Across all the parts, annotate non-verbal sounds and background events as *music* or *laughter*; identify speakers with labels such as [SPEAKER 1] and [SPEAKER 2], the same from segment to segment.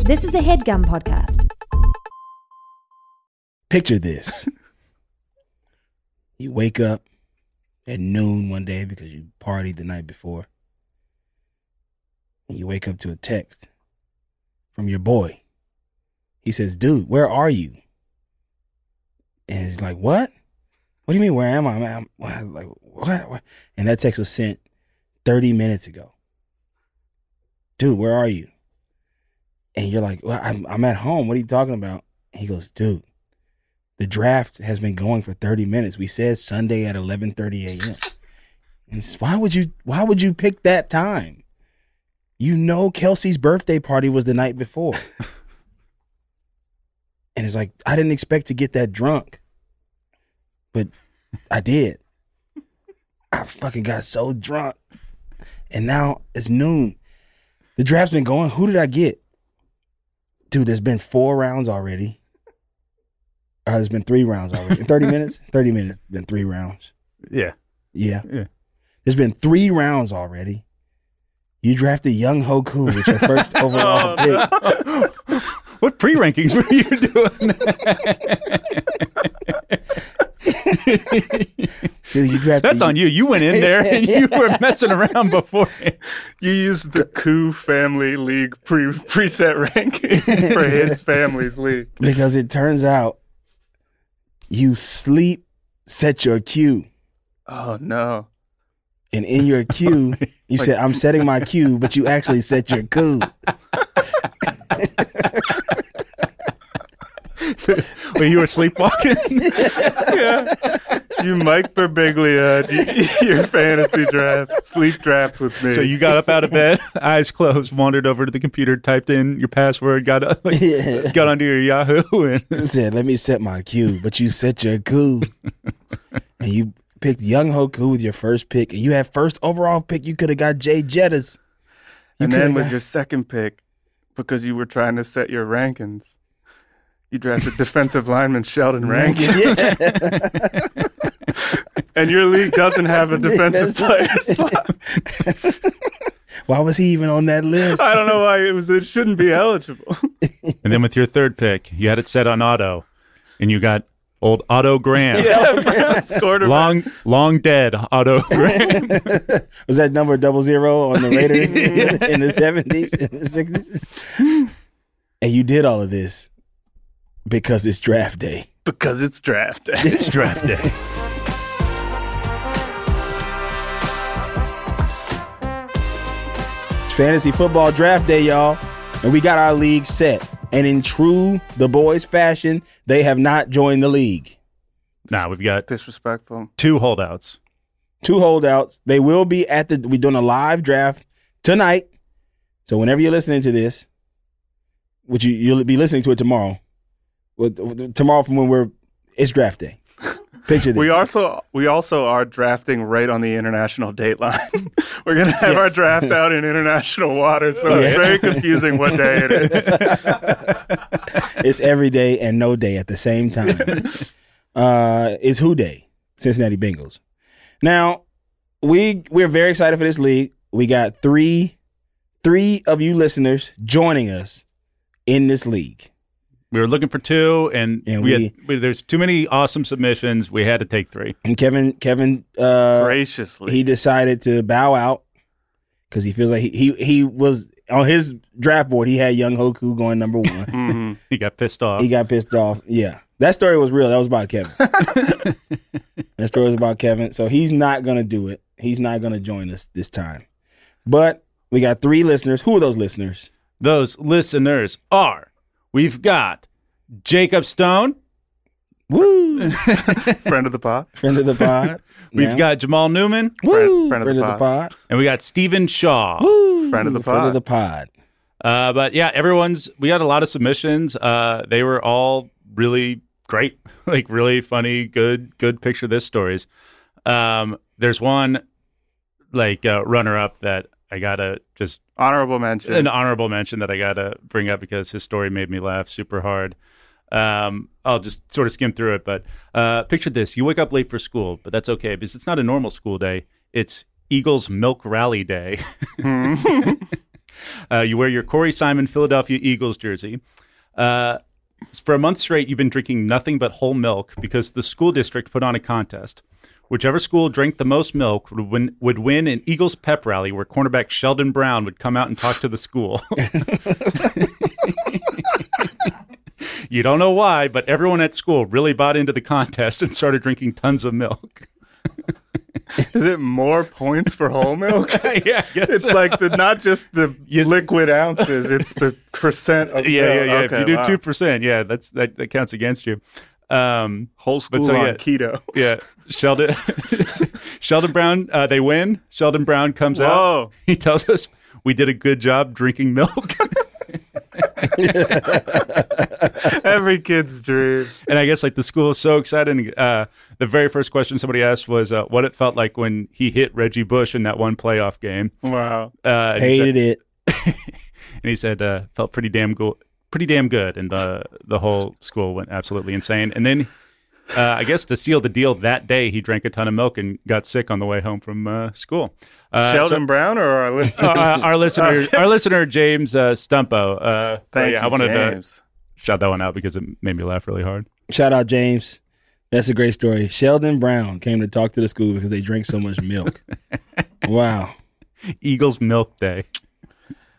[SPEAKER 1] This is a headgum podcast.
[SPEAKER 2] Picture this. you wake up at noon one day because you partied the night before. And you wake up to a text from your boy. He says, Dude, where are you? And he's like, What? What do you mean, where am I? I'm, I'm- I'm like, what? what?" And that text was sent 30 minutes ago. Dude, where are you? And you're like, well, I'm, I'm at home. What are you talking about? And he goes, Dude, the draft has been going for 30 minutes. We said Sunday at 11:30 a.m. And he says, why would you why would you pick that time? You know Kelsey's birthday party was the night before. and it's like I didn't expect to get that drunk. But I did. I fucking got so drunk. And now it's noon. The draft's been going. Who did I get? Dude, there's been four rounds already. Uh, there's been three rounds already. In
[SPEAKER 3] *laughs*
[SPEAKER 2] 30 minutes? 30 minutes. Been three rounds.
[SPEAKER 3] Yeah.
[SPEAKER 2] Yeah.
[SPEAKER 3] Yeah.
[SPEAKER 2] There's been three rounds already. You drafted Young Hoku with your
[SPEAKER 3] *laughs*
[SPEAKER 2] first
[SPEAKER 3] Oh,
[SPEAKER 2] overall pick.
[SPEAKER 3] what pre rankings were you doing? *laughs*
[SPEAKER 2] Dude, you drafted
[SPEAKER 3] That's on you. You went in there and you were messing around before.
[SPEAKER 4] You used the Coup Family League pre preset ranking for his family's league.
[SPEAKER 2] Because it turns out you sleep set your cue.
[SPEAKER 4] Oh no.
[SPEAKER 2] And in
[SPEAKER 3] *laughs*
[SPEAKER 2] your cue,
[SPEAKER 3] Oh,
[SPEAKER 2] you said, I'm setting my cue, but you actually set your *laughs*
[SPEAKER 3] *laughs*
[SPEAKER 2] coup.
[SPEAKER 3] when you *laughs* were *laughs* sleepwalking.
[SPEAKER 4] Yeah. You Mike Berbiglia, *laughs* y- your fantasy draft, sleep draft with me.
[SPEAKER 3] So you got up out of bed, eyes closed, wandered over to the computer, typed in your password, got up,
[SPEAKER 2] Yeah.
[SPEAKER 3] got onto your Yahoo, and
[SPEAKER 2] You said, Let me set my cue, but you set your coup. and you picked Young Hoku with your first pick, and you had first overall pick. You could have got Jay Jettas. You
[SPEAKER 4] and then
[SPEAKER 2] coulda
[SPEAKER 4] with
[SPEAKER 2] got-
[SPEAKER 4] your second pick, because you were trying to set your rankings, you drafted defensive lineman Sheldon Rankin,
[SPEAKER 2] yeah.
[SPEAKER 4] and your league doesn't *laughs* have a defensive player slot.
[SPEAKER 2] *laughs* Why was he even on that list?
[SPEAKER 4] I don't know why it was. It shouldn't be eligible. *laughs*
[SPEAKER 3] and then with your third pick, you had it set on auto, and you got old Otto Graham,
[SPEAKER 4] yeah, quarterback. *laughs*
[SPEAKER 3] long long dead
[SPEAKER 2] *laughs*
[SPEAKER 3] Otto Graham.
[SPEAKER 2] Was that number double zero on the Raiders in the seventies, in the sixties? And you did all of this because it's draft day.
[SPEAKER 4] because it's draft day.
[SPEAKER 3] *laughs* it's draft day.
[SPEAKER 2] It's fantasy football draft day, y'all. And we got our league set. And in true the boys fashion, they have not joined the league.
[SPEAKER 3] Nah, we've got
[SPEAKER 4] Disrespectful.
[SPEAKER 2] *laughs*
[SPEAKER 3] two holdouts.
[SPEAKER 2] Two holdouts. They will be at the we're doing a live draft tonight. So whenever you're listening to this, which you, you'll be listening to it tomorrow. With, tomorrow from when we're it's draft day. Picture this.
[SPEAKER 4] We also we also are drafting right on the international dateline. *laughs* We're gonna have our *laughs* draft out in international waters, so it's
[SPEAKER 2] Yeah.
[SPEAKER 4] very confusing what day it *laughs* is.
[SPEAKER 2] it's every day and no day at the same time. uh, it's who day? Cincinnati Bengals. Now, we we're very excited for this league. We got three three of you listeners joining us in this league.
[SPEAKER 3] We were looking for two, and,
[SPEAKER 2] And
[SPEAKER 3] we,
[SPEAKER 2] we-
[SPEAKER 3] had, we there's too many awesome submissions. We had to take three. *laughs*
[SPEAKER 2] And Kevin Kevin uh,
[SPEAKER 4] Graciously,
[SPEAKER 2] he decided to bow out because he feels like he, he he was on his draft board. He had Young Hoku going number one.
[SPEAKER 4] *laughs* Mhm.
[SPEAKER 3] He got pissed off.
[SPEAKER 2] He got pissed off. Yeah. That story was real. That was about
[SPEAKER 4] *laughs*
[SPEAKER 2] Kevin. that story was about Kevin. So he's not going to do it. He's not going to join us this time. But we got three listeners. Who are those listeners?
[SPEAKER 3] Those listeners are. We've got Jacob Stone.
[SPEAKER 4] *laughs*
[SPEAKER 2] Woo!
[SPEAKER 4] friend of the pod.
[SPEAKER 2] Friend of the pod.
[SPEAKER 3] We've
[SPEAKER 2] Now.
[SPEAKER 3] got Jamal Newman.
[SPEAKER 2] Woo!
[SPEAKER 4] Friend- friend of the
[SPEAKER 2] pod.
[SPEAKER 3] And we got Steven Shaw.
[SPEAKER 2] Woo!
[SPEAKER 4] Friend of the
[SPEAKER 2] Friend of
[SPEAKER 4] pod.
[SPEAKER 2] the pod.
[SPEAKER 3] Uh, but yeah, everyone's, we had a lot of submissions. Uh, they were all really great, *laughs* like really funny, good, good picture this stories. Um, there's one like uh, runner up that I gotta just
[SPEAKER 4] Honorable mention.
[SPEAKER 3] an honorable mention that I gotta bring up because his story made me laugh super hard. Um, I'll just sort of skim through it, but uh, picture this: you wake up late for school, but that's okay because *laughs* it's not a normal school day; it's Eagles Milk Rally Day.
[SPEAKER 4] Mhm.
[SPEAKER 3] Uh, you wear your Corey Simon Philadelphia Eagles jersey. Uh, for a month straight, you've been drinking nothing but whole milk because the school district put on a contest. Whichever school drank the most milk would win, would win an Eagles pep rally where cornerback Sheldon Brown would come out and talk to the school. *laughs* you don't know why, but everyone at school really bought into the contest and started drinking tons of milk. *laughs*
[SPEAKER 4] Is it more points for whole
[SPEAKER 3] *laughs*
[SPEAKER 4] milk?
[SPEAKER 3] yeah, I guess
[SPEAKER 4] It's
[SPEAKER 3] so.
[SPEAKER 4] like the, not just the liquid ounces; it's the percent of
[SPEAKER 3] yeah, yeah,
[SPEAKER 4] milk.
[SPEAKER 3] yeah.
[SPEAKER 4] Okay,
[SPEAKER 3] if you do
[SPEAKER 4] wow.
[SPEAKER 3] two percent, yeah, that's that, that counts against you. Um,
[SPEAKER 4] whole school
[SPEAKER 3] so,
[SPEAKER 4] on
[SPEAKER 3] yeah.
[SPEAKER 4] keto.
[SPEAKER 3] yeah, Sheldon, *laughs* Sheldon Brown, uh, they win. Sheldon Brown comes out.
[SPEAKER 4] Whoa!
[SPEAKER 3] He tells us we did a good job drinking milk,
[SPEAKER 4] *laughs*
[SPEAKER 3] *laughs*
[SPEAKER 4] Every kid's dream.
[SPEAKER 3] and I guess like the school is so excited. And, uh, the very first question somebody asked was uh, what it felt like when he hit Reggie Bush in that one playoff game.
[SPEAKER 4] Wow.
[SPEAKER 3] Uh, and he said-
[SPEAKER 2] Hated it.
[SPEAKER 3] and he said uh, felt pretty damn good, pretty damn good, and the the whole school went absolutely insane. And then, uh, I guess to seal the deal that day, he drank a ton of milk and got sick on the way home from uh, school. Uh,
[SPEAKER 4] Sheldon Brown or our
[SPEAKER 3] so-
[SPEAKER 4] listener?
[SPEAKER 3] uh, uh, our listener,
[SPEAKER 4] *laughs*
[SPEAKER 3] our listener James uh, Stumpo. Uh, so
[SPEAKER 4] Thank
[SPEAKER 3] yeah,
[SPEAKER 4] you,
[SPEAKER 3] I wanted to
[SPEAKER 4] James.
[SPEAKER 3] shout that one out because it made me laugh really hard.
[SPEAKER 2] Shout out James. That's a great story. Sheldon Brown came to talk to the school because they drink so much
[SPEAKER 3] *laughs*
[SPEAKER 2] milk. wow.
[SPEAKER 3] Eagles Milk Day.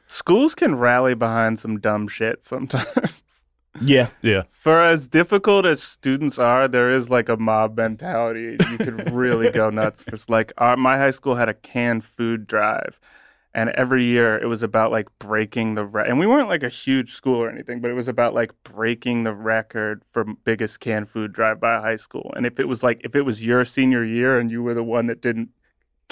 [SPEAKER 4] Schools can rally behind some dumb shit sometimes.
[SPEAKER 2] Yeah.
[SPEAKER 3] Yeah,
[SPEAKER 4] For as difficult as students are, there is like a mob mentality. You could really go nuts. It's like our, my high school had a canned food drive, and every year it was about like breaking the record. And we weren't like a huge school or anything, but it was about like breaking the record for biggest canned food drive by a high school. And if it was like if it was your senior year and you were the one that didn't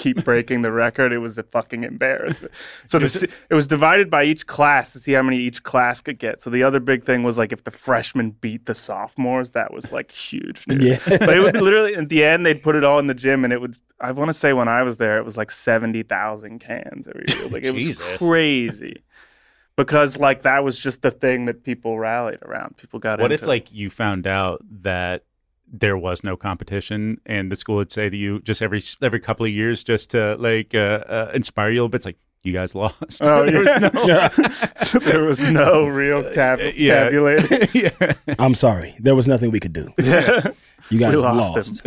[SPEAKER 3] *laughs*
[SPEAKER 4] keep breaking the record, it was a fucking embarrassment. So the, se- it was divided by each class to see how many each class could get. So the other big thing was like if the freshmen beat the sophomores, that was like huge. dude.
[SPEAKER 2] Yeah.
[SPEAKER 4] but it
[SPEAKER 3] *laughs*
[SPEAKER 4] would be literally at the end they'd put it all in the gym, and it would. I want to say when I was there, it was like seventy thousand cans every year. Like it was
[SPEAKER 3] Jesus.
[SPEAKER 4] crazy. Because like that was just the thing that people rallied around. People got
[SPEAKER 3] What
[SPEAKER 4] into
[SPEAKER 3] if like you found out that there was no competition and the school would say to you just every every couple of years just to like uh, uh, inspire you a little bit? It's like you guys lost. *laughs*
[SPEAKER 4] Oh,
[SPEAKER 3] There
[SPEAKER 4] *laughs* yeah.
[SPEAKER 3] was no-
[SPEAKER 4] *laughs* there was no real tab-
[SPEAKER 3] Uh, yeah.
[SPEAKER 4] tabulating.
[SPEAKER 3] *laughs* yeah.
[SPEAKER 2] I'm sorry. There was nothing we could do.
[SPEAKER 4] Yeah.
[SPEAKER 2] You guys
[SPEAKER 4] *laughs* We
[SPEAKER 2] lost.
[SPEAKER 4] lost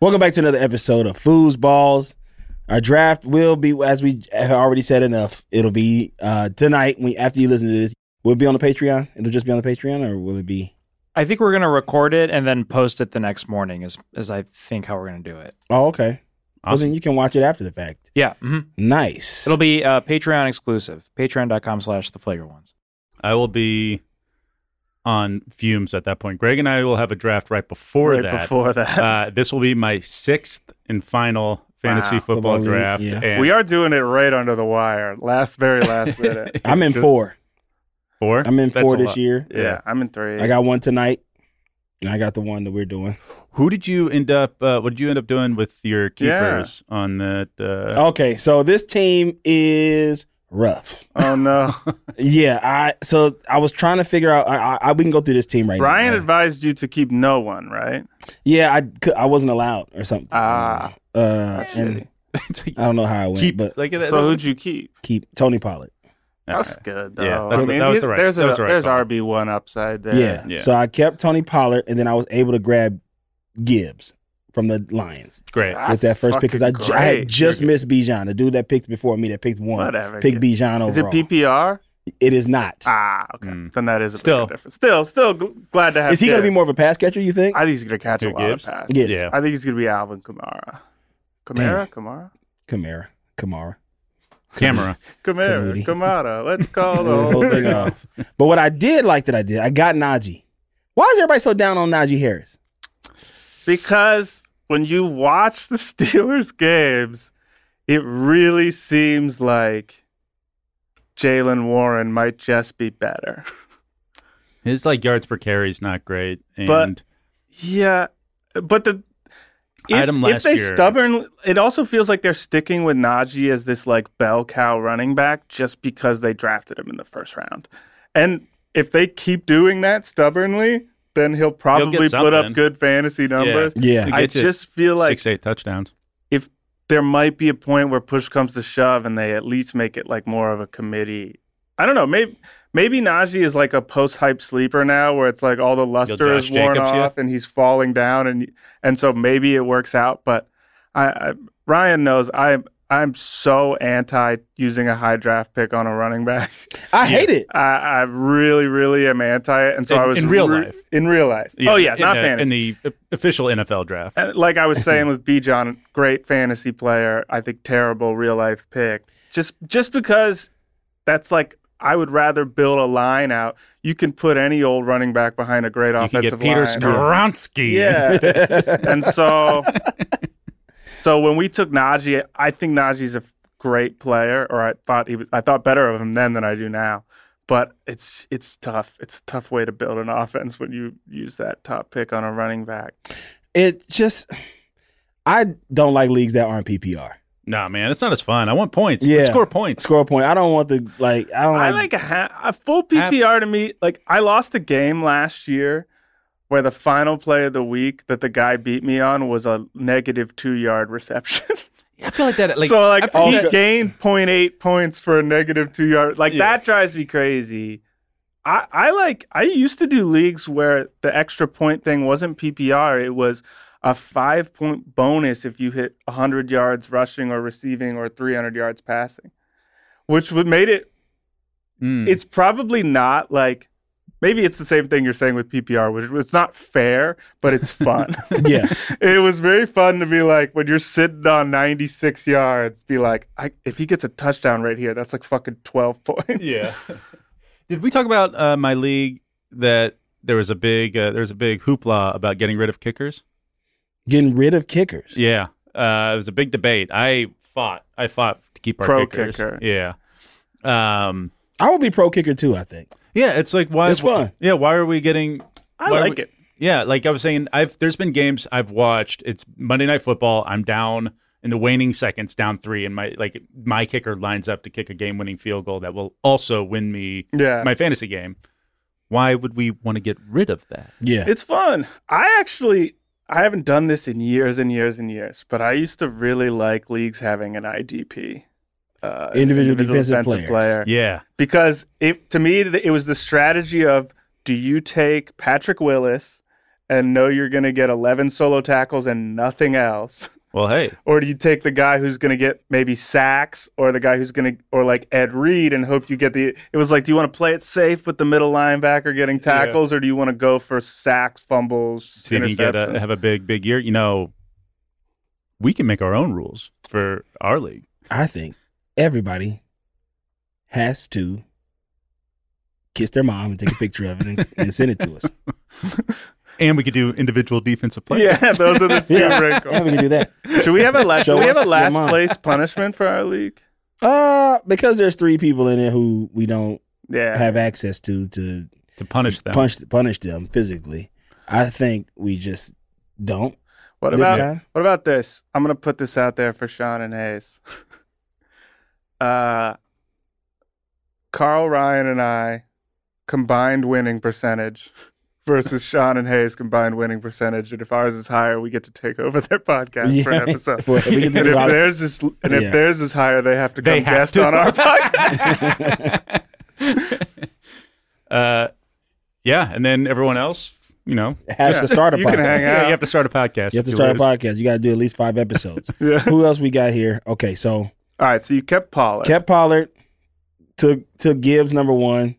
[SPEAKER 2] Welcome back to another episode of Foosballs. Our draft will be, as we have already said enough, it'll be uh, tonight. When, after you listen to this, will it be on the Patreon? It'll just be on the Patreon, or will it be?
[SPEAKER 5] I think we're gonna record it and then post it the next morning. Is is I think how we're gonna do it.
[SPEAKER 2] Oh, okay. Well,
[SPEAKER 3] Awesome.
[SPEAKER 2] then you can watch it after the fact.
[SPEAKER 5] Yeah, hmm
[SPEAKER 2] Nice.
[SPEAKER 5] it'll be uh, Patreon exclusive. Patreon.com/slash the flavor ones.
[SPEAKER 3] I will be on fumes at that point. Greg and I will have a draft right before
[SPEAKER 4] Right
[SPEAKER 3] that.
[SPEAKER 4] before that.
[SPEAKER 3] Uh, this will be my sixth and final fantasy
[SPEAKER 4] Wow.
[SPEAKER 3] football
[SPEAKER 2] Football league,
[SPEAKER 3] draft.
[SPEAKER 2] yeah.
[SPEAKER 3] and *laughs*
[SPEAKER 4] We are doing it right under the wire. Last, very
[SPEAKER 3] *laughs*
[SPEAKER 4] last minute.
[SPEAKER 2] I'm in four.
[SPEAKER 3] four.
[SPEAKER 2] I'm in
[SPEAKER 3] That's
[SPEAKER 2] four
[SPEAKER 3] a
[SPEAKER 2] this
[SPEAKER 3] lot.
[SPEAKER 2] year.
[SPEAKER 4] yeah, I'm in three.
[SPEAKER 2] I got one tonight, and I got the one that we're doing.
[SPEAKER 3] Who did you end up? Uh, what did you end up doing with your
[SPEAKER 4] Yeah.
[SPEAKER 3] keepers on that? Uh,
[SPEAKER 2] Okay, so this team is rough. *laughs*
[SPEAKER 3] *laughs*
[SPEAKER 4] oh no,
[SPEAKER 2] Yeah, I so I was trying to figure out. I, I, I we can go through this team right
[SPEAKER 4] Brian
[SPEAKER 2] now.
[SPEAKER 4] advised you to keep no one, right?
[SPEAKER 2] Yeah, I cou- I wasn't allowed or something.
[SPEAKER 4] Ah.
[SPEAKER 2] uh, and
[SPEAKER 4] Shitty.
[SPEAKER 3] *laughs* It's like,
[SPEAKER 2] I don't know how I went,
[SPEAKER 3] keep
[SPEAKER 2] but
[SPEAKER 3] like
[SPEAKER 4] So who'd you keep?
[SPEAKER 2] keep Tony Pollard.
[SPEAKER 4] That's good though.
[SPEAKER 3] Yeah, that's-
[SPEAKER 4] I mean,
[SPEAKER 3] that was the right-
[SPEAKER 4] there's
[SPEAKER 3] that was the right
[SPEAKER 4] there's
[SPEAKER 3] call.
[SPEAKER 4] RB one upside there.
[SPEAKER 2] Yeah.
[SPEAKER 3] Yeah.
[SPEAKER 2] So I kept Tony Pollard, and then I was able to grab Gibbs from the Lions
[SPEAKER 3] great.
[SPEAKER 4] Ah,
[SPEAKER 2] with that
[SPEAKER 4] That's
[SPEAKER 2] first pick because I, j- I
[SPEAKER 4] fucking
[SPEAKER 2] had just
[SPEAKER 3] great.
[SPEAKER 2] missed Bijan, the dude that picked before me that picked one.
[SPEAKER 4] Whatever.
[SPEAKER 2] Pick Bijan overall.
[SPEAKER 4] Is it PPR?
[SPEAKER 2] It is not.
[SPEAKER 4] Ah, okay.
[SPEAKER 3] Mm.
[SPEAKER 4] Then that is a
[SPEAKER 3] Still.
[SPEAKER 4] still difference. Still, still gl- glad to have.
[SPEAKER 2] Is he going to
[SPEAKER 4] Gibbs.
[SPEAKER 2] be more of a pass catcher? You think?
[SPEAKER 4] I think he's going to catch
[SPEAKER 3] Who,
[SPEAKER 4] a lot
[SPEAKER 3] Gibbs?
[SPEAKER 4] of passes.
[SPEAKER 2] Yes.
[SPEAKER 3] Yeah.
[SPEAKER 4] I think he's going to be Alvin Kamara. Kamara, Kamara,
[SPEAKER 2] Kamara. Kamara.
[SPEAKER 3] Camera.
[SPEAKER 4] Kamara,
[SPEAKER 2] Kamudi.
[SPEAKER 4] Kamara.
[SPEAKER 2] *laughs*
[SPEAKER 4] Let's call
[SPEAKER 2] The whole thing
[SPEAKER 4] off.
[SPEAKER 2] off. But what I did like that I did, I got Najee. Why is everybody so down on Najee Harris?
[SPEAKER 4] Because when you watch the *laughs* Steelers games, it really seems like Jalen Warren might just be better.
[SPEAKER 3] His like yards per carry is not great, and
[SPEAKER 4] But- Yeah, but the
[SPEAKER 3] I
[SPEAKER 4] if,
[SPEAKER 3] had him
[SPEAKER 4] if
[SPEAKER 3] last
[SPEAKER 4] they
[SPEAKER 3] year.
[SPEAKER 4] stubborn, it also feels like they're sticking with Najee as this like bell cow running back just because they drafted him in the first round. And if they keep doing that stubbornly, then he'll probably put
[SPEAKER 3] something.
[SPEAKER 4] up good fantasy numbers.
[SPEAKER 2] Yeah.
[SPEAKER 3] He
[SPEAKER 4] I
[SPEAKER 3] gets you
[SPEAKER 4] just feel like
[SPEAKER 3] six eight touchdowns.
[SPEAKER 4] there might be a point where push comes to shove and they at least make it like more of a committee. I don't know. Maybe maybe Najee is like a post hype sleeper now, where it's like all the luster
[SPEAKER 3] Josh
[SPEAKER 4] is worn
[SPEAKER 3] Jacobs you?
[SPEAKER 4] off and he's falling down, and and so maybe it works out. But I, I Ryan knows I'm I'm so anti using a high draft pick on a running back. *laughs*
[SPEAKER 2] I hate it.
[SPEAKER 4] I, I really really am anti it, and so
[SPEAKER 3] In-
[SPEAKER 4] I was
[SPEAKER 3] in real life.
[SPEAKER 4] In real life. oh yeah,
[SPEAKER 3] in
[SPEAKER 4] not
[SPEAKER 3] the,
[SPEAKER 4] fantasy.
[SPEAKER 3] in the official NFL draft.
[SPEAKER 4] And like
[SPEAKER 3] *laughs*
[SPEAKER 4] I was saying with B. John, great fantasy player. I think terrible real life pick. Just just because that's like I would rather build a line out. You can put any old running back behind a great
[SPEAKER 3] You can
[SPEAKER 4] offensive
[SPEAKER 3] get Peter
[SPEAKER 4] line.
[SPEAKER 3] Skoronsky.
[SPEAKER 4] Yeah, and so so when we took Najee, I think Najee's a great player, or I thought he was. I thought better of him then than I do now. But it's it's tough. It's a tough way to build an offense when you use that top pick on a running back.
[SPEAKER 2] *laughs* It just I don't like leagues that aren't PPR.
[SPEAKER 3] *laughs* Nah, man, it's not as fun. I want points.
[SPEAKER 2] Yeah.
[SPEAKER 3] Let's score points.
[SPEAKER 2] Score point. I don't want the like I don't
[SPEAKER 4] I
[SPEAKER 2] like,
[SPEAKER 4] like a, ha- a full PPR to me. Like I lost a game last year where the final play of the week that the guy beat me on was a negative two yard reception. *laughs*
[SPEAKER 3] I feel like that. Like,
[SPEAKER 4] so like
[SPEAKER 2] forget-
[SPEAKER 4] he gained 0.8 points for a negative two yard. Like
[SPEAKER 3] Yeah.
[SPEAKER 4] that drives me crazy. I, I like I used to do leagues where the extra point thing wasn't PPR. It was a five point bonus if you hit 100 yards rushing or receiving or 300 yards passing, which would made it
[SPEAKER 2] Hmm.
[SPEAKER 3] mm.
[SPEAKER 4] it's probably not like maybe it's the same thing you're saying with PPR, which it's not fair, but
[SPEAKER 2] *laughs*
[SPEAKER 4] it's fun. *laughs*
[SPEAKER 2] yeah.
[SPEAKER 4] it was very fun to be like when you're sitting on 96 yards, be like, I, if he gets a touchdown right here, that's like fucking
[SPEAKER 3] *laughs*
[SPEAKER 4] 12 *laughs* points.
[SPEAKER 3] yeah. Did we talk about uh, my league that there was a big uh, there was a big hoopla about getting rid of kickers?
[SPEAKER 2] Getting rid of kickers.
[SPEAKER 3] Yeah, uh, it was a big debate. I fought. I fought to keep our
[SPEAKER 4] Pro
[SPEAKER 3] kickers.
[SPEAKER 4] kicker.
[SPEAKER 3] Yeah. Um.
[SPEAKER 2] I would be pro kicker too, I think.
[SPEAKER 3] Yeah. It's like why?
[SPEAKER 2] It's fun.
[SPEAKER 3] Yeah. Why are we getting?
[SPEAKER 4] I
[SPEAKER 3] why are
[SPEAKER 4] like
[SPEAKER 3] we-
[SPEAKER 4] it.
[SPEAKER 3] Yeah, like I was saying, I've there's been games I've watched. It's Monday Night Football. I'm down in the waning seconds, down three, and my like my kicker lines up to kick a game-winning field goal that will also win me
[SPEAKER 2] Uh,
[SPEAKER 4] Yeah.
[SPEAKER 3] my fantasy game. Why would we want to get rid of that?
[SPEAKER 2] Yeah.
[SPEAKER 4] It's fun. I actually I haven't done this in years and years and years, but I used to really like leagues having an IDP. Uh, an
[SPEAKER 2] Individual defensive player.
[SPEAKER 3] Yeah,
[SPEAKER 4] because it to me th- it was the strategy of do you take Patrick Willis and know you're going to get 11 solo tackles and nothing else *laughs*
[SPEAKER 3] Well, hey,
[SPEAKER 4] or do you take the guy who's going to get maybe sacks or the guy who's going to or like Ed Reed and hope you get the it was like do you want to play it safe with the middle linebacker getting tackles or do you want to go for sacks fumbles
[SPEAKER 3] see if you get
[SPEAKER 4] interceptions?
[SPEAKER 3] a,
[SPEAKER 4] *laughs*
[SPEAKER 3] have a big, big year. You know, we can make our own rules for our
[SPEAKER 2] *laughs*
[SPEAKER 3] league.
[SPEAKER 2] I think everybody has to kiss their mom and take a picture of it and, and send it to
[SPEAKER 4] *laughs*
[SPEAKER 2] us.
[SPEAKER 3] And we could do individual defensive players.
[SPEAKER 4] yeah
[SPEAKER 3] *laughs*
[SPEAKER 4] those are the two
[SPEAKER 2] Yeah.
[SPEAKER 4] wrinkles
[SPEAKER 2] Yeah, we can do that.
[SPEAKER 4] should we have a
[SPEAKER 2] *laughs*
[SPEAKER 4] last
[SPEAKER 2] Show
[SPEAKER 4] should we
[SPEAKER 2] us
[SPEAKER 4] have a
[SPEAKER 2] your
[SPEAKER 4] last
[SPEAKER 2] mom.
[SPEAKER 4] place punishment for our league
[SPEAKER 2] Uh, because there's three people in it who we don't
[SPEAKER 4] yeah
[SPEAKER 2] have access to to
[SPEAKER 3] to punish them.
[SPEAKER 2] punch punish them physically. I think we just don't.
[SPEAKER 4] what
[SPEAKER 2] this
[SPEAKER 4] about
[SPEAKER 2] time.
[SPEAKER 4] What about this? I'm gonna put this out there for Sean and Hayes. *laughs* uh, Carl Ryan and I combined winning percentage versus Sean and Hayes combined winning percentage, and if ours is higher, we get to take over their podcast for an
[SPEAKER 2] Yeah. *laughs*
[SPEAKER 4] episode.
[SPEAKER 2] For- we can
[SPEAKER 4] *laughs* and
[SPEAKER 2] do
[SPEAKER 4] if
[SPEAKER 2] it.
[SPEAKER 4] theirs is and
[SPEAKER 2] Yeah.
[SPEAKER 4] if theirs is higher, they have to come
[SPEAKER 3] they have
[SPEAKER 4] guest
[SPEAKER 3] to. *laughs*
[SPEAKER 4] on our podcast.
[SPEAKER 3] uh, yeah, and then everyone else,
[SPEAKER 2] *laughs*
[SPEAKER 3] you know,
[SPEAKER 2] Has to start a
[SPEAKER 4] You can
[SPEAKER 2] podcast.
[SPEAKER 4] hang
[SPEAKER 3] yeah,
[SPEAKER 4] out.
[SPEAKER 3] you have to start a podcast.
[SPEAKER 2] You have to
[SPEAKER 3] to
[SPEAKER 2] start a
[SPEAKER 3] lose.
[SPEAKER 2] podcast. You got to do at least five episodes.
[SPEAKER 4] Yeah.
[SPEAKER 2] Who else we got here? Okay, so
[SPEAKER 4] *laughs* All right, so you kept Pollard.
[SPEAKER 2] kept Pollard, took took Gibbs number one,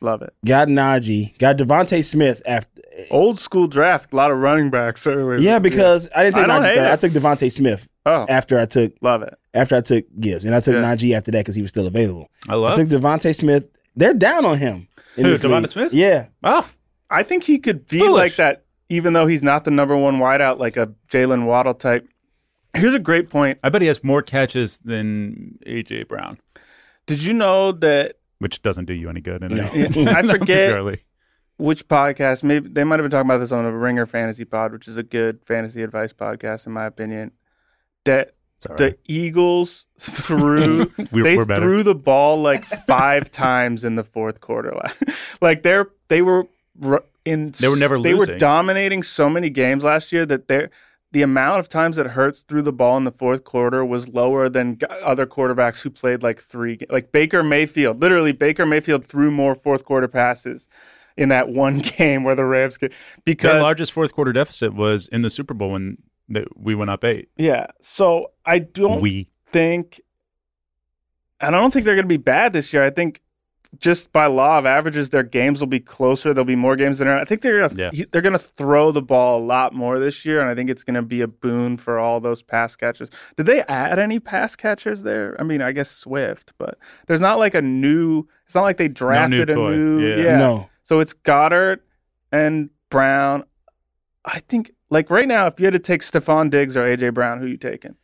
[SPEAKER 4] Love it.
[SPEAKER 2] got Najee, got Devonte Smith after.
[SPEAKER 4] Old school draft, a lot of running backs earlier.
[SPEAKER 2] Yeah, because I didn't take
[SPEAKER 4] I don't
[SPEAKER 2] Najee.
[SPEAKER 4] hate
[SPEAKER 2] third.
[SPEAKER 4] it.
[SPEAKER 2] I took Devonte Smith
[SPEAKER 4] oh,
[SPEAKER 2] after I took
[SPEAKER 4] love it.
[SPEAKER 2] after I took Gibbs, and I took
[SPEAKER 4] Yeah.
[SPEAKER 2] Najee after that because he was still available.
[SPEAKER 3] I love.
[SPEAKER 2] I took Devonte Smith. They're down on him. in
[SPEAKER 3] Who,
[SPEAKER 2] this
[SPEAKER 3] Devonta
[SPEAKER 2] league.
[SPEAKER 3] Smith?
[SPEAKER 2] Yeah,
[SPEAKER 3] oh,
[SPEAKER 4] I think he could be
[SPEAKER 3] Foolish.
[SPEAKER 4] like that, even though he's not the number one wideout, like a Jalen Waddle type. Here's a great point.
[SPEAKER 3] I bet he has more catches than AJ Brown,
[SPEAKER 4] Did you know that?
[SPEAKER 3] which doesn't do you any good. In
[SPEAKER 2] No.
[SPEAKER 3] any- *laughs*
[SPEAKER 4] I forget
[SPEAKER 3] particularly.
[SPEAKER 4] which podcast. Maybe they might have been talking about this on the Ringer Fantasy Pod, which is a good fantasy advice podcast, in my opinion. That
[SPEAKER 3] It's all
[SPEAKER 4] the
[SPEAKER 3] right.
[SPEAKER 4] Eagles threw
[SPEAKER 3] We're-
[SPEAKER 4] they
[SPEAKER 3] we're better.
[SPEAKER 4] threw the ball like five *laughs* times in the fourth quarter. *laughs* like they're they were ru- in
[SPEAKER 3] They were never
[SPEAKER 4] they were
[SPEAKER 3] losing.
[SPEAKER 4] dominating so many games last year that they the amount of times that Hurts threw the ball in the fourth quarter was lower than g- other quarterbacks who played like three, ga- like Baker Mayfield. Literally, Baker Mayfield threw more fourth quarter passes in that *laughs* one game where the Rams could
[SPEAKER 3] Their
[SPEAKER 4] because
[SPEAKER 3] largest fourth quarter deficit was in the Super Bowl when th- we went up eight.
[SPEAKER 4] yeah. So I don't
[SPEAKER 3] We
[SPEAKER 4] think, and I don't think they're going to be bad this year. I think just by law of averages, their games will be closer. There'll be more games than I think they're going to
[SPEAKER 3] Yeah.
[SPEAKER 4] they're going to throw the ball a lot more this year, and I think it's going to be a boon for all those pass catchers. Did they add any pass catchers there? I mean, I guess Swift, but there's not like a new. It's not like they drafted
[SPEAKER 3] toy.
[SPEAKER 4] a new.
[SPEAKER 3] Yeah.
[SPEAKER 4] yeah.
[SPEAKER 2] No.
[SPEAKER 4] So it's Goddard and Brown. I think like right now, if you had to take Stephon Diggs or AJ Brown, who you taking?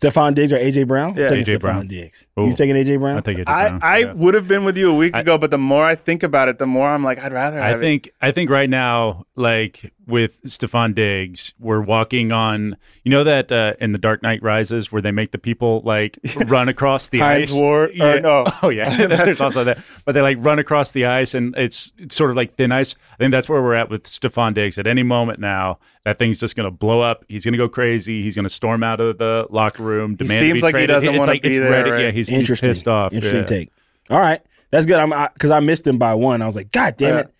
[SPEAKER 2] Stephon Diggs or AJ Brown?
[SPEAKER 4] Yeah.
[SPEAKER 2] I'm taking
[SPEAKER 3] AJ Brown.
[SPEAKER 2] Stephon Diggs.
[SPEAKER 3] Ooh.
[SPEAKER 2] You taking AJ Brown?
[SPEAKER 3] I think it.
[SPEAKER 4] I, I would have been with you a week
[SPEAKER 3] I-
[SPEAKER 4] ago, but the more I think about it, the more I'm like, I'd rather.
[SPEAKER 3] I
[SPEAKER 4] Have
[SPEAKER 3] think I think right now, like with Stefan Diggs, we're walking on. You know that uh, in the Dark Knight Rises, where they make the people
[SPEAKER 4] *laughs*
[SPEAKER 3] like run across
[SPEAKER 4] it.
[SPEAKER 3] the
[SPEAKER 4] Heinz
[SPEAKER 3] ice.
[SPEAKER 4] Ward.
[SPEAKER 3] Yeah.
[SPEAKER 4] Or, no,
[SPEAKER 3] *laughs* Oh yeah, there's also that. But they like run across the ice, and it's, it's sort of like thin ice. I think that's where we're at with Stefan Diggs. At any moment now, that thing's just going to blow up. He's going to go crazy. He's going to storm out of the locker room, demand to
[SPEAKER 4] seems
[SPEAKER 3] be
[SPEAKER 4] like he
[SPEAKER 3] traded.
[SPEAKER 4] doesn't
[SPEAKER 3] It's
[SPEAKER 4] wanna
[SPEAKER 3] like it's
[SPEAKER 4] be there,
[SPEAKER 3] ready.
[SPEAKER 4] right?
[SPEAKER 3] Yeah, he's, he's
[SPEAKER 2] Interesting.
[SPEAKER 3] pissed off.
[SPEAKER 2] Interesting
[SPEAKER 3] yeah.
[SPEAKER 2] take. All right, that's good. I'm because I, missed him by one. I was like, God damn
[SPEAKER 4] Yeah.
[SPEAKER 2] it.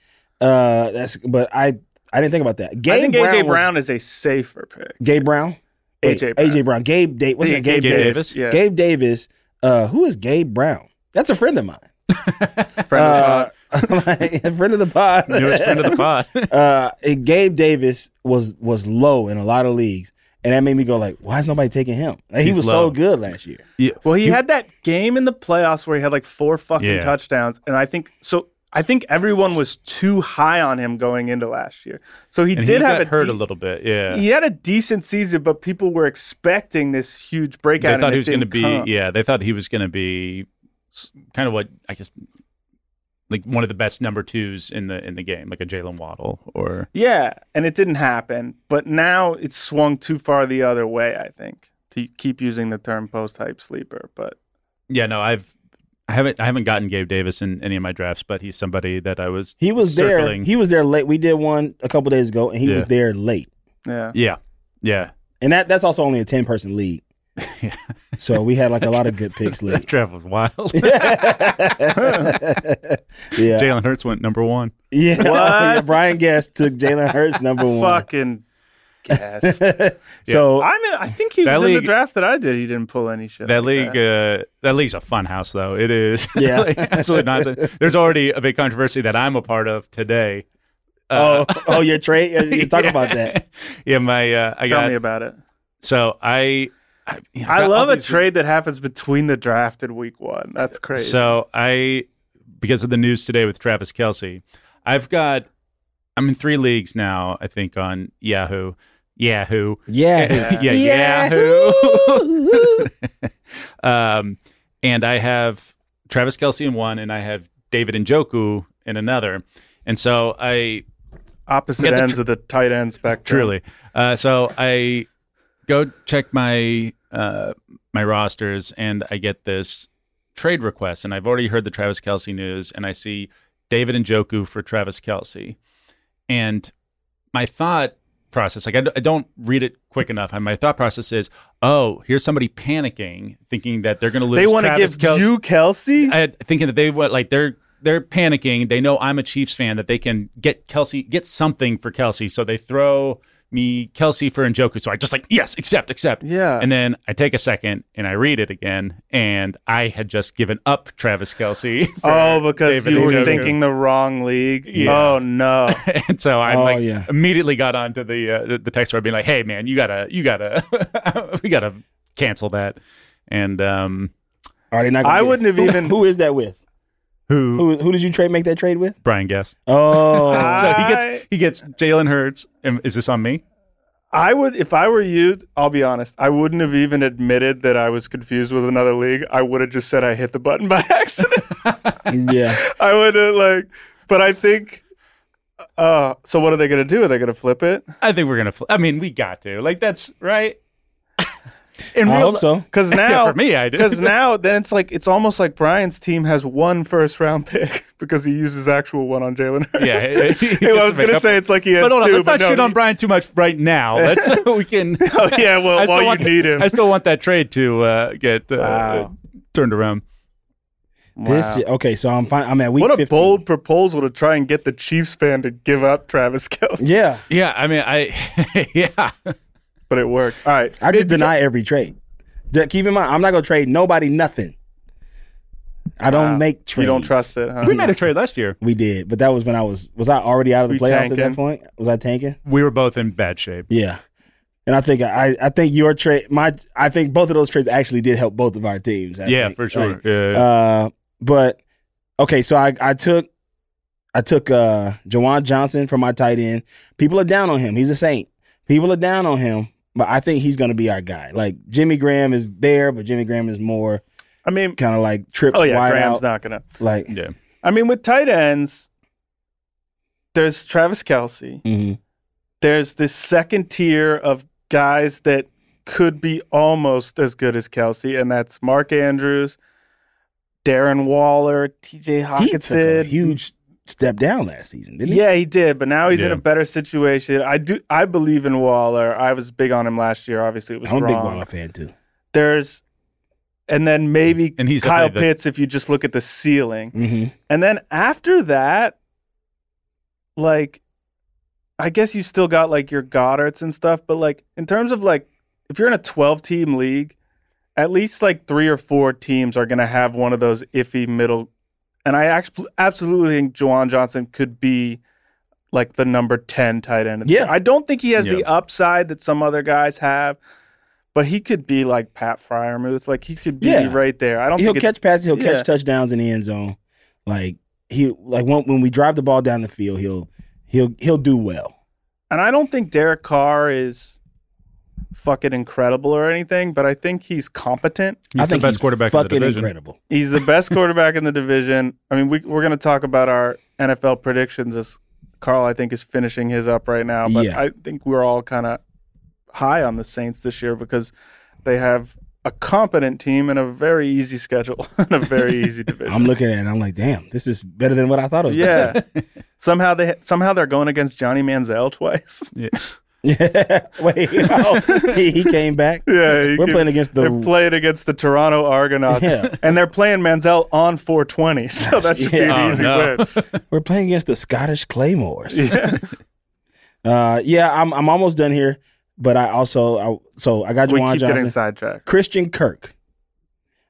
[SPEAKER 2] Uh, that's but I I didn't think about that. Gabe
[SPEAKER 4] I think
[SPEAKER 2] Brown
[SPEAKER 4] AJ
[SPEAKER 2] was-
[SPEAKER 4] Brown is a safer pick.
[SPEAKER 3] *laughs*
[SPEAKER 2] Gabe Brown. Wait,
[SPEAKER 4] AJ
[SPEAKER 2] AJ Brown. Gabe. Da- what's
[SPEAKER 4] Yeah,
[SPEAKER 2] that? Gabe,
[SPEAKER 3] Gabe
[SPEAKER 2] Davis.
[SPEAKER 3] Davis?
[SPEAKER 4] Yeah,
[SPEAKER 2] Gabe Davis. Uh, who is Gabe Brown? That's a friend of mine.
[SPEAKER 4] friend
[SPEAKER 2] Uh,
[SPEAKER 4] of the pod.
[SPEAKER 2] *laughs* a friend of the pod.
[SPEAKER 3] Newest friend
[SPEAKER 4] *laughs*
[SPEAKER 3] of the pod.
[SPEAKER 2] uh, and Gabe Davis was was low in a lot of leagues, and that made me go like, why is nobody taking him? Like, he
[SPEAKER 3] He's
[SPEAKER 2] was
[SPEAKER 3] low.
[SPEAKER 2] so good last year.
[SPEAKER 4] Well, he had that game in the playoffs where he had like four fucking
[SPEAKER 3] Yeah.
[SPEAKER 4] touchdowns, and I think so. I think everyone was too high on him going into last year, so he
[SPEAKER 3] And
[SPEAKER 4] did
[SPEAKER 3] he
[SPEAKER 4] have
[SPEAKER 3] got
[SPEAKER 4] a
[SPEAKER 3] hurt a
[SPEAKER 4] de-
[SPEAKER 3] little bit. Yeah.
[SPEAKER 4] He had a decent season, but people were expecting this huge breakout.
[SPEAKER 3] they thought
[SPEAKER 4] and
[SPEAKER 3] he
[SPEAKER 4] it
[SPEAKER 3] was going to
[SPEAKER 4] didn't
[SPEAKER 3] be
[SPEAKER 4] come.
[SPEAKER 3] yeah they thought he was going to be s- kind of what i guess like one of the best number twos in the in the game like a jalen waddle or
[SPEAKER 4] Yeah, and it didn't happen. But now it's swung too far the other way, I think, to keep using the term post hype sleeper. But
[SPEAKER 3] yeah no i've i haven't i haven't gotten gabe davis in any of my drafts but he's somebody that i was
[SPEAKER 2] He was
[SPEAKER 3] Circling.
[SPEAKER 2] there. He was there late. We did one a couple days ago, and he
[SPEAKER 3] Yeah.
[SPEAKER 2] was there late.
[SPEAKER 4] yeah.
[SPEAKER 3] yeah yeah *laughs*
[SPEAKER 2] And that that's also only a ten person league.
[SPEAKER 3] Yeah.
[SPEAKER 2] So we had like a lot of good picks
[SPEAKER 3] that *laughs*
[SPEAKER 2] late.
[SPEAKER 3] draft was wild
[SPEAKER 2] yeah.
[SPEAKER 3] jalen hurts went number one
[SPEAKER 2] Yeah. *laughs*
[SPEAKER 4] What?
[SPEAKER 2] Yeah, Brian Guest took Jalen Hurts number
[SPEAKER 3] *laughs*
[SPEAKER 2] one.
[SPEAKER 4] Fucking *laughs* guess.
[SPEAKER 2] *laughs* so
[SPEAKER 4] I'm in, I think he
[SPEAKER 3] That
[SPEAKER 4] was in
[SPEAKER 3] league-
[SPEAKER 4] the draft that I did. He didn't pull any shit.
[SPEAKER 3] that
[SPEAKER 4] like
[SPEAKER 3] league uh that league's a fun house though it is *laughs*
[SPEAKER 2] Yeah.
[SPEAKER 3] like, absolutely nonsense there's already a big controversy that i'm a part of today Uh,
[SPEAKER 2] oh oh your trade
[SPEAKER 3] *laughs*
[SPEAKER 2] you talk
[SPEAKER 3] yeah.
[SPEAKER 2] about that.
[SPEAKER 3] yeah my uh i
[SPEAKER 4] Tell
[SPEAKER 3] got
[SPEAKER 4] me about it.
[SPEAKER 3] So I, I, yeah,
[SPEAKER 4] I
[SPEAKER 3] got
[SPEAKER 4] love
[SPEAKER 3] all
[SPEAKER 4] a
[SPEAKER 3] these-
[SPEAKER 4] trade that happens between the draft and week one. That's crazy.
[SPEAKER 3] So I, because of the news today with Travis Kelsey, I've got, I'm in three leagues now. I think on Yahoo, Yahoo,
[SPEAKER 2] Yeah.
[SPEAKER 3] *laughs* yeah, Yahoo. *laughs* um, and I have Travis Kelsey in one, and I have David Njoku in another. And so I
[SPEAKER 4] Opposite
[SPEAKER 3] Yeah, the
[SPEAKER 4] ends
[SPEAKER 3] tr-
[SPEAKER 4] of the tight end spectrum.
[SPEAKER 3] Truly. Uh, so I go check my uh, my rosters, and I get this trade request, and I've already heard the Travis Kelsey news, and I see David and Joku for Travis Kelsey, and my thought process like I d- I don't read it quick enough and my thought process is oh here's somebody panicking thinking that they're going to lose
[SPEAKER 4] They want to
[SPEAKER 3] Travis
[SPEAKER 4] give
[SPEAKER 3] Kelce.
[SPEAKER 4] you Kelsey?
[SPEAKER 3] I had- thinking that they what like they're they're panicking. They know I'm a Chiefs fan that they can get Kelsey get something for Kelsey, so they throw me Kelsey for Njoku. So I just like yes, accept, accept.
[SPEAKER 4] yeah.
[SPEAKER 3] And then I take a second and I read it again, and I had just given up Travis *laughs* Kelsey.
[SPEAKER 4] Oh, because
[SPEAKER 3] David
[SPEAKER 4] you were
[SPEAKER 3] Njoku.
[SPEAKER 4] thinking the wrong league.
[SPEAKER 3] Yeah.
[SPEAKER 4] Oh no.
[SPEAKER 3] and so I
[SPEAKER 2] Oh,
[SPEAKER 3] like
[SPEAKER 2] yeah.
[SPEAKER 3] immediately got onto the uh, the- the text where I'd be like, "Hey, man, you gotta, *laughs* you gotta, we gotta cancel that." And um,
[SPEAKER 2] Are they not gonna
[SPEAKER 4] I
[SPEAKER 2] get us?
[SPEAKER 4] wouldn't have
[SPEAKER 2] Who-
[SPEAKER 4] even-
[SPEAKER 2] Who is that with?
[SPEAKER 3] who,
[SPEAKER 2] Who who did you trade make that trade with?
[SPEAKER 3] Brian Guess?
[SPEAKER 2] Oh,
[SPEAKER 3] So he
[SPEAKER 4] I-
[SPEAKER 3] gets he gets Jalen Hurts. Am- Is this on me?
[SPEAKER 4] I would, if I were you, I'll be honest, I wouldn't have even admitted that I was confused with another league. I would have just said I hit the button by *laughs*
[SPEAKER 3] *laughs*
[SPEAKER 4] accident.
[SPEAKER 2] *laughs* yeah.
[SPEAKER 4] I would have, like, but I think, uh, so what are they going to do? Are they going to flip it? *laughs*
[SPEAKER 3] I think we're gonna. Fl- I mean, we got to. Like that's right. In
[SPEAKER 2] I
[SPEAKER 3] real
[SPEAKER 2] hope so.
[SPEAKER 3] *laughs*
[SPEAKER 4] Because now,
[SPEAKER 3] for me, I did. *laughs*
[SPEAKER 4] Because now, then it's like it's almost like Brian's team has one first round pick *laughs* because he used his actual one on Jalen Hurts. *laughs*
[SPEAKER 3] Yeah, he- he gets
[SPEAKER 4] I
[SPEAKER 3] to
[SPEAKER 4] was
[SPEAKER 3] make
[SPEAKER 4] gonna
[SPEAKER 3] up-
[SPEAKER 4] say it's like he has
[SPEAKER 3] but hold on,
[SPEAKER 4] two.
[SPEAKER 3] let's not
[SPEAKER 4] but no,
[SPEAKER 3] shoot on
[SPEAKER 4] he- Oh,
[SPEAKER 3] Brian too much right
[SPEAKER 4] *laughs*
[SPEAKER 3] now. Let's *laughs* we can.
[SPEAKER 4] yeah,
[SPEAKER 3] *laughs*
[SPEAKER 4] well,
[SPEAKER 3] I still
[SPEAKER 4] while you
[SPEAKER 3] want-
[SPEAKER 4] need him.
[SPEAKER 3] I still want that trade to uh, get uh,
[SPEAKER 4] Wow.
[SPEAKER 3] turned around.
[SPEAKER 2] This
[SPEAKER 4] Wow.
[SPEAKER 2] okay, so I'm fine. I'm at week.
[SPEAKER 4] what a
[SPEAKER 2] 15.
[SPEAKER 4] bold proposal to try and get the Chiefs fan to give up Travis Kelsey.
[SPEAKER 2] Yeah,
[SPEAKER 3] Yeah, I *laughs* mean, I yeah.
[SPEAKER 4] *laughs* but it worked. All right,
[SPEAKER 2] I just deny every trade. Just keep in mind, I'm not gonna trade nobody nothing. I don't
[SPEAKER 4] Wow.
[SPEAKER 2] make trades.
[SPEAKER 4] you don't trust it, huh?
[SPEAKER 3] We made a trade last year.
[SPEAKER 2] We did, but that was when I was was I already out of the
[SPEAKER 4] We
[SPEAKER 2] playoffs at
[SPEAKER 4] tanking.
[SPEAKER 2] that point? Was I tanking?
[SPEAKER 3] We were both in bad shape.
[SPEAKER 2] Yeah. And I think I, I think your trade my I think both of those trades actually did help both of our teams. I
[SPEAKER 3] yeah,
[SPEAKER 2] think.
[SPEAKER 3] for sure.
[SPEAKER 2] Like,
[SPEAKER 3] yeah.
[SPEAKER 2] uh, but okay, so I, I took I took uh Jawan Johnson for my tight end. People are down on him. He's a saint. People are down on him, but I think he's gonna be our guy. Like Jimmy Graham is there, but Jimmy Graham is more
[SPEAKER 4] I mean,
[SPEAKER 2] kind of like trips
[SPEAKER 4] oh yeah,
[SPEAKER 2] wide
[SPEAKER 4] Graham's
[SPEAKER 2] out.
[SPEAKER 4] not gonna.
[SPEAKER 2] like
[SPEAKER 3] yeah.
[SPEAKER 4] I mean, with tight ends, there's Travis Kelsey.
[SPEAKER 2] mhm.
[SPEAKER 4] There's this second tier of guys that could be almost as good as Kelsey, and that's Mark Andrews, Darren Waller, T.J.
[SPEAKER 2] he took a
[SPEAKER 4] Hawkinson.
[SPEAKER 2] huge step down last season, didn't he?
[SPEAKER 4] Yeah, he did, but now he's in
[SPEAKER 3] Yeah.
[SPEAKER 4] a better situation. I do. I believe in Waller. I was big on him last year. Obviously, it was
[SPEAKER 2] I'm a
[SPEAKER 4] wrong.
[SPEAKER 2] big Waller fan too.
[SPEAKER 4] There's, and then maybe
[SPEAKER 3] And he's
[SPEAKER 4] Kyle
[SPEAKER 3] definitely the-
[SPEAKER 4] Pitts if you just look at the ceiling.
[SPEAKER 2] Mm-hmm.
[SPEAKER 4] And then after that, like, I guess you still got like your Goddards and stuff, but like in terms of like, if you're in a 12 team league, at least like three or four teams are going to have one of those iffy middle. And I actually absolutely think Jawan Johnson could be like the number 10 tight end.
[SPEAKER 2] Yeah.
[SPEAKER 4] I don't think he has the
[SPEAKER 3] Yeah.
[SPEAKER 4] upside that some other guys have, but he could be like Pat Fryermuth. Like he could be
[SPEAKER 2] Yeah.
[SPEAKER 4] right there. I don't
[SPEAKER 2] he'll
[SPEAKER 4] think it's-
[SPEAKER 2] catch passes. He'll
[SPEAKER 4] yeah.
[SPEAKER 2] catch touchdowns in the end zone. Like he like when, when we drive the ball down the field, he'll he'll he'll do well.
[SPEAKER 4] and I don't think Derek Carr is fucking incredible or anything, but I think he's competent.
[SPEAKER 3] He's
[SPEAKER 2] I think
[SPEAKER 3] the best
[SPEAKER 2] he's
[SPEAKER 3] quarterback in the
[SPEAKER 2] Fucking
[SPEAKER 3] division.
[SPEAKER 2] incredible.
[SPEAKER 4] He's the
[SPEAKER 2] *laughs*
[SPEAKER 4] best quarterback in the division. I mean, we, we're going to talk about our NFL predictions as Carl, I think, is finishing his up right now. But
[SPEAKER 2] Yeah.
[SPEAKER 4] I think we're all kind of high on the Saints this year because they have a competent team and a very easy schedule *laughs* and a very easy
[SPEAKER 2] *laughs*
[SPEAKER 4] division.
[SPEAKER 2] I'm looking at it. I'm like, damn, this is better than what I thought it was.
[SPEAKER 4] yeah. somehow they somehow they're going against Johnny Manziel twice. *laughs*
[SPEAKER 3] yeah.
[SPEAKER 2] *laughs* Yeah. Wait, *laughs* no.
[SPEAKER 3] *laughs*
[SPEAKER 2] he, he came back.
[SPEAKER 4] Yeah, he
[SPEAKER 2] We're
[SPEAKER 4] can-
[SPEAKER 2] playing against the
[SPEAKER 4] They're playing against the Toronto Argonauts,
[SPEAKER 2] Yeah.
[SPEAKER 4] and they're playing Manziel on 420, *laughs* so that should be an
[SPEAKER 2] Yeah.
[SPEAKER 3] Oh,
[SPEAKER 4] easy
[SPEAKER 3] no. *laughs*
[SPEAKER 4] win.
[SPEAKER 2] we're playing against the Scottish Claymores.
[SPEAKER 4] *laughs* Yeah.
[SPEAKER 2] Uh, yeah, I'm I'm almost done here, but I also I, so I got
[SPEAKER 4] we
[SPEAKER 2] Juwan
[SPEAKER 4] keep getting
[SPEAKER 2] Johnson,
[SPEAKER 4] sidetracked.
[SPEAKER 2] Christian Kirk.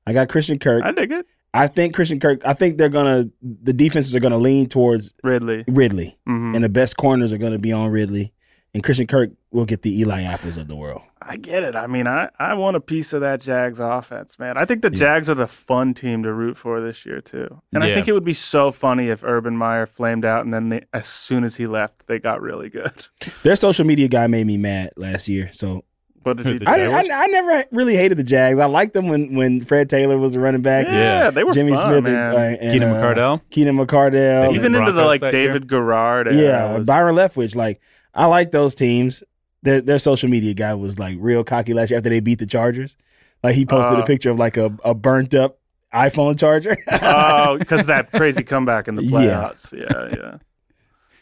[SPEAKER 2] I got Christian Kirk.
[SPEAKER 4] I dig it.
[SPEAKER 2] I think Christian Kirk. I think they're gonna the defenses are gonna lean towards
[SPEAKER 4] Ridley.
[SPEAKER 2] Ridley.
[SPEAKER 4] hmm
[SPEAKER 2] and
[SPEAKER 3] Mm.
[SPEAKER 2] the best corners are going to be on Ridley, and Christian Kirk will get the Eli apples of the world.
[SPEAKER 4] I get it. I mean, I, I want a piece of that Jags offense, man. I think the
[SPEAKER 2] Yeah.
[SPEAKER 4] Jags are the fun team to root for this year, too. And I
[SPEAKER 3] Yeah.
[SPEAKER 4] think it would be so funny if Urban Meyer flamed out, and then they, as soon as he left, they got really good. *laughs*
[SPEAKER 2] Their social media guy made me mad last year, so
[SPEAKER 4] What did he
[SPEAKER 3] The
[SPEAKER 4] do?
[SPEAKER 2] I, didn't- I, I never really hated the Jags. I liked them when when Fred Taylor was the running
[SPEAKER 4] yeah,
[SPEAKER 2] back.
[SPEAKER 3] Yeah.
[SPEAKER 4] they were
[SPEAKER 2] Jimmy
[SPEAKER 4] fun,
[SPEAKER 2] Smith
[SPEAKER 4] man.
[SPEAKER 2] and, uh, and
[SPEAKER 3] Keenan
[SPEAKER 2] uh,
[SPEAKER 3] McCardell.
[SPEAKER 2] Keenan McCardell,
[SPEAKER 3] Even
[SPEAKER 4] Even into the
[SPEAKER 3] Oh, Broncos
[SPEAKER 4] like
[SPEAKER 3] that year.
[SPEAKER 4] David Garrard. era
[SPEAKER 2] yeah,
[SPEAKER 4] was-
[SPEAKER 2] Byron Leftwich. Like I like those teams. Their their social media guy was like real cocky last year after they beat the Chargers. Like he posted
[SPEAKER 4] Uh.
[SPEAKER 2] a picture of like a, a burnt up iPhone charger. *laughs*
[SPEAKER 4] oh, because that crazy comeback in the
[SPEAKER 2] Yeah.
[SPEAKER 4] playoffs. Yeah, yeah.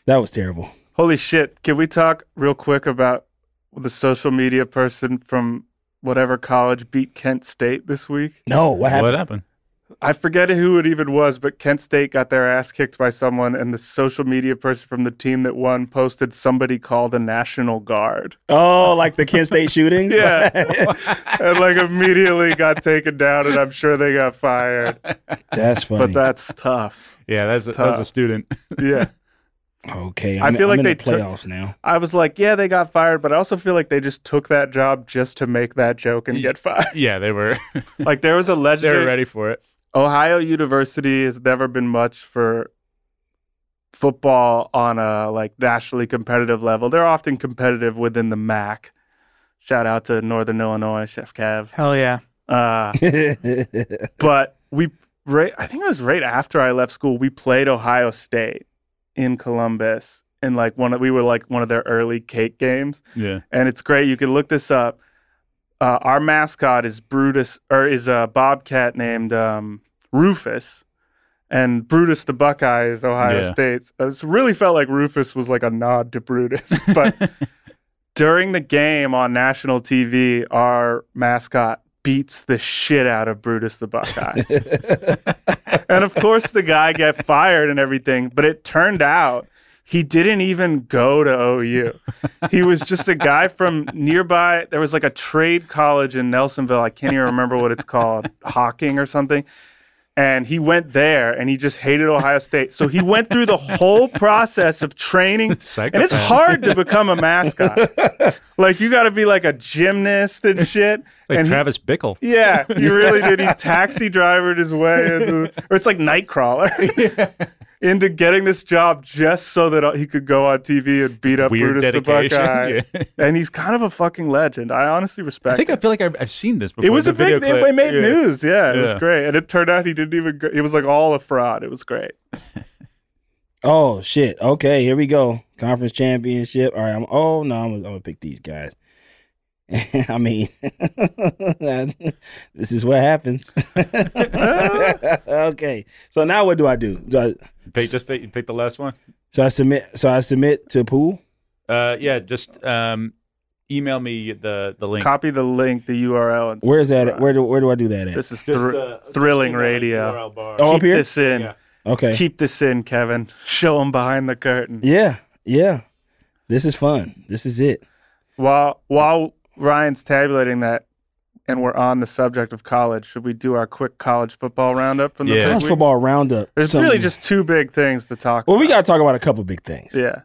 [SPEAKER 2] that was terrible.
[SPEAKER 4] Holy shit. Can we talk real quick about the social media person from whatever college beat Kent State this week?
[SPEAKER 2] No, what happened?
[SPEAKER 3] What happened?
[SPEAKER 4] I forget who it even was, but Kent State got their ass kicked by someone, and the social media person from the team that won posted somebody called the National Guard.
[SPEAKER 2] Oh, like the Kent State shootings.
[SPEAKER 4] *laughs* Yeah. and like immediately got taken down, and I'm sure they got fired.
[SPEAKER 2] *laughs* that's funny.
[SPEAKER 4] But that's tough.
[SPEAKER 3] Yeah, that's a,
[SPEAKER 4] It's
[SPEAKER 3] that was a
[SPEAKER 4] tough.
[SPEAKER 3] student.
[SPEAKER 4] Yeah.
[SPEAKER 2] Okay,
[SPEAKER 4] I
[SPEAKER 2] I'm,
[SPEAKER 4] feel
[SPEAKER 2] I'm
[SPEAKER 4] like
[SPEAKER 2] in
[SPEAKER 4] they
[SPEAKER 2] the
[SPEAKER 4] took-
[SPEAKER 2] playoffs now.
[SPEAKER 4] I was like, yeah, they got fired, but I also feel like they just took that job just to make that joke and get
[SPEAKER 3] *laughs*
[SPEAKER 4] fired.
[SPEAKER 3] *laughs* yeah, they were
[SPEAKER 4] Like there was a
[SPEAKER 3] they were
[SPEAKER 4] legendary
[SPEAKER 3] ready for it.
[SPEAKER 4] Ohio University has never been much for football on a like nationally competitive level. They're often competitive within the MAC. Shout out to Northern Illinois, Chef Cav.
[SPEAKER 5] Hell yeah.
[SPEAKER 4] Uh,
[SPEAKER 3] *laughs*
[SPEAKER 2] *laughs*
[SPEAKER 4] but we right i think it was right after i left school we played ohio state in columbus and like one of we were like one of their early cake games
[SPEAKER 3] Yeah.
[SPEAKER 4] and it's great you can look this up uh, our mascot is Brutus or is a bobcat named um, Rufus, and Brutus the Buckeye is Ohio
[SPEAKER 3] Yeah.
[SPEAKER 4] State's. Uh, It really felt like Rufus was like a nod to Brutus, *laughs* but during the game on national TV, our mascot beats the shit out of Brutus the Buckeye. and of course, the guy got fired and everything, but it turned out he didn't even go to OU. He was just a guy from nearby. There was like a trade college in Nelsonville. I can't even remember what it's called, Hawking or something. And he went there and he just hated Ohio State. So he went through the whole process of training and it's
[SPEAKER 3] Psychopath.
[SPEAKER 4] hard to become a mascot. like you got to be like a gymnast and shit.
[SPEAKER 3] Like
[SPEAKER 4] and he-
[SPEAKER 3] Travis Bickle.
[SPEAKER 4] yeah,
[SPEAKER 3] *laughs*
[SPEAKER 4] you really did. He taxi drivered his way, into, or it's like
[SPEAKER 3] *laughs*
[SPEAKER 4] Nightcrawler, into getting this job just so that he could go on TV and beat up
[SPEAKER 3] Weird
[SPEAKER 4] Brutus
[SPEAKER 3] dedication.
[SPEAKER 4] the Buckeye.
[SPEAKER 3] *laughs* Yeah.
[SPEAKER 4] And he's kind of a fucking legend. I honestly respect.
[SPEAKER 3] I think I
[SPEAKER 4] it.
[SPEAKER 3] feel like I've, I've seen this before.
[SPEAKER 4] It was
[SPEAKER 3] the
[SPEAKER 4] a big.
[SPEAKER 3] video
[SPEAKER 4] It
[SPEAKER 3] clip.
[SPEAKER 4] made
[SPEAKER 3] Yeah.
[SPEAKER 4] news. Yeah, it was
[SPEAKER 3] Yeah.
[SPEAKER 4] great, and it turned out he didn't even. Go, it was like all a fraud. It was great.
[SPEAKER 2] Oh shit. Okay, here we go. Conference championship. All right. I'm. Oh no, I'm, gonna- I'm gonna pick these guys. *laughs* I mean, *laughs* this is what happens. *laughs* okay. So now what do I do? Do I,
[SPEAKER 3] Pick, just pick, pick the last one.
[SPEAKER 2] so I submit. So I submit to pool.
[SPEAKER 3] Uh, yeah, just um, email me the the link.
[SPEAKER 4] Copy the link, the URL, and
[SPEAKER 2] Where is that?
[SPEAKER 4] Right.
[SPEAKER 2] Where do where do I do that at?
[SPEAKER 4] This is
[SPEAKER 3] Just
[SPEAKER 4] thr-
[SPEAKER 3] the- just
[SPEAKER 4] thrilling
[SPEAKER 3] the
[SPEAKER 4] radio.
[SPEAKER 3] URL bar.
[SPEAKER 2] Oh,
[SPEAKER 4] Keep
[SPEAKER 2] up here?
[SPEAKER 4] this in.
[SPEAKER 3] Yeah.
[SPEAKER 2] Okay.
[SPEAKER 4] Keep this in, Kevin. Show them behind the curtain.
[SPEAKER 2] Yeah. Yeah. This is fun. This is it.
[SPEAKER 4] While while Ryan's tabulating that, and we're on the subject of college, should we do our quick college football roundup from the
[SPEAKER 3] Yeah.
[SPEAKER 4] past
[SPEAKER 2] College
[SPEAKER 4] week?
[SPEAKER 2] football roundup.
[SPEAKER 4] There's
[SPEAKER 2] Some-
[SPEAKER 4] really just two big things to talk.
[SPEAKER 2] Well, we
[SPEAKER 4] about.
[SPEAKER 2] gotta talk about a couple big things.
[SPEAKER 4] yeah.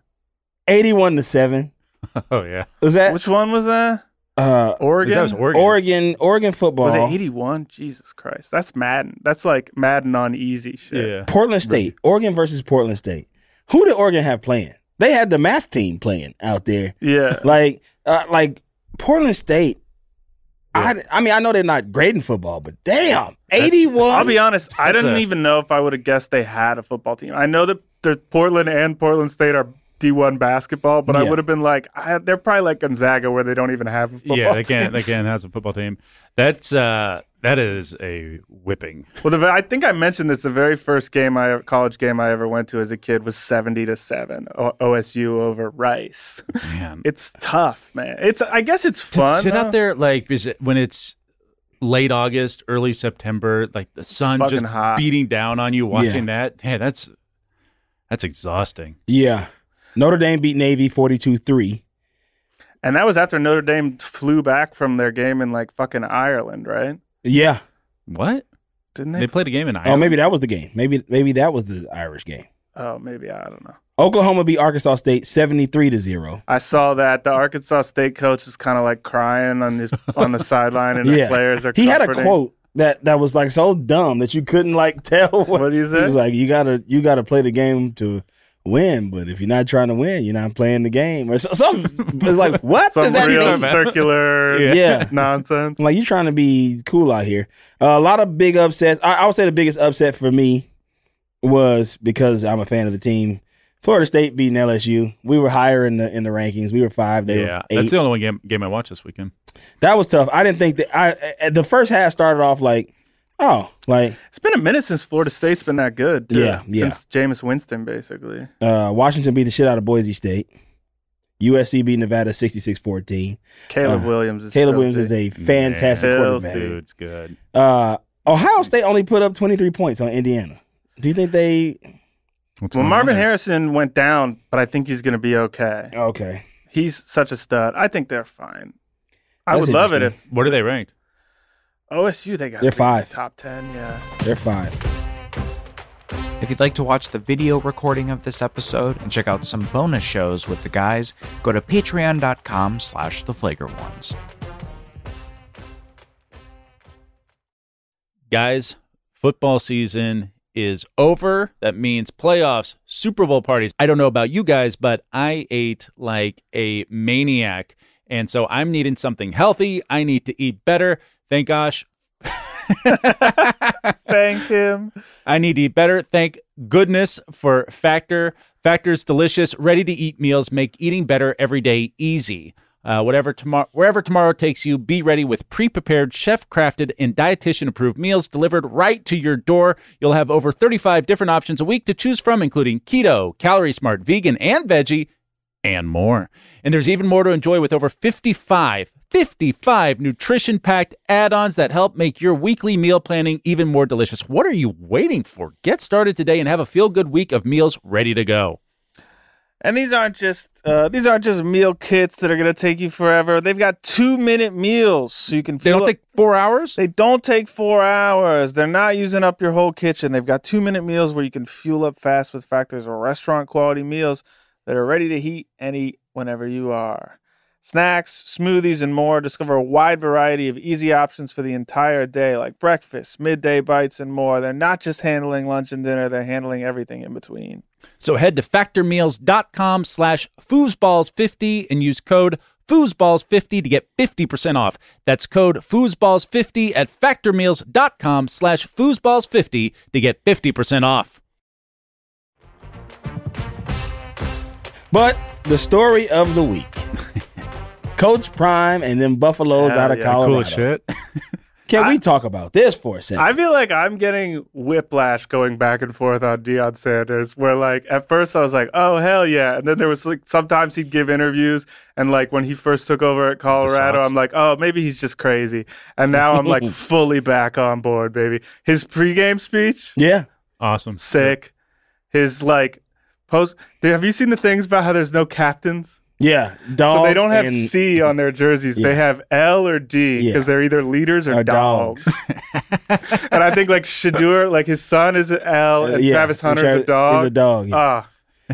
[SPEAKER 2] Eighty-one to seven.
[SPEAKER 3] *laughs* Oh yeah.
[SPEAKER 2] Was that
[SPEAKER 4] Which one was that?
[SPEAKER 2] uh,
[SPEAKER 4] Oregon.
[SPEAKER 3] That was Oregon.
[SPEAKER 2] Oregon? Oregon football.
[SPEAKER 4] Was it 81? Jesus Christ, that's Madden. That's like Madden on easy shit.
[SPEAKER 3] Yeah.
[SPEAKER 2] Portland State, Oregon versus Portland State. Who did Oregon have playing? They had the math team playing out there.
[SPEAKER 4] Yeah.
[SPEAKER 2] Like, uh, like Portland State. I, I mean, I know they're not great in football, but damn, eighty-one.
[SPEAKER 4] I'll be honest. I
[SPEAKER 3] That's
[SPEAKER 4] didn't
[SPEAKER 3] a-
[SPEAKER 4] even know if I would have guessed they had a football team. I know that the Portland and Portland State are D1 basketball, but I
[SPEAKER 2] Yeah.
[SPEAKER 4] would have been like, I, they're probably like Gonzaga, where they don't even have a *laughs* football. *laughs*
[SPEAKER 3] yeah, they
[SPEAKER 4] team.
[SPEAKER 3] can't. They can't have a football team. That's uh, that is a whipping.
[SPEAKER 4] Well, the, I think I mentioned this. The very first game I college game I ever went to as a kid was seventy to seven O- OSU over Rice. *laughs*
[SPEAKER 3] Man,
[SPEAKER 4] It's tough, man. It's I guess it's
[SPEAKER 3] to
[SPEAKER 4] fun.
[SPEAKER 3] sit
[SPEAKER 4] though.
[SPEAKER 3] out there like is it, when it's late August, early September, like the sun
[SPEAKER 4] fucking
[SPEAKER 3] just
[SPEAKER 4] hot.
[SPEAKER 3] beating down on you. Watching that, man, that's that's exhausting.
[SPEAKER 2] yeah. Notre Dame beat Navy forty-two-three.
[SPEAKER 4] and that was after Notre Dame flew back from their game in like fucking Ireland, right?
[SPEAKER 2] Yeah.
[SPEAKER 3] What?
[SPEAKER 4] Didn't they?
[SPEAKER 3] They played a game in
[SPEAKER 2] Oh,
[SPEAKER 3] Ireland.
[SPEAKER 2] maybe that was the game. Maybe maybe that was the Irish game.
[SPEAKER 4] oh, maybe I don't know.
[SPEAKER 2] Oklahoma beat Arkansas State seventy-three to zero.
[SPEAKER 4] I saw that the Arkansas State coach was kind of like crying on his
[SPEAKER 2] *laughs*
[SPEAKER 4] on the sideline, and
[SPEAKER 2] Yeah.
[SPEAKER 4] the players are.
[SPEAKER 2] He had a
[SPEAKER 4] comforting.
[SPEAKER 2] quote that that was like so dumb that you couldn't like *laughs* tell what
[SPEAKER 4] What do you
[SPEAKER 2] He
[SPEAKER 4] say?
[SPEAKER 2] was like, "You gotta, you gotta play the game to win. But if you're not trying to win, you're not playing the game." Or so-
[SPEAKER 3] *laughs*
[SPEAKER 2] some, it's like, what does
[SPEAKER 4] Some
[SPEAKER 2] that
[SPEAKER 4] real
[SPEAKER 2] mean?
[SPEAKER 3] man.
[SPEAKER 4] circular
[SPEAKER 2] *laughs*
[SPEAKER 3] Yeah.
[SPEAKER 2] Yeah.
[SPEAKER 4] nonsense.
[SPEAKER 2] I'm like, you're trying to be cool out here. Uh, a lot of big upsets. I, I would say the biggest upset for me was because I'm a fan of the team. Florida State beating LSU. We were higher in the in the rankings. We were five. They
[SPEAKER 3] yeah,
[SPEAKER 2] were eight.
[SPEAKER 3] that's the only one game, game I watched this weekend.
[SPEAKER 2] that was tough. I didn't think that. I uh, the first half started off like, oh, like
[SPEAKER 4] It's been a minute since Florida State's been that good. Too,
[SPEAKER 2] Yeah, yeah.
[SPEAKER 4] Since Jameis Winston, basically.
[SPEAKER 2] uh, Washington beat the shit out of Boise State. USC beat Nevada 66-14.
[SPEAKER 4] Caleb
[SPEAKER 2] Uh,
[SPEAKER 4] Williams is
[SPEAKER 2] Caleb
[SPEAKER 4] filthy.
[SPEAKER 2] Williams is a fantastic
[SPEAKER 4] Yeah.
[SPEAKER 2] quarterback.
[SPEAKER 4] Filthy.
[SPEAKER 3] Dude's good.
[SPEAKER 2] Uh, Ohio State only put up 23 points on Indiana. Do you think they?
[SPEAKER 3] What's
[SPEAKER 4] Well,
[SPEAKER 3] going
[SPEAKER 4] Marvin
[SPEAKER 3] on there?
[SPEAKER 4] Harrison went down, but I think he's going to be okay.
[SPEAKER 2] Okay,
[SPEAKER 4] He's such a stud. I think they're fine. I
[SPEAKER 2] That's
[SPEAKER 4] would love it if
[SPEAKER 2] interesting.
[SPEAKER 3] What are they ranked?
[SPEAKER 4] OSU they
[SPEAKER 2] They're
[SPEAKER 4] got beat in the
[SPEAKER 2] five.
[SPEAKER 4] top ten. Yeah,
[SPEAKER 2] they're five.
[SPEAKER 5] If you'd like to watch the video recording of this episode and check out some bonus shows with the guys, go to patreon.com slash the flagrant ones.
[SPEAKER 3] Guys, football season is over. That means playoffs, Super Bowl parties. I don't know about you guys, but I ate like a maniac. And so I'm needing something healthy. I need to eat better. Thank gosh.
[SPEAKER 4] thank him.
[SPEAKER 3] I need to eat better. Thank goodness for Factor. Factor's delicious, ready to eat meals make eating better every day easy. Uh, whatever tomorrow, wherever tomorrow takes you, be ready with pre-prepared, chef-crafted, and dietitian-approved meals delivered right to your door. You'll have over 35 different options a week to choose from, including keto, calorie smart, vegan, and veggie, and more. And there's even more to enjoy with over 55, 55 nutrition-packed add-ons that help make your weekly meal planning even more delicious. What are you waiting for? Get started today and have a feel-good week of meals ready to go.
[SPEAKER 4] And these aren't just uh, these aren't just meal kits that are gonna take you forever. They've got two minute meals, so you can.
[SPEAKER 3] They
[SPEAKER 4] fill
[SPEAKER 3] don't
[SPEAKER 4] up-
[SPEAKER 3] take four hours?
[SPEAKER 4] They don't take four hours. They're not using up your whole kitchen. They've got two minute meals where you can fuel up fast with factors or restaurant quality meals that are ready to heat and eat whenever you are. Snacks, smoothies, and more. Discover a wide variety of easy options for the entire day, like breakfast, midday bites, and more. They're not just handling lunch and dinner, they're handling everything in between.
[SPEAKER 3] So head to factormeals.com slash foosballs50 and use code foosballs50 to get 50% off. That's code foosballs50 at factormeals.com slash foosballs50 to get 50% off.
[SPEAKER 2] But the story of the week. Coach Prime and them Buffaloes
[SPEAKER 4] Hell
[SPEAKER 2] out of
[SPEAKER 4] yeah,
[SPEAKER 2] Colorado. Can
[SPEAKER 4] I-
[SPEAKER 2] we talk about this for a second?
[SPEAKER 4] I feel like I'm getting whiplash going back and forth on Deion Sanders, where like at first I was like, oh hell yeah. And then there was like sometimes he'd give interviews and like when he first took over at Colorado,
[SPEAKER 3] Sox?
[SPEAKER 4] I'm like, oh, maybe he's just crazy. And now
[SPEAKER 2] *laughs*
[SPEAKER 4] I'm like fully back on board, baby. His pregame speech,
[SPEAKER 2] yeah.
[SPEAKER 3] Awesome.
[SPEAKER 4] sick. His like post have you seen the things about how there's no captains?
[SPEAKER 2] Yeah.
[SPEAKER 4] So
[SPEAKER 2] Dog
[SPEAKER 4] they don't have
[SPEAKER 2] and-
[SPEAKER 4] C on their jerseys. They
[SPEAKER 2] Yeah.
[SPEAKER 4] have L or D because
[SPEAKER 2] Yeah.
[SPEAKER 4] they're either leaders or,
[SPEAKER 2] Or
[SPEAKER 4] dogs.
[SPEAKER 2] dogs.
[SPEAKER 4] *laughs*
[SPEAKER 2] *laughs*
[SPEAKER 4] and I think like Shadur, like his son is an L, and
[SPEAKER 2] uh, yeah,
[SPEAKER 4] Travis
[SPEAKER 2] and
[SPEAKER 4] Hunter's
[SPEAKER 2] Travis-
[SPEAKER 4] a dog.
[SPEAKER 2] Is a dog. yeah.
[SPEAKER 4] Ah,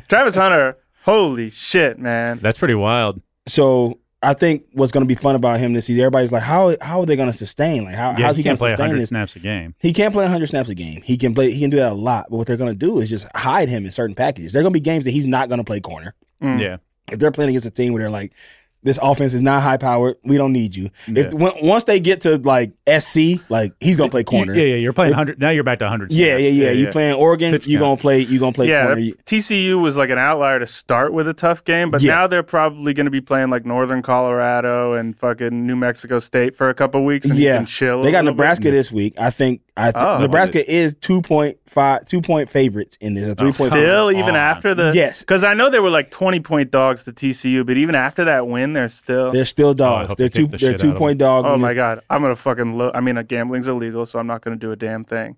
[SPEAKER 4] Travis Hunter, holy shit, man!
[SPEAKER 3] That's pretty wild.
[SPEAKER 2] so I think what's going to be fun about him this season, everybody's like, how how are they going to sustain? Like, how, how's he, going to sustain this?
[SPEAKER 3] snaps a game.
[SPEAKER 2] He can't play 100 snaps a game. He can play. He can do that a lot. But what they're going to do is just hide him in certain packages. There are going to be games that he's not going to play corner.
[SPEAKER 4] Mm.
[SPEAKER 3] Yeah.
[SPEAKER 2] if they're playing against a team where they're like, this offense is not high powered, we don't need you.
[SPEAKER 3] Yeah.
[SPEAKER 2] If when, once they get to like SC, like he's gonna play corner.
[SPEAKER 3] Yeah, yeah, you're playing 100. Now you're back to 100.
[SPEAKER 2] yeah, yeah, yeah.
[SPEAKER 4] Yeah,
[SPEAKER 2] You
[SPEAKER 4] yeah.
[SPEAKER 2] playing Oregon,
[SPEAKER 3] Pitch
[SPEAKER 2] you gonna play, you gonna play
[SPEAKER 4] yeah,
[SPEAKER 2] corner. You-
[SPEAKER 4] TCU was like an outlier to start with a tough game, but
[SPEAKER 2] Yeah.
[SPEAKER 4] now they're probably going to be playing like Northern Colorado and fucking New Mexico State for a couple weeks, and
[SPEAKER 2] Yeah.
[SPEAKER 4] you can chill.
[SPEAKER 2] They
[SPEAKER 4] a
[SPEAKER 2] got
[SPEAKER 4] little bit.
[SPEAKER 2] Nebraska this week. I think I th-
[SPEAKER 4] Oh.
[SPEAKER 2] Nebraska is 2.5 2 point favorites in
[SPEAKER 3] Oh,
[SPEAKER 2] this. A 3 point
[SPEAKER 4] Still,
[SPEAKER 3] Come on.
[SPEAKER 4] even after the
[SPEAKER 2] Yes.
[SPEAKER 4] because I know they were like twenty point dogs to TCU, but even after that win, they're still
[SPEAKER 2] They're still
[SPEAKER 3] Oh, I
[SPEAKER 2] dogs.
[SPEAKER 3] hope
[SPEAKER 2] they're
[SPEAKER 3] they
[SPEAKER 2] two
[SPEAKER 3] kick the
[SPEAKER 2] they're
[SPEAKER 3] shit out of
[SPEAKER 2] 2 point dogs.
[SPEAKER 4] Oh
[SPEAKER 2] in
[SPEAKER 4] my
[SPEAKER 2] this-
[SPEAKER 4] god, I'm gonna fucking load. I mean, uh, gambling's illegal, so I'm not gonna do a damn thing.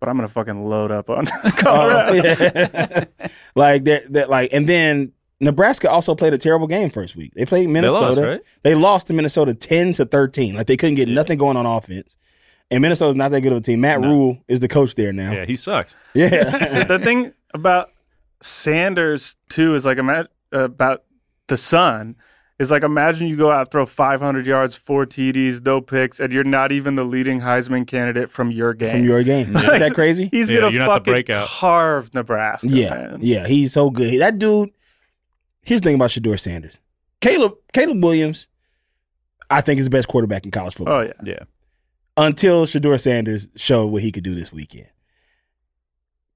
[SPEAKER 4] But I'm gonna fucking load up on
[SPEAKER 3] *laughs*
[SPEAKER 4] *laughs* Colorado.
[SPEAKER 2] Oh, yeah. *laughs* like that that like and then Nebraska also played a terrible game first week. They played
[SPEAKER 3] They
[SPEAKER 2] Minnesota.
[SPEAKER 3] lost, right?
[SPEAKER 2] They lost to Minnesota 10 to 13. Like they couldn't get nothing going on offense. And Minnesota's not that good of a team. Matt
[SPEAKER 3] No.
[SPEAKER 2] Rule is the coach there now.
[SPEAKER 3] Yeah,
[SPEAKER 2] Yeah.
[SPEAKER 3] he sucks.
[SPEAKER 4] So the thing about Sanders too is like ima- about the sun is like imagine you go out throw 500 yards, four TDs, no picks, and you're not even the leading Heisman candidate from
[SPEAKER 3] *laughs*
[SPEAKER 4] your game.
[SPEAKER 2] From your game. Is that crazy?
[SPEAKER 4] He's
[SPEAKER 3] Yeah,
[SPEAKER 4] gonna
[SPEAKER 3] you're not the
[SPEAKER 4] fucking
[SPEAKER 3] breakout.
[SPEAKER 4] carve Nebraska.
[SPEAKER 2] yeah.
[SPEAKER 4] man.
[SPEAKER 2] Yeah. He's so good. That dude. Here's the thing about Shador Sanders. Caleb Caleb Williams, I think, is the best quarterback in college football.
[SPEAKER 4] Oh yeah.
[SPEAKER 3] Yeah.
[SPEAKER 2] until Shador Sanders showed what he could do this weekend.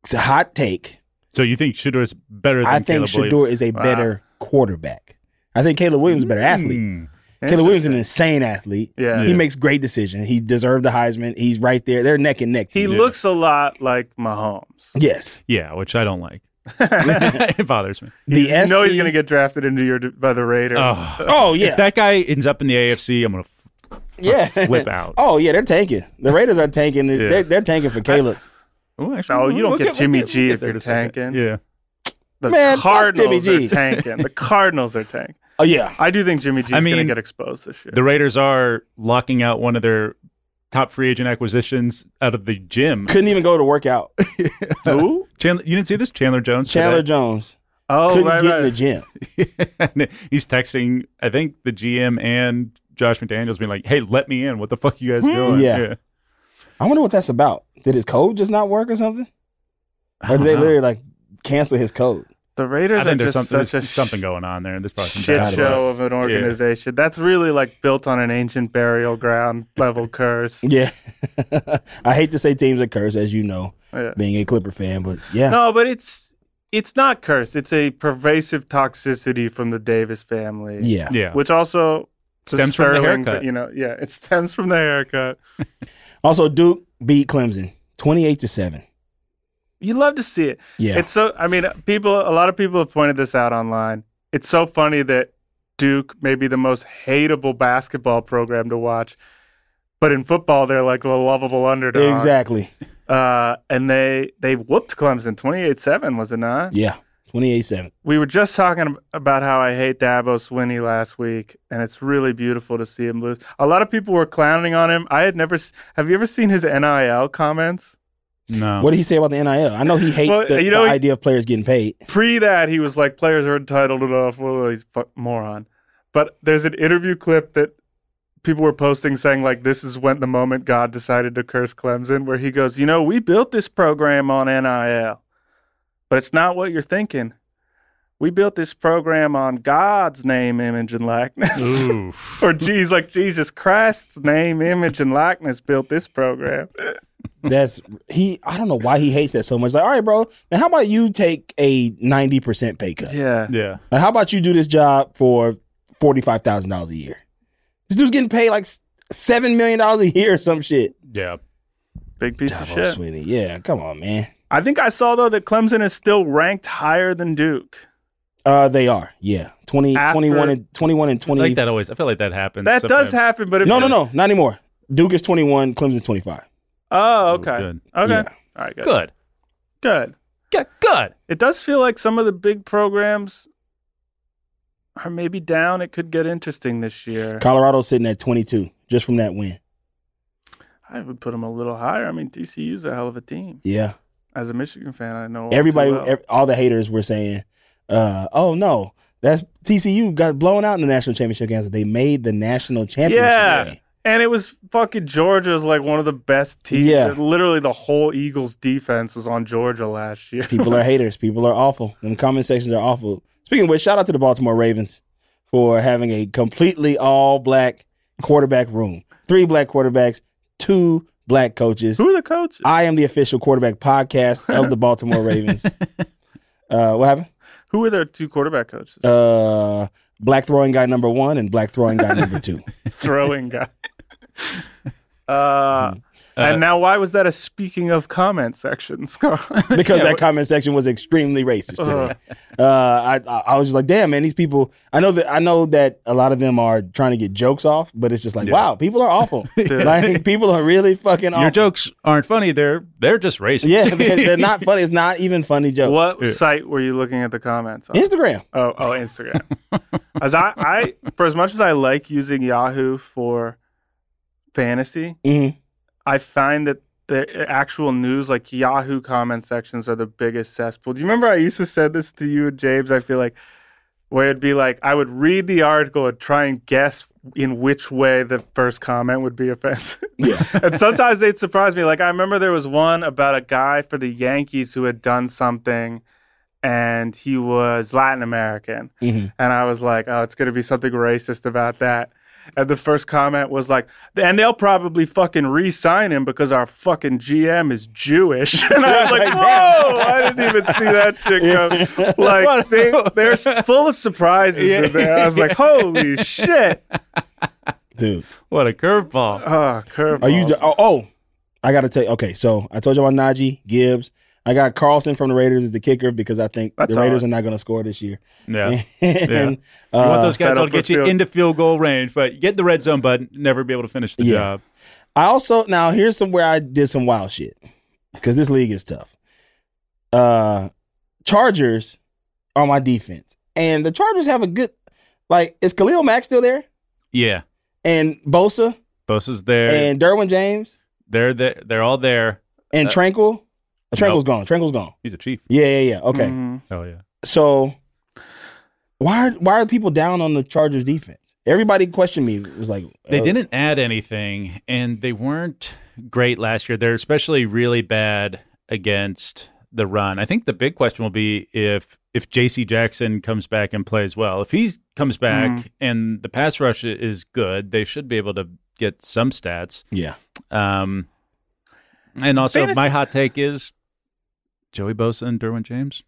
[SPEAKER 2] It's a hot take.
[SPEAKER 3] So you think Shador is better than
[SPEAKER 2] I think
[SPEAKER 3] Caleb
[SPEAKER 2] Shador
[SPEAKER 3] Williams?
[SPEAKER 2] is a
[SPEAKER 4] Wow.
[SPEAKER 2] better quarterback. I think Caleb Williams is a better athlete.
[SPEAKER 3] Mm.
[SPEAKER 2] Caleb Williams is an
[SPEAKER 4] Interesting.
[SPEAKER 2] insane athlete.
[SPEAKER 4] Yeah.
[SPEAKER 2] He makes great decisions. He deserved the Heisman. He's right there. They're neck and neck.
[SPEAKER 4] He
[SPEAKER 2] Yeah.
[SPEAKER 4] looks a lot like Mahomes.
[SPEAKER 2] yes.
[SPEAKER 3] Yeah, which I
[SPEAKER 2] *laughs*
[SPEAKER 3] don't like. it bothers me.
[SPEAKER 2] The
[SPEAKER 4] you know he's
[SPEAKER 2] SC
[SPEAKER 4] going to get drafted into your by the Raiders.
[SPEAKER 3] Oh.
[SPEAKER 2] Oh yeah.
[SPEAKER 3] If that guy ends up in the AFC, I'm gonna f-
[SPEAKER 2] yeah.
[SPEAKER 3] flip out.
[SPEAKER 2] *laughs* Oh yeah, they're tanking. The Raiders are tanking. They're, they're tanking for Caleb.
[SPEAKER 3] Oh,
[SPEAKER 4] No, you don't get Jimmy G if you're tanking.
[SPEAKER 3] Yeah,
[SPEAKER 4] the
[SPEAKER 2] man, fuck
[SPEAKER 4] Cardinals
[SPEAKER 2] Jimmy G.
[SPEAKER 4] are tanking. The Cardinals are tanking.
[SPEAKER 2] Oh yeah.
[SPEAKER 4] I do think Jimmy G's
[SPEAKER 3] I
[SPEAKER 4] going
[SPEAKER 3] mean,
[SPEAKER 4] to get exposed this year.
[SPEAKER 3] the Raiders are locking out one of their top free agent acquisitions out of the gym.
[SPEAKER 2] Couldn't even go to workout.
[SPEAKER 4] Who?
[SPEAKER 3] Chandler, you didn't see this, Chandler Jones.
[SPEAKER 2] Chandler Jones
[SPEAKER 4] Oh,
[SPEAKER 2] couldn't
[SPEAKER 4] right,
[SPEAKER 2] get
[SPEAKER 4] right.
[SPEAKER 2] in the gym.
[SPEAKER 3] *laughs* Jones. He's texting. I think the GM and Josh McDaniels being like, "Hey, let me in. What the fuck you guys doing?"
[SPEAKER 2] Hmm? Yeah. I wonder what that's about. Did his code just not work or something? Or did
[SPEAKER 3] don't
[SPEAKER 2] they
[SPEAKER 3] know.
[SPEAKER 2] literally like cancel his code?
[SPEAKER 4] the
[SPEAKER 3] I
[SPEAKER 4] Raiders are
[SPEAKER 3] think there's
[SPEAKER 4] just
[SPEAKER 3] something
[SPEAKER 4] such a
[SPEAKER 3] there's something going on there. There's probably some bad
[SPEAKER 4] shit
[SPEAKER 2] about
[SPEAKER 3] blood.
[SPEAKER 4] show of an organization. That's really like built on an ancient burial ground level
[SPEAKER 2] *laughs*
[SPEAKER 4] curse.
[SPEAKER 2] Yeah. I hate to say teams are cursed, as you know,
[SPEAKER 4] Yeah.
[SPEAKER 2] being a Clipper fan, but yeah.
[SPEAKER 4] No, but it's
[SPEAKER 6] it's not cursed. It's a pervasive toxicity from the Davis family.
[SPEAKER 2] Yeah.
[SPEAKER 3] Yeah.
[SPEAKER 6] Which also
[SPEAKER 3] Stems from the
[SPEAKER 6] Sterling,
[SPEAKER 3] haircut.
[SPEAKER 6] You know, yeah, it stems from the haircut.
[SPEAKER 2] Also, Duke beat Clemson twenty-eight to seven.
[SPEAKER 6] You love to see it.
[SPEAKER 2] Yeah,
[SPEAKER 6] It's so. I mean, people. A lot of people have pointed this out online. It's so funny that Duke may be the most hateable basketball program to watch, but in football they're like the lovable underdog.
[SPEAKER 2] exactly.
[SPEAKER 6] Uh, and they they whooped Clemson twenty eight seven. Was it not?
[SPEAKER 2] Yeah, twenty-eight seven.
[SPEAKER 6] we were just talking ab- about how I hate Dabo Swinney last week, and it's really beautiful to see him lose. A lot of people were clowning on him. I had never. s- Have you ever seen his NIL comments?
[SPEAKER 3] No.
[SPEAKER 2] What did he say about the NIL? I know he hates
[SPEAKER 6] Well,
[SPEAKER 2] the,
[SPEAKER 6] you know,
[SPEAKER 2] the
[SPEAKER 6] he-
[SPEAKER 2] idea of players getting paid.
[SPEAKER 6] Pre that, he was like, "Players are entitled to know." Well, he's a fuck moron. But there's an interview clip that people were posting saying like, "This is when the moment God decided to curse Clemson," where he goes, "You know, we built this program on NIL, but it's not what you're thinking." We built this program on God's name, image, and likeness.
[SPEAKER 3] Oof.
[SPEAKER 6] *laughs* or Jesus, like Jesus Christ's name, image, and likeness built this program.
[SPEAKER 2] That's he. I don't know why he hates that so much. Like, all right, bro. Now, how about you take a ninety percent pay cut?
[SPEAKER 6] Yeah.
[SPEAKER 3] yeah.
[SPEAKER 2] Like, how about you do this job for forty-five thousand dollars a year? This dude's getting paid like s- seven million dollars a year or some shit.
[SPEAKER 3] Yeah.
[SPEAKER 6] Big piece of
[SPEAKER 2] Dabo
[SPEAKER 6] shit.
[SPEAKER 2] Sweeney. Yeah, come on, man.
[SPEAKER 6] I think I saw, though, that Clemson is still ranked higher than Duke.
[SPEAKER 2] Uh, they are. Yeah, 20,
[SPEAKER 6] After-
[SPEAKER 2] 21 and twenty-one and twenty.
[SPEAKER 3] like that always. I feel like that happens.
[SPEAKER 6] That does
[SPEAKER 3] sometimes.
[SPEAKER 6] happen, but it,
[SPEAKER 2] No, no, no, not anymore. Duke is twenty-one. Clemson's twenty-five.
[SPEAKER 6] Oh,
[SPEAKER 3] Oh,
[SPEAKER 6] okay.
[SPEAKER 3] good.
[SPEAKER 6] Okay.
[SPEAKER 2] Yeah.
[SPEAKER 6] All right. Good. good.
[SPEAKER 3] Good. Good. Good.
[SPEAKER 6] It does feel like some of the big programs are maybe down. It could get interesting this year.
[SPEAKER 2] Colorado's sitting at twenty-two just from that win.
[SPEAKER 6] I would put them a little higher. I mean, DCU's a hell of a team.
[SPEAKER 2] Yeah.
[SPEAKER 6] As a Michigan fan, I know all too
[SPEAKER 2] everybody,
[SPEAKER 6] well.
[SPEAKER 2] ev- all the haters were saying, uh, "Oh no, that's TCU got blown out in the national championship games. They made the national championship.
[SPEAKER 6] Yeah.
[SPEAKER 2] game.
[SPEAKER 6] And it was fucking Georgia was like one of the best teams.
[SPEAKER 2] Yeah.
[SPEAKER 6] Literally the whole Eagles defense was on Georgia last year.
[SPEAKER 2] people are haters. People are awful. Them comment sections are awful. Speaking of which, shout out to the Baltimore Ravens for having a completely all black quarterback room. Three black quarterbacks, two black coaches.
[SPEAKER 6] Who are the coaches?
[SPEAKER 2] I am the official quarterback podcast of the Baltimore Ravens. Uh, what happened?
[SPEAKER 6] Who were their two quarterback coaches?
[SPEAKER 2] *laughs* Uh, black throwing guy number one and black throwing guy number two. *laughs*
[SPEAKER 6] Throwing guy. Uh, and now, why was that a speaking of comment section, Scott?
[SPEAKER 2] because that comment section was extremely racist. Today.
[SPEAKER 3] Uh-huh.
[SPEAKER 2] Uh, I I I was just like, damn man, these people. I know that I know that a lot of them are trying to get jokes off, but it's just like,
[SPEAKER 3] Yeah.
[SPEAKER 2] wow, people are
[SPEAKER 3] *laughs*
[SPEAKER 2] awful. *laughs* like people are really fucking awful.
[SPEAKER 3] Your jokes aren't funny. They're they're just racist.
[SPEAKER 2] yeah,
[SPEAKER 3] *laughs*
[SPEAKER 2] they're, they're not funny. It's not even funny jokes.
[SPEAKER 6] what
[SPEAKER 3] Yeah.
[SPEAKER 6] site were you looking at the comments on?
[SPEAKER 2] Instagram?
[SPEAKER 6] Oh, oh, Instagram. as I, I, for as much as I like using Yahoo for fantasy,
[SPEAKER 2] hmm
[SPEAKER 6] I find that the actual news, like Yahoo comment sections, are the biggest cesspool. Do you remember I used to say this to you and James? I feel like where it'd be like I would read the article and try and guess in which way the first comment would be offensive.
[SPEAKER 2] Yeah.
[SPEAKER 6] *laughs* and sometimes they'd surprise me. Like I remember there was one about a guy for the Yankees who had done something and he was Latin American.
[SPEAKER 2] Mhm.
[SPEAKER 6] And I was like, oh, it's going to be something racist about that. And the first comment was like, and they'll probably fucking re sign him because our fucking GM is Jewish. *laughs* And I was
[SPEAKER 2] *laughs*
[SPEAKER 6] like, whoa, I didn't even see that shit go. Like, they, they're s- full of surprises in there. I
[SPEAKER 2] *laughs*
[SPEAKER 6] was like, holy shit.
[SPEAKER 2] Dude,
[SPEAKER 3] What a curveball.
[SPEAKER 6] Oh, curveballs.
[SPEAKER 2] are you? Oh, oh, I gotta tell you. Okay, so I told you about Najee Gibbs. I got Carlson from the Raiders as the kicker because I think
[SPEAKER 6] That's
[SPEAKER 2] the Raiders
[SPEAKER 6] all
[SPEAKER 2] are not going to score this year.
[SPEAKER 3] Yeah.
[SPEAKER 2] *laughs* And,
[SPEAKER 3] You want
[SPEAKER 2] uh,
[SPEAKER 3] those guys
[SPEAKER 6] Settle
[SPEAKER 3] that'll get
[SPEAKER 6] for
[SPEAKER 3] you
[SPEAKER 6] field-
[SPEAKER 3] into field goal range, but you get in the red zone, but never be able to finish the
[SPEAKER 2] Yeah.
[SPEAKER 3] job.
[SPEAKER 2] I also now here's some where I did some wild shit because this league is tough. Uh, Chargers are my defense, and the Chargers have a good like. Is Khalil Mack still there?
[SPEAKER 3] Yeah.
[SPEAKER 2] And Bosa
[SPEAKER 3] Bosa's there.
[SPEAKER 2] and Derwin James
[SPEAKER 3] they're there. They're all there.
[SPEAKER 2] and
[SPEAKER 3] Uh,
[SPEAKER 2] Tranquil. Uh, Tranquil's gone. Tranquil's gone.
[SPEAKER 3] He's a chief.
[SPEAKER 2] Yeah, yeah, yeah. Okay,
[SPEAKER 4] Mm-hmm.
[SPEAKER 6] Mhm.
[SPEAKER 3] Oh yeah.
[SPEAKER 2] so why are, why are people down on the Chargers defense? Everybody questioned me. It was like
[SPEAKER 3] They
[SPEAKER 2] uh,
[SPEAKER 3] didn't add anything, and they weren't great last year. They're especially really bad against the run. I think the big question will be if if J.C. Jackson comes back and plays well. If he comes back and the pass rush i- is good, they should be able to get some stats.
[SPEAKER 2] Yeah,
[SPEAKER 3] Um, and also,
[SPEAKER 6] Fantasy-
[SPEAKER 3] my hot take is Joey Bosa and Derwin James.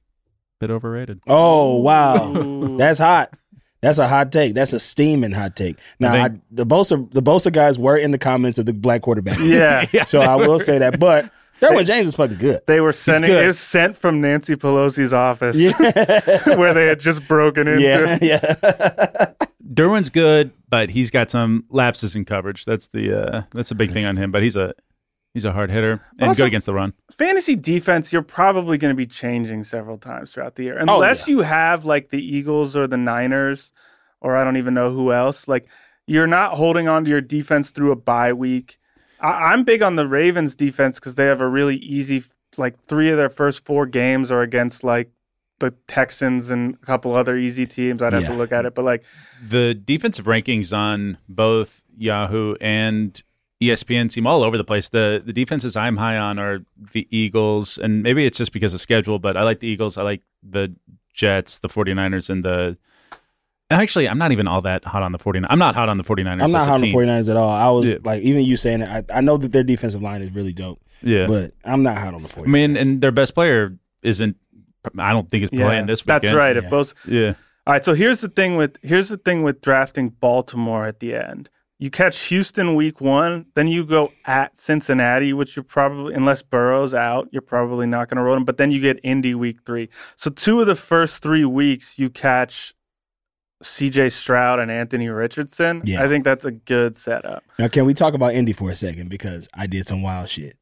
[SPEAKER 3] Bit overrated.
[SPEAKER 2] Oh wow,
[SPEAKER 6] Ooh.
[SPEAKER 2] that's hot. That's a hot take. That's a steaming hot take. Now
[SPEAKER 3] I
[SPEAKER 2] I the Bosa the Bosa guys were in the comments of the black quarterback,
[SPEAKER 6] yeah.
[SPEAKER 2] *laughs*
[SPEAKER 3] Yeah.
[SPEAKER 2] so I will say that. But Derwin James is fucking
[SPEAKER 3] *laughs*
[SPEAKER 2] good.
[SPEAKER 6] They were sending
[SPEAKER 3] good.
[SPEAKER 6] it was sent from Nancy Pelosi's office
[SPEAKER 2] Yeah,
[SPEAKER 6] *laughs* where they had just broken into.
[SPEAKER 2] *laughs* yeah, yeah.
[SPEAKER 3] Derwin's good, but he's got some lapses in coverage. That's the uh, that's a big thing on him. But he's a he's a hard hitter and
[SPEAKER 6] Also-
[SPEAKER 3] good against the run.
[SPEAKER 6] fantasy defense, you're probably going to be changing several times throughout the year,
[SPEAKER 2] Oh,
[SPEAKER 6] unless you have like the Eagles or the Niners, or I don't even know who else. Like you're not holding on to your defense through a bye week. I- I'm big on the Ravens defense because they have a really easy like three of their first four games are against like the Texans and a couple other easy teams. I'd have to
[SPEAKER 2] Yeah.
[SPEAKER 6] look at it, but like
[SPEAKER 3] The defensive rankings on both Yahoo and E ESPN seem all over the place. The the defenses I'm high on are the Eagles, and maybe it's just because of schedule, but I like the Eagles. I like the Jets, the 49ers, and the. and Actually, I'm not even all that hot on the 49ers. I'm not hot on the 49ers.
[SPEAKER 2] I'm
[SPEAKER 3] as
[SPEAKER 2] not
[SPEAKER 3] a
[SPEAKER 2] hot on the
[SPEAKER 3] team.
[SPEAKER 2] 49ers at all. I was
[SPEAKER 3] Yeah.
[SPEAKER 2] like, even you saying that, I, I know that their defensive line is really dope,
[SPEAKER 3] Yeah.
[SPEAKER 2] but I'm not hot on the 49ers.
[SPEAKER 3] I mean, and their best player isn't. I don't think is
[SPEAKER 6] yeah,
[SPEAKER 3] playing this weekend.
[SPEAKER 6] that's right. If
[SPEAKER 2] Yeah.
[SPEAKER 6] both
[SPEAKER 3] Yeah.
[SPEAKER 6] All right, so here's the thing with here's the thing with drafting Baltimore at the end. You catch Houston week one, then you go at Cincinnati, which you're probably unless Burrow's out, you're probably not going to roll them. But then you get Indy week three. So two of the first three weeks, you catch C.J. Stroud and Anthony Richardson.
[SPEAKER 2] Yeah.
[SPEAKER 6] I think that's a good setup.
[SPEAKER 2] Now, can we talk about Indy for a second? Because I did some wild shit.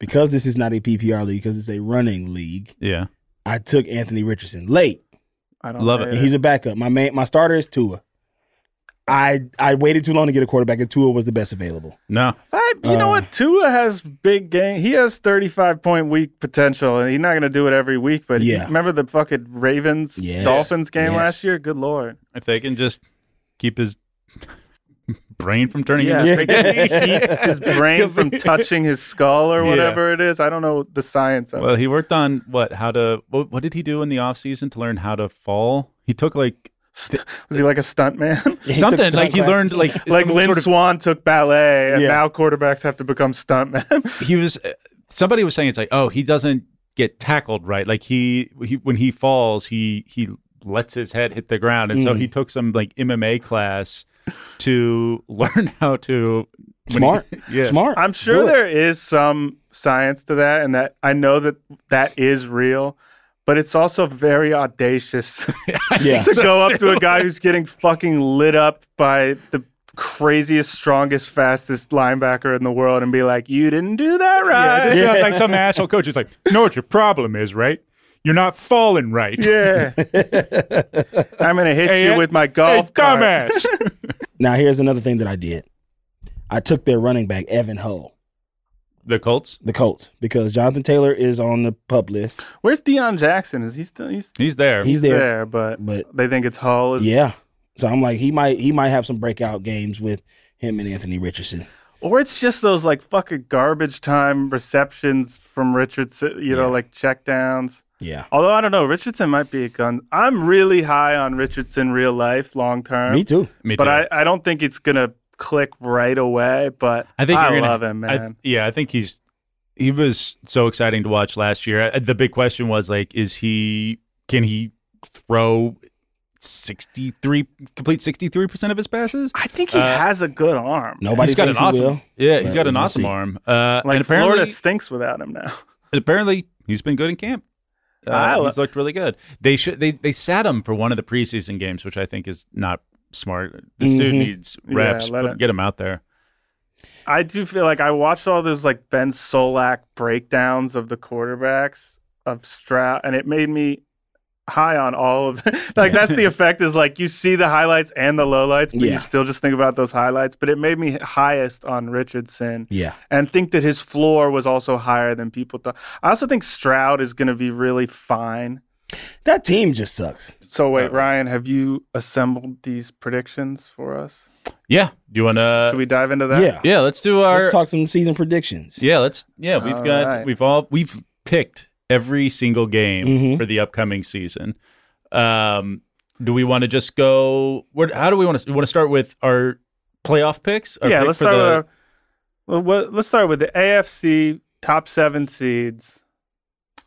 [SPEAKER 2] Because this is not a PPR league, because it's a running league,
[SPEAKER 3] Yeah.
[SPEAKER 2] I took Anthony Richardson late.
[SPEAKER 6] I don't
[SPEAKER 3] Love it.
[SPEAKER 6] hate
[SPEAKER 2] And he's a backup. My main, my starter is Tua. I I waited too long to get a quarterback, and Tua was the best available.
[SPEAKER 3] No.
[SPEAKER 6] I, you know
[SPEAKER 2] Uh,
[SPEAKER 6] what? Tua has big game. He has 35 point week potential, and he's not going to do it every week. But he-
[SPEAKER 2] Yeah.
[SPEAKER 6] remember the fucking Ravens
[SPEAKER 2] Yes.
[SPEAKER 6] Dolphins game
[SPEAKER 2] Yes.
[SPEAKER 6] last year? Good lord.
[SPEAKER 3] If they can just keep his *laughs* brain from turning
[SPEAKER 6] Yeah.
[SPEAKER 3] into
[SPEAKER 6] Just
[SPEAKER 2] Yeah.
[SPEAKER 3] spaghetti.
[SPEAKER 6] Keep his brain from touching his skull or
[SPEAKER 3] Yeah.
[SPEAKER 6] whatever it is. I don't know the science of
[SPEAKER 3] Well,
[SPEAKER 6] it.
[SPEAKER 3] he worked on what? How to? What, what did he do in the off season to learn how to fall? He took like
[SPEAKER 6] St- was he like a stunt man?
[SPEAKER 2] He took
[SPEAKER 3] something.
[SPEAKER 2] stunt
[SPEAKER 3] Like he
[SPEAKER 2] class.
[SPEAKER 3] learned like
[SPEAKER 6] *laughs* like
[SPEAKER 3] some
[SPEAKER 6] Lynn
[SPEAKER 3] sort of-
[SPEAKER 6] Swan took ballet, and
[SPEAKER 2] Yeah.
[SPEAKER 6] now quarterbacks have to become stuntmen. *laughs*
[SPEAKER 3] he was. uh, Somebody was saying it's like, oh, he doesn't get tackled right. Like he, he when he falls, he he lets his head hit the ground, and so
[SPEAKER 2] Mhm.
[SPEAKER 3] he
[SPEAKER 6] Mm.
[SPEAKER 3] took some like MMA class to *laughs* learn how to when he-
[SPEAKER 2] Smart.
[SPEAKER 3] *laughs* yeah.
[SPEAKER 2] Smart.
[SPEAKER 6] I'm sure
[SPEAKER 2] Do it.
[SPEAKER 6] there is some science to that, and that I know that that is real. But it's also very audacious *laughs*
[SPEAKER 2] Yeah.
[SPEAKER 6] to go up to a guy who's getting fucking lit up by the craziest, strongest, fastest linebacker in the world and be like, "You didn't do that
[SPEAKER 3] Yeah,
[SPEAKER 6] right."
[SPEAKER 3] this
[SPEAKER 6] Yeah.
[SPEAKER 3] sounds like some asshole coach. It's like, know what your problem is, right? You're not falling right.
[SPEAKER 6] I'm gonna hit
[SPEAKER 3] Hey,
[SPEAKER 6] you
[SPEAKER 3] eh?
[SPEAKER 6] with my
[SPEAKER 3] Hey,
[SPEAKER 6] golf cart.
[SPEAKER 3] dumbass.
[SPEAKER 6] *laughs*
[SPEAKER 2] Now here's another thing that I did. I took their running back Evan Hull,
[SPEAKER 3] the Colts.
[SPEAKER 2] the Colts, because Jonathan Taylor is on the pup list.
[SPEAKER 6] Where's Deion Jackson? Is he still he's still
[SPEAKER 3] He's there.
[SPEAKER 2] He's
[SPEAKER 6] there?
[SPEAKER 2] there,
[SPEAKER 6] but
[SPEAKER 2] but
[SPEAKER 6] they think it's Hall. Is,
[SPEAKER 2] yeah. So I'm like, he might he might have some breakout games with him and Anthony Richardson.
[SPEAKER 6] Or it's just those like fucking garbage time receptions from Richardson. You know,
[SPEAKER 2] Yeah.
[SPEAKER 6] like checkdowns.
[SPEAKER 2] Yeah.
[SPEAKER 6] Although I don't know, Richardson might be a gun. I'm really high on Richardson real life long term.
[SPEAKER 2] Me too.
[SPEAKER 3] Me
[SPEAKER 6] but
[SPEAKER 3] too.
[SPEAKER 6] I, I don't think it's gonna click right away. But I
[SPEAKER 3] think
[SPEAKER 6] think I
[SPEAKER 3] you're gonna-
[SPEAKER 6] love him,
[SPEAKER 3] I-
[SPEAKER 6] man.
[SPEAKER 3] yeah, I think he's he was so exciting to watch last year. I, the big question was like, is he can he throw sixty three complete sixty three percent of his passes?
[SPEAKER 6] I, think he
[SPEAKER 3] Uh,
[SPEAKER 6] has a good arm.
[SPEAKER 2] Nobody
[SPEAKER 3] he's got an
[SPEAKER 2] thinks he
[SPEAKER 3] awesome,
[SPEAKER 2] will.
[SPEAKER 3] yeah, he's
[SPEAKER 2] but
[SPEAKER 3] got an
[SPEAKER 2] we'll
[SPEAKER 3] awesome
[SPEAKER 2] see.
[SPEAKER 3] arm. Uh,
[SPEAKER 6] like
[SPEAKER 3] and apparently,
[SPEAKER 6] Florida stinks without him now.
[SPEAKER 3] apparently he's been good in camp. Uh,
[SPEAKER 6] I lo-
[SPEAKER 3] he's looked really good. They should they they sat him for one of the preseason games, which I think is not smart. This dude
[SPEAKER 2] Mhm.
[SPEAKER 3] needs
[SPEAKER 6] Yeah,
[SPEAKER 3] reps.
[SPEAKER 6] let
[SPEAKER 3] Put-
[SPEAKER 6] it-
[SPEAKER 3] get him out there.
[SPEAKER 6] I do feel like I watched all those like Ben Solak breakdowns of the quarterbacks of Stroud, and it made me high on all of *laughs* like that's the effect is like you see the highlights and the lowlights, but
[SPEAKER 2] Yeah.
[SPEAKER 6] you still just think about those highlights. But it made me highest on Richardson
[SPEAKER 2] Yeah.
[SPEAKER 6] and think that his floor was also higher than people thought. I also think Stroud is going to be really fine.
[SPEAKER 2] That team just sucks.
[SPEAKER 6] So wait,
[SPEAKER 3] Uh-oh.
[SPEAKER 6] Ryan, have you assembled these predictions for us?
[SPEAKER 3] Yeah. Do you want to?
[SPEAKER 6] Should we dive into that?
[SPEAKER 2] Uh, yeah.
[SPEAKER 3] Yeah. Let's do our.
[SPEAKER 2] Let's talk some season predictions.
[SPEAKER 3] yeah. Let's. Yeah. We've
[SPEAKER 6] All
[SPEAKER 3] got.
[SPEAKER 6] right.
[SPEAKER 3] We've all. We've picked every single game
[SPEAKER 6] Mm-hmm.
[SPEAKER 2] Mhm.
[SPEAKER 3] for the upcoming season. Um. Do we want to just go? What? How do we want to? We want to start with our playoff picks. Our
[SPEAKER 6] yeah,
[SPEAKER 3] pick
[SPEAKER 6] let's
[SPEAKER 3] for
[SPEAKER 6] start.
[SPEAKER 3] the-
[SPEAKER 6] with our, well, well, let's start with the AFC top seven seeds.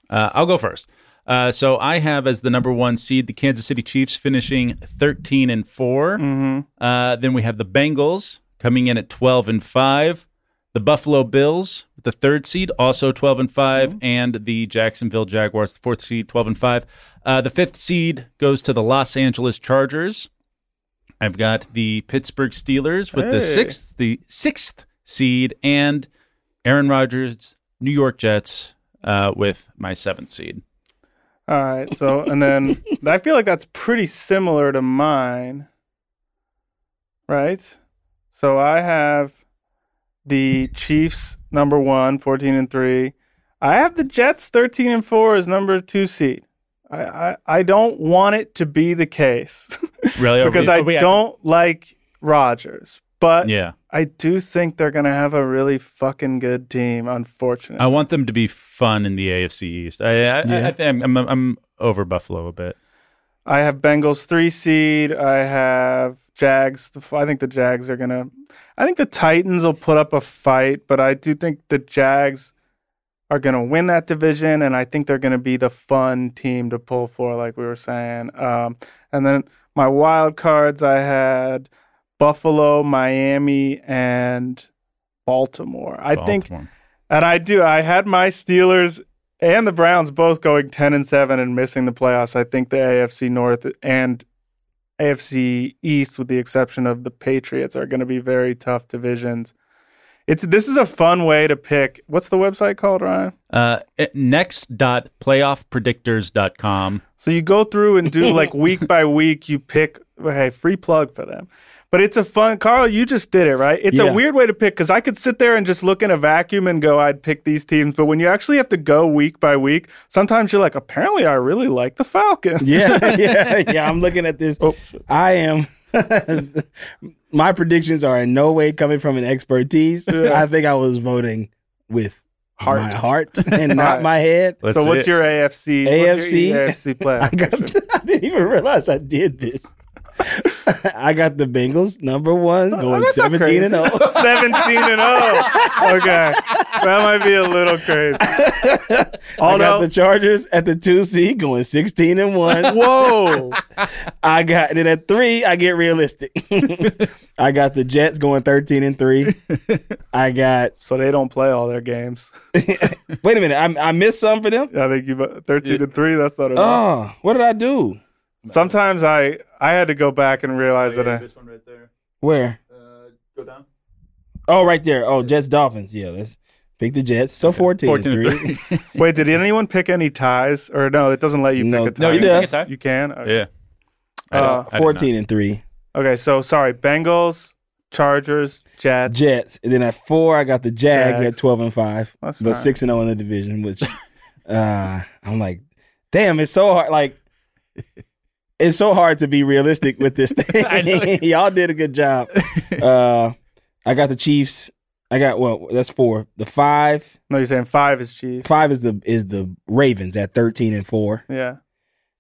[SPEAKER 3] Uh, I'll go first. Uh, so I have as the number one seed the Kansas City Chiefs finishing 13 and 4.
[SPEAKER 6] Mm-hmm.
[SPEAKER 3] Uh, then we have the Bengals coming in at 12 and 5. The Buffalo Bills, the third seed, also 12 and 5.
[SPEAKER 6] Mm-hmm.
[SPEAKER 3] And the Jacksonville Jaguars, the fourth seed, 12 and 5. Uh, the fifth seed goes to the Los Angeles Chargers. I've got the Pittsburgh Steelers with
[SPEAKER 6] Hey.
[SPEAKER 3] the sixth, the sixth seed, and Aaron Rodgers, New York Jets, uh, with my seventh seed.
[SPEAKER 6] All right. So,
[SPEAKER 3] *laughs*
[SPEAKER 6] and then I feel like that's pretty similar to mine. Right? So I have the Chiefs number one, 14 and three. I have the Jets 13 and four as number two seed. I, I, I don't want it to be the case
[SPEAKER 3] Really? Are
[SPEAKER 6] *laughs* because
[SPEAKER 3] we-
[SPEAKER 6] I
[SPEAKER 3] are we-
[SPEAKER 6] don't like Rodgers, but
[SPEAKER 3] Yeah.
[SPEAKER 6] I do think they're going to have a really fucking good team, unfortunately.
[SPEAKER 3] I want them to be fun in the AFC East. I, I, I, I think I'm, I'm, I'm over Buffalo a bit.
[SPEAKER 6] I have Bengals three seed. I have Jags. The f- I think the Jags are gonna. I think the Titans will put up a fight, but I do think the Jags are gonna win that division, and I think they're gonna be the fun team to pull for, like we were saying. Um, and then my wild cards, I had Buffalo, Miami, and Baltimore. I think
[SPEAKER 3] Baltimore.
[SPEAKER 6] and I do. I had my Steelers and the Browns both going ten and seven and missing the playoffs. I think the AFC North and AFC East, with the exception of the Patriots, are going to be very tough divisions. It's this is a fun way to pick. What's the website called, Ryan?
[SPEAKER 3] Uh, next.playoffpredictors.com.
[SPEAKER 6] So you go through and do
[SPEAKER 2] *laughs*
[SPEAKER 6] like week by week, you pick, hey, free plug for them. But it's a fun, Carl, you just did it, right? It's
[SPEAKER 2] Yeah.
[SPEAKER 6] a weird way to pick because I could sit there and just look in a vacuum and go, I'd pick these teams. But when you actually have to go week by week, sometimes you're like, apparently I really like the Falcons.
[SPEAKER 2] *laughs* Yeah, yeah, yeah. I'm looking at this.
[SPEAKER 6] Oh, shit.
[SPEAKER 2] I am. *laughs* My predictions are in no way coming from an expertise.
[SPEAKER 6] Yeah.
[SPEAKER 2] I think I was voting with
[SPEAKER 6] Heart.
[SPEAKER 2] my
[SPEAKER 6] *laughs*
[SPEAKER 2] heart and not
[SPEAKER 6] Alright.
[SPEAKER 2] my head.
[SPEAKER 3] Let's
[SPEAKER 6] so what's
[SPEAKER 3] it.
[SPEAKER 6] your AFC? what's
[SPEAKER 2] AFC?
[SPEAKER 6] your E AFC
[SPEAKER 2] *laughs*
[SPEAKER 6] play?
[SPEAKER 2] I, got, I didn't even realize I did this. *laughs* I got the Bengals number one going
[SPEAKER 6] Oh, that's not
[SPEAKER 2] 17 and oh. 0.
[SPEAKER 6] *laughs* 17 and 0. Okay. That might be a little crazy.
[SPEAKER 2] I got
[SPEAKER 6] Although,
[SPEAKER 2] the Chargers at the two seed going 16 and
[SPEAKER 6] *laughs*
[SPEAKER 2] 1.
[SPEAKER 6] whoa.
[SPEAKER 2] I got and then at three, I get realistic. *laughs* I got the Jets going 13 and 3.
[SPEAKER 6] *laughs*
[SPEAKER 2] I got
[SPEAKER 6] So they don't play all their games.
[SPEAKER 2] wait a minute, I, I missed some for them.
[SPEAKER 6] I think you bu- 13 to 3, that's not enough.
[SPEAKER 2] Oh, what did I do?
[SPEAKER 6] Sometimes I I had to go back and realize that I,
[SPEAKER 3] one right there.
[SPEAKER 2] Where?
[SPEAKER 3] Uh, go down.
[SPEAKER 2] Oh, right there. Oh, Jets Dolphins. Yeah, let's pick the Jets. So 14,
[SPEAKER 3] 14
[SPEAKER 2] and 3.
[SPEAKER 3] and 3.
[SPEAKER 6] wait. Did anyone pick any ties? Or no, it doesn't let you
[SPEAKER 2] No.
[SPEAKER 6] pick a tie.
[SPEAKER 2] No, you
[SPEAKER 3] can pick a tie.
[SPEAKER 6] You can. Okay.
[SPEAKER 3] yeah. I did-
[SPEAKER 6] Uh,
[SPEAKER 3] I did not.
[SPEAKER 2] 14 and *laughs* 3.
[SPEAKER 6] Okay. So sorry, Bengals, Chargers, Jets.
[SPEAKER 2] Jets. And then at 4, I got the Jags,
[SPEAKER 6] Jags.
[SPEAKER 2] at 12 and 5.
[SPEAKER 6] That's
[SPEAKER 2] but
[SPEAKER 6] fine.
[SPEAKER 2] 6 and 0 in the division, which uh I'm like, "Damn, it's so hard like it's so hard to be realistic with this
[SPEAKER 3] I know.
[SPEAKER 2] thing. *laughs* Y'all did a good job. Uh I got the Chiefs. I got well, that's 4. The 5
[SPEAKER 6] No, you're saying five is Chiefs.
[SPEAKER 2] 5 is the is the Ravens at 13 and 4.
[SPEAKER 6] Yeah.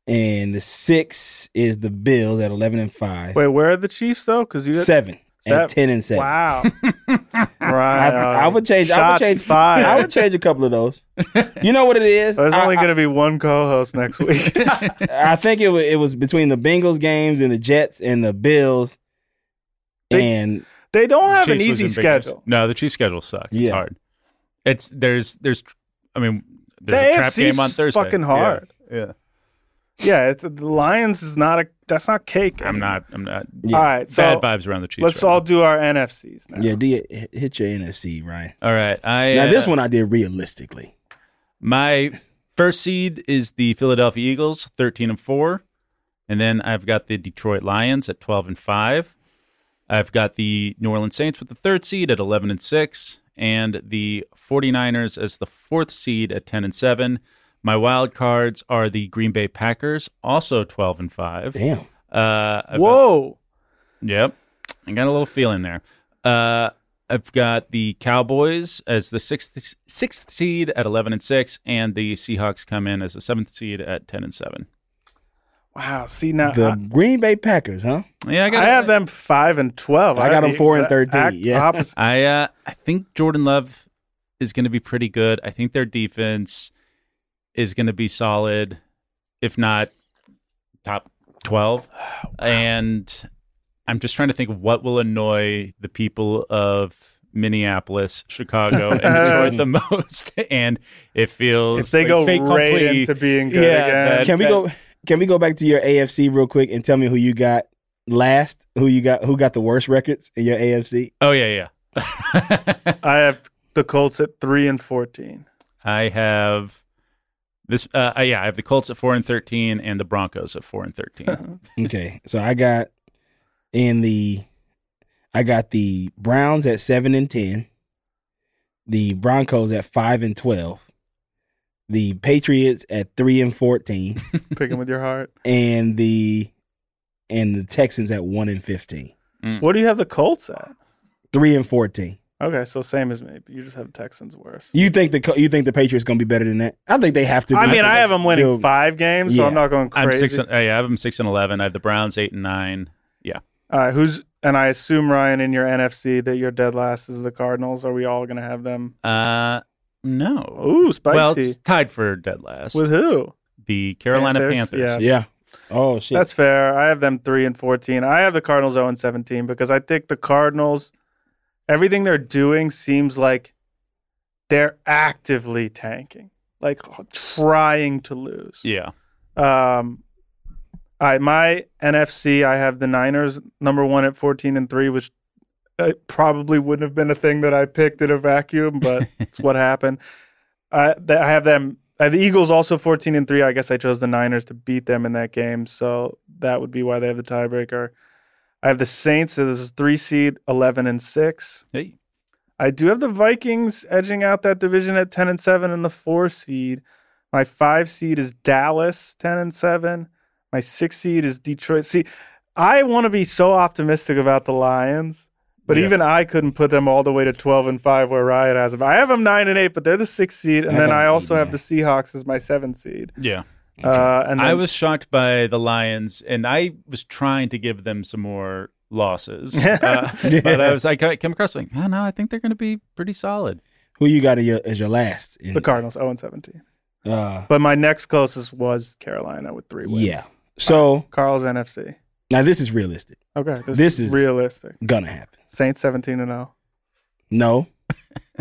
[SPEAKER 2] and the six is the Bills at eleven and five.
[SPEAKER 6] Wait, where are the Chiefs though? Because you
[SPEAKER 2] seven
[SPEAKER 6] Seven.
[SPEAKER 2] and ten and seven. *laughs*
[SPEAKER 6] Wow. right.
[SPEAKER 2] I, I would change. I would
[SPEAKER 6] Shots
[SPEAKER 2] change
[SPEAKER 6] fired.
[SPEAKER 2] I would change a couple of
[SPEAKER 6] *laughs*
[SPEAKER 2] those. You know what it is?
[SPEAKER 6] So there's
[SPEAKER 2] I, I-
[SPEAKER 6] only going to be one co-host next week. *laughs*
[SPEAKER 2] I think it was, it was between the Bengals games and the Jets and the Bills,
[SPEAKER 6] They-
[SPEAKER 2] and
[SPEAKER 6] they don't have an
[SPEAKER 3] Chiefs
[SPEAKER 6] easy
[SPEAKER 3] losing big games.
[SPEAKER 6] schedule.
[SPEAKER 3] No, the Chiefs schedule sucks. It's
[SPEAKER 2] Yeah.
[SPEAKER 3] hard. It's there's there's I mean
[SPEAKER 6] The
[SPEAKER 3] there's a trap
[SPEAKER 6] AFC is
[SPEAKER 3] game on
[SPEAKER 6] just
[SPEAKER 3] Thursday.
[SPEAKER 6] fucking
[SPEAKER 3] Yeah.
[SPEAKER 6] hard.
[SPEAKER 3] Yeah.
[SPEAKER 6] Yeah, it's, the Lions is not a. That's not cake.
[SPEAKER 3] I'm not I'm not
[SPEAKER 2] Yeah.
[SPEAKER 6] All right, so
[SPEAKER 3] bad vibes around the Chiefs.
[SPEAKER 6] let's
[SPEAKER 3] right
[SPEAKER 6] all do our NFCs now.
[SPEAKER 2] yeah, do you, hit hit your NFC Ryan.
[SPEAKER 3] now. All right. I
[SPEAKER 2] Now
[SPEAKER 3] uh,
[SPEAKER 2] this one I did realistically.
[SPEAKER 3] My first seed is the Philadelphia Eagles, thirteen and four, and then I've got the Detroit Lions at twelve and five. I've got the New Orleans Saints with the third seed at eleven and six, and the 49ers as the fourth seed at ten and seven. My wild cards are the Green Bay Packers, also twelve and five.
[SPEAKER 2] Damn,
[SPEAKER 3] Uh, I've got-
[SPEAKER 6] Whoa.
[SPEAKER 3] Yep. I got a little feeling there. Uh, I've got the Cowboys as the sixth sixth seed at eleven and six, and the Seahawks come in as the seventh seed at ten and seven.
[SPEAKER 6] Wow. See now,
[SPEAKER 2] the
[SPEAKER 6] I,
[SPEAKER 2] Green Bay Packers, huh?
[SPEAKER 3] Yeah, I got.
[SPEAKER 6] I have them five and twelve.
[SPEAKER 2] I got
[SPEAKER 6] have
[SPEAKER 2] them
[SPEAKER 6] the
[SPEAKER 2] four and
[SPEAKER 6] exact
[SPEAKER 2] 13,
[SPEAKER 4] *laughs*
[SPEAKER 2] yeah.
[SPEAKER 6] opposite.
[SPEAKER 3] I uh, I think Jordan Love is going to be pretty good. I think their defense is going to be solid. if not top
[SPEAKER 4] *sighs*
[SPEAKER 3] 12. And I'm just trying to think of what will annoy the people of Minneapolis,
[SPEAKER 4] *laughs*
[SPEAKER 3] Chicago, and Detroit the most. *laughs* And it feels
[SPEAKER 4] If they
[SPEAKER 3] like
[SPEAKER 4] go
[SPEAKER 3] fait
[SPEAKER 4] right
[SPEAKER 3] accompli.
[SPEAKER 4] into being good
[SPEAKER 3] Yeah,
[SPEAKER 4] again,
[SPEAKER 3] that-
[SPEAKER 2] Can we go? Can we go back to your AFC real quick and tell me who you got last? Who you got? Who got the worst records in your AFC?
[SPEAKER 3] Oh, yeah, yeah. *laughs*
[SPEAKER 4] I have the Colts at three and fourteen.
[SPEAKER 3] I have this. Uh, uh, yeah, I have the Colts at four and thirteen, and the Broncos at four and
[SPEAKER 4] *laughs*
[SPEAKER 3] thirteen.
[SPEAKER 2] Okay, so I got in the I got the Browns at seven and ten, the Broncos at five and twelve, the Patriots at three and
[SPEAKER 4] *laughs*
[SPEAKER 2] fourteen,
[SPEAKER 4] Picking with your heart.
[SPEAKER 2] and the and the Texans at one and fifteen.
[SPEAKER 4] What do you have the Colts at?
[SPEAKER 2] Three and fourteen.
[SPEAKER 4] Okay, so same as me. But you just have Texans worse.
[SPEAKER 2] You think the Co- you think the Patriots gonna be better than that? I think they have to.
[SPEAKER 4] I
[SPEAKER 2] be.
[SPEAKER 4] mean, I have them winning
[SPEAKER 2] Yo,
[SPEAKER 4] five games, so I'm
[SPEAKER 2] yeah.
[SPEAKER 4] not going crazy.
[SPEAKER 3] I'm six. And, uh, yeah, I have them six and eleven. I have the Browns eight and nine.
[SPEAKER 4] All right, who's and I assume Ryan in your NFC that your dead last is the Cardinals. Are we all gonna have them?
[SPEAKER 3] Uh, no.
[SPEAKER 4] Ooh, spicy.
[SPEAKER 3] Well, it's tied for dead last.
[SPEAKER 4] With who?
[SPEAKER 3] the Carolina
[SPEAKER 4] Panthers,
[SPEAKER 3] Panthers.
[SPEAKER 4] yeah.
[SPEAKER 2] Yeah. Oh shit.
[SPEAKER 4] That's fair. I have them three and fourteen. I have the Cardinals zero and seventeen because I think the Cardinals, everything they're doing seems like they're actively tanking, like trying to lose.
[SPEAKER 3] Yeah.
[SPEAKER 4] Um, I my NFC, I have the Niners number one at fourteen and three, which uh, probably wouldn't have been a thing that I picked in a vacuum, but it's what happened. I th- I have them. I have the Eagles also fourteen and three. I guess I chose the Niners to beat them in that game, so that would be why they have the tiebreaker. I have the Saints. So this is three seed, eleven and six.
[SPEAKER 3] Hey.
[SPEAKER 4] I do have the Vikings edging out that division at 10 and 7 and the 4 seed. My 5 seed is Dallas 10 and 7. My 6 seed is Detroit. See, I want to be so optimistic about the Lions, but
[SPEAKER 3] Yeah.
[SPEAKER 4] even I couldn't put them all the way to 12 and 5 where Ryan has them. I have them 9 and 8, but they're the 6 seed and
[SPEAKER 2] I
[SPEAKER 4] then
[SPEAKER 2] don't
[SPEAKER 4] I also
[SPEAKER 2] need
[SPEAKER 4] have
[SPEAKER 2] that.
[SPEAKER 4] the Seahawks as my 7 seed.
[SPEAKER 3] Yeah.
[SPEAKER 4] Uh, and
[SPEAKER 3] I
[SPEAKER 4] then-
[SPEAKER 3] was shocked by the Lions, and I was trying to give them some more
[SPEAKER 4] *laughs*
[SPEAKER 3] losses. Uh, But I was like, I came across like, no, no, I think they're going to be pretty solid.
[SPEAKER 2] Who you got as your, as your last? in
[SPEAKER 4] the
[SPEAKER 2] it?
[SPEAKER 4] Cardinals 0 and 17.
[SPEAKER 2] Uh,
[SPEAKER 4] But my next closest was Carolina with 3 wins.
[SPEAKER 2] yeah. So
[SPEAKER 4] Carl's NFC.
[SPEAKER 2] now this is realistic.
[SPEAKER 4] Okay, this,
[SPEAKER 2] This
[SPEAKER 4] is
[SPEAKER 2] is-
[SPEAKER 4] realistic.
[SPEAKER 2] Gonna happen.
[SPEAKER 4] Saints 17 and oh.
[SPEAKER 2] No.
[SPEAKER 4] 0.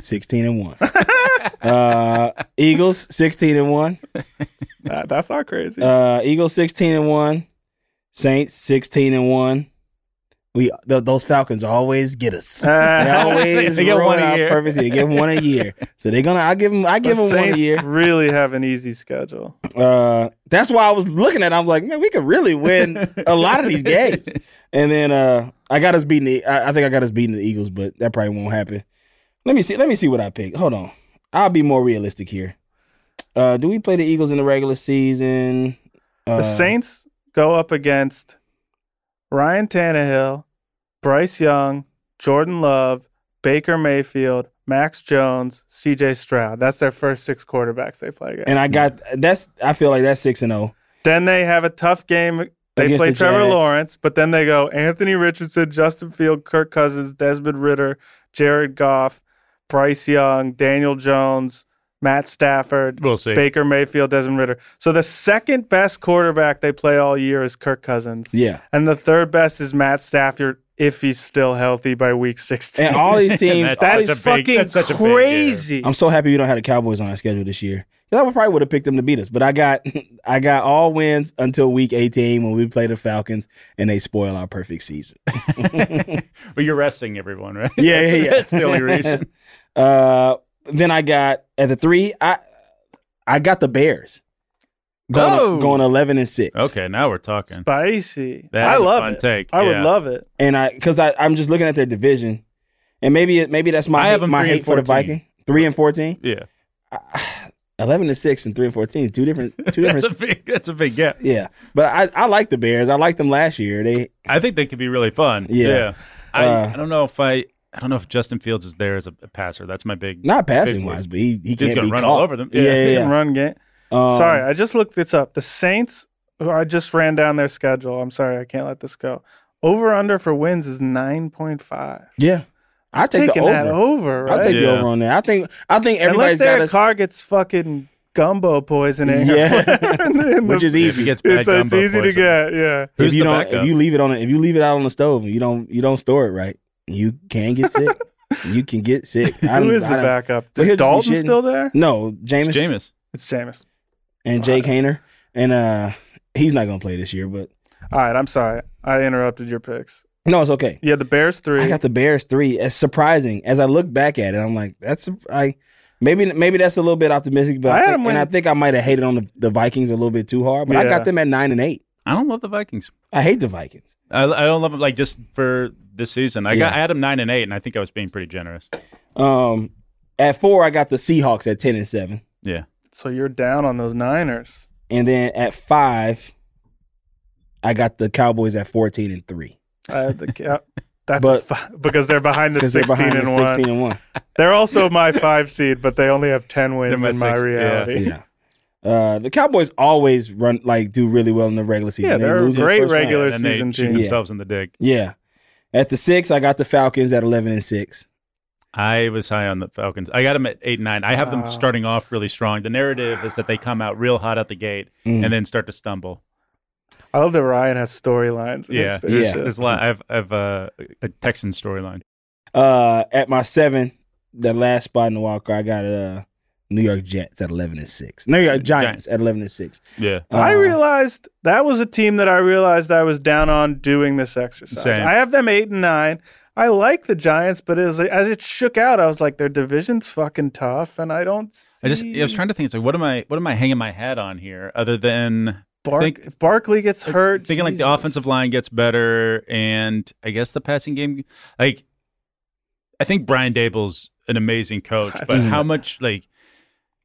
[SPEAKER 2] 16 and 1. Uh Eagles 16 and 1.
[SPEAKER 4] That- that's not crazy.
[SPEAKER 2] Uh Eagles 16 and 1. Saints 16 and 1. We th- those Falcons always get us. They always
[SPEAKER 3] They get
[SPEAKER 2] ruin
[SPEAKER 3] one a
[SPEAKER 2] our
[SPEAKER 3] year.
[SPEAKER 2] purpose. They get one a year. So they're gonna I give them I give
[SPEAKER 4] The
[SPEAKER 2] them one a
[SPEAKER 4] Saints
[SPEAKER 2] year.
[SPEAKER 4] really have an easy schedule.
[SPEAKER 2] Uh that's why I was looking at it. I was like, man, we could really win a lot of these games. And then uh I got us beating the I, I think I got us beating the Eagles, but that probably won't happen. Let me see let me see what I pick. Hold on. I'll be more realistic here. Uh do we play the Eagles in the regular season?
[SPEAKER 4] The
[SPEAKER 2] Uh,
[SPEAKER 4] Saints go up against Ryan Tannehill, Bryce Young, Jordan Love, Baker Mayfield, Max Jones, CJ Stroud. That's their first six quarterbacks they play against.
[SPEAKER 2] and I got that's I feel like that's six and oh.
[SPEAKER 4] then they have a tough game. They
[SPEAKER 2] Against
[SPEAKER 4] play
[SPEAKER 2] the
[SPEAKER 4] Trevor
[SPEAKER 2] Jags.
[SPEAKER 4] Lawrence, but then they go Anthony Richardson, Justin Field, Kirk Cousins, Desmond Ritter, Jared Goff, Bryce Young, Daniel Jones, Matt Stafford,
[SPEAKER 3] We'll see. *laughs*
[SPEAKER 4] Baker Mayfield, Desmond Ritter. So the second best quarterback they play all year is Kirk Cousins,
[SPEAKER 2] Yeah.
[SPEAKER 4] and the third best is Matt Stafford if he's still healthy by week sixteen.
[SPEAKER 6] *laughs*
[SPEAKER 2] And all
[SPEAKER 4] *laughs*
[SPEAKER 2] these teams
[SPEAKER 3] That-
[SPEAKER 4] that
[SPEAKER 3] that's
[SPEAKER 4] is
[SPEAKER 3] a big-
[SPEAKER 4] fucking
[SPEAKER 3] that's such a big error.
[SPEAKER 4] crazy.
[SPEAKER 2] I'm so happy we don't have the Cowboys on our schedule this year. 'Cause I would probably would have picked them to beat us, but I got *laughs* I got all wins until week 18 when we play the Falcons and they spoil our perfect season.
[SPEAKER 3] But you're resting everyone, right?
[SPEAKER 2] Yeah,
[SPEAKER 3] that's,
[SPEAKER 2] yeah, yeah.
[SPEAKER 3] That's the only
[SPEAKER 4] *laughs*
[SPEAKER 3] reason.
[SPEAKER 2] Uh, then I got at the three I I got the Bears going
[SPEAKER 3] Oh.
[SPEAKER 2] going 11 and six.
[SPEAKER 3] Okay, now we're talking.
[SPEAKER 4] Spicy.
[SPEAKER 3] That
[SPEAKER 4] I
[SPEAKER 3] is a
[SPEAKER 4] love
[SPEAKER 3] fun
[SPEAKER 4] it.
[SPEAKER 3] take,
[SPEAKER 4] I would
[SPEAKER 3] yeah.
[SPEAKER 4] love it.
[SPEAKER 2] and I because I I'm just looking at their division, and maybe it, maybe that's my
[SPEAKER 3] I
[SPEAKER 2] hate-
[SPEAKER 3] have 'em
[SPEAKER 2] my
[SPEAKER 3] three and
[SPEAKER 2] hate for the
[SPEAKER 3] 14.
[SPEAKER 2] Viking three and 14.
[SPEAKER 3] Yeah,
[SPEAKER 2] I- 11 and 6 and 3 and 14 two different two different
[SPEAKER 3] *laughs* that's a big. That's a big gap.
[SPEAKER 2] Yeah, but I, I like the Bears. I liked them last year. They
[SPEAKER 3] I think they could be really fun.
[SPEAKER 2] Yeah.
[SPEAKER 3] I,
[SPEAKER 2] Uh,
[SPEAKER 3] I don't know if I. I don't know if Justin Fields is there as a passer. That's my big.
[SPEAKER 2] not passing
[SPEAKER 3] Big
[SPEAKER 2] wise, but he, he
[SPEAKER 3] Dude's
[SPEAKER 2] can't
[SPEAKER 3] gonna
[SPEAKER 2] be
[SPEAKER 3] run
[SPEAKER 2] caught.
[SPEAKER 3] all over them.
[SPEAKER 2] Yeah,
[SPEAKER 3] Yeah.
[SPEAKER 2] yeah.
[SPEAKER 4] Hit
[SPEAKER 2] yeah.
[SPEAKER 4] and *laughs* run game.
[SPEAKER 2] Um,
[SPEAKER 4] sorry, I just looked this up. The Saints, who I just ran down their schedule. I'm sorry, I can't let this go. Over under for wins is nine point five.
[SPEAKER 2] yeah, I take the
[SPEAKER 4] Taking
[SPEAKER 2] over.
[SPEAKER 4] that over, right?
[SPEAKER 2] I take the
[SPEAKER 3] Yeah.
[SPEAKER 2] over on that. I think I think
[SPEAKER 4] Unless
[SPEAKER 2] everybody's got
[SPEAKER 4] Derek
[SPEAKER 2] us.
[SPEAKER 4] Carr gets fucking
[SPEAKER 6] gumbo poisoning. or
[SPEAKER 2] Yeah.
[SPEAKER 6] whatever *laughs* in the- in
[SPEAKER 2] which
[SPEAKER 6] the-
[SPEAKER 2] is e easy.
[SPEAKER 3] If he gets bad
[SPEAKER 6] *laughs* it's, it's
[SPEAKER 3] gumbo
[SPEAKER 6] easy to
[SPEAKER 3] poisoning.
[SPEAKER 6] get. Yeah.
[SPEAKER 2] if
[SPEAKER 3] Who's
[SPEAKER 2] you
[SPEAKER 3] the
[SPEAKER 2] don't,
[SPEAKER 3] backup?
[SPEAKER 2] if you leave it on, if you leave it out on the stove, and you don't, you don't store it right. You can get
[SPEAKER 4] *laughs*
[SPEAKER 2] sick. you can get sick. I don't,
[SPEAKER 6] Who is
[SPEAKER 2] I
[SPEAKER 6] the
[SPEAKER 2] don't-
[SPEAKER 6] backup?
[SPEAKER 2] Well, he'll
[SPEAKER 6] Is
[SPEAKER 2] just be
[SPEAKER 6] Dalton
[SPEAKER 2] shitting.
[SPEAKER 6] still there?
[SPEAKER 2] No, James,
[SPEAKER 3] It's Jameis.
[SPEAKER 6] It's Jameis.
[SPEAKER 2] and Jake Hayner, and uh, he's not gonna play this year. But
[SPEAKER 6] All right. I'm sorry. I interrupted your picks.
[SPEAKER 2] no, it's okay.
[SPEAKER 6] Yeah, the Bears
[SPEAKER 2] I
[SPEAKER 6] three.
[SPEAKER 2] got the Bears three. As surprising as I look back at it, I'm like, that's I maybe maybe that's a little bit optimistic, but
[SPEAKER 6] I
[SPEAKER 2] I
[SPEAKER 6] had
[SPEAKER 2] think-
[SPEAKER 6] them
[SPEAKER 2] and I
[SPEAKER 6] winning.
[SPEAKER 2] think I might have hated on the, the Vikings a little bit too hard. But I
[SPEAKER 6] Yeah.
[SPEAKER 2] got them at nine and eight.
[SPEAKER 3] I don't love the Vikings.
[SPEAKER 2] I hate the Vikings.
[SPEAKER 3] I, I don't love them like just for this season. I got
[SPEAKER 2] Yeah.
[SPEAKER 3] I had them nine and eight, and I think I was being pretty generous.
[SPEAKER 2] Um, at four, I got the Seahawks at ten and seven,
[SPEAKER 3] Yeah,
[SPEAKER 6] so you're down on those Niners.
[SPEAKER 2] and then at five, I got the Cowboys at fourteen and three
[SPEAKER 6] I had the yeah,
[SPEAKER 2] *laughs*
[SPEAKER 6] That's
[SPEAKER 2] But-
[SPEAKER 6] a fi- because
[SPEAKER 2] *laughs*
[SPEAKER 6] they're behind the
[SPEAKER 2] because they're
[SPEAKER 6] 16
[SPEAKER 2] behind
[SPEAKER 6] and
[SPEAKER 2] the
[SPEAKER 6] one.
[SPEAKER 2] sixteen and one.
[SPEAKER 6] They're also my five seed, but they only have 10 wins in
[SPEAKER 3] my
[SPEAKER 6] my
[SPEAKER 3] six- yeah.
[SPEAKER 6] reality.
[SPEAKER 2] yeah. Uh, the Cowboys always run like do really well in the regular season.
[SPEAKER 6] Yeah,
[SPEAKER 2] They
[SPEAKER 6] they're a
[SPEAKER 2] lose in the
[SPEAKER 6] great
[SPEAKER 2] first round.
[SPEAKER 6] regular
[SPEAKER 3] and they
[SPEAKER 6] season
[SPEAKER 3] shoot
[SPEAKER 6] team.
[SPEAKER 3] themselves in the dick.
[SPEAKER 2] Yeah. At the six, I got the Falcons at eleven and six.
[SPEAKER 3] I was high on the Falcons. I got them at eight and nine. I have them
[SPEAKER 2] Ah.
[SPEAKER 6] Wow.
[SPEAKER 3] starting off really strong. The narrative is that they come out real hot at the gate
[SPEAKER 2] Mm.
[SPEAKER 3] and then start to stumble.
[SPEAKER 6] I love that Ryan has storylines. in his
[SPEAKER 3] Yeah,
[SPEAKER 6] face.
[SPEAKER 2] Yeah.
[SPEAKER 3] There's a lot. I have, I have uh, a Texan storyline.
[SPEAKER 2] Uh, at my seven, the last spot in the wild card, I got uh New York Jets at eleven and six. New York Giants at eleven and six.
[SPEAKER 3] Yeah,
[SPEAKER 6] I
[SPEAKER 2] Uh,
[SPEAKER 6] realized that was a team that I realized I was down on doing this exercise.
[SPEAKER 3] Same.
[SPEAKER 6] I have them eight and nine. I like the Giants, but as, as it shook out, I was like, their division's fucking tough, and I don't. See
[SPEAKER 3] I just I was trying to think. It's like what am I what am I hanging my hat on here other than
[SPEAKER 6] Bark-
[SPEAKER 3] think-
[SPEAKER 6] if Barkley gets hurt.
[SPEAKER 3] thinking like the
[SPEAKER 6] Jesus.
[SPEAKER 3] offensive line gets better and I guess the passing game like I think Brian Dable's an amazing coach,
[SPEAKER 6] *laughs* I
[SPEAKER 3] but
[SPEAKER 2] think-
[SPEAKER 3] how much like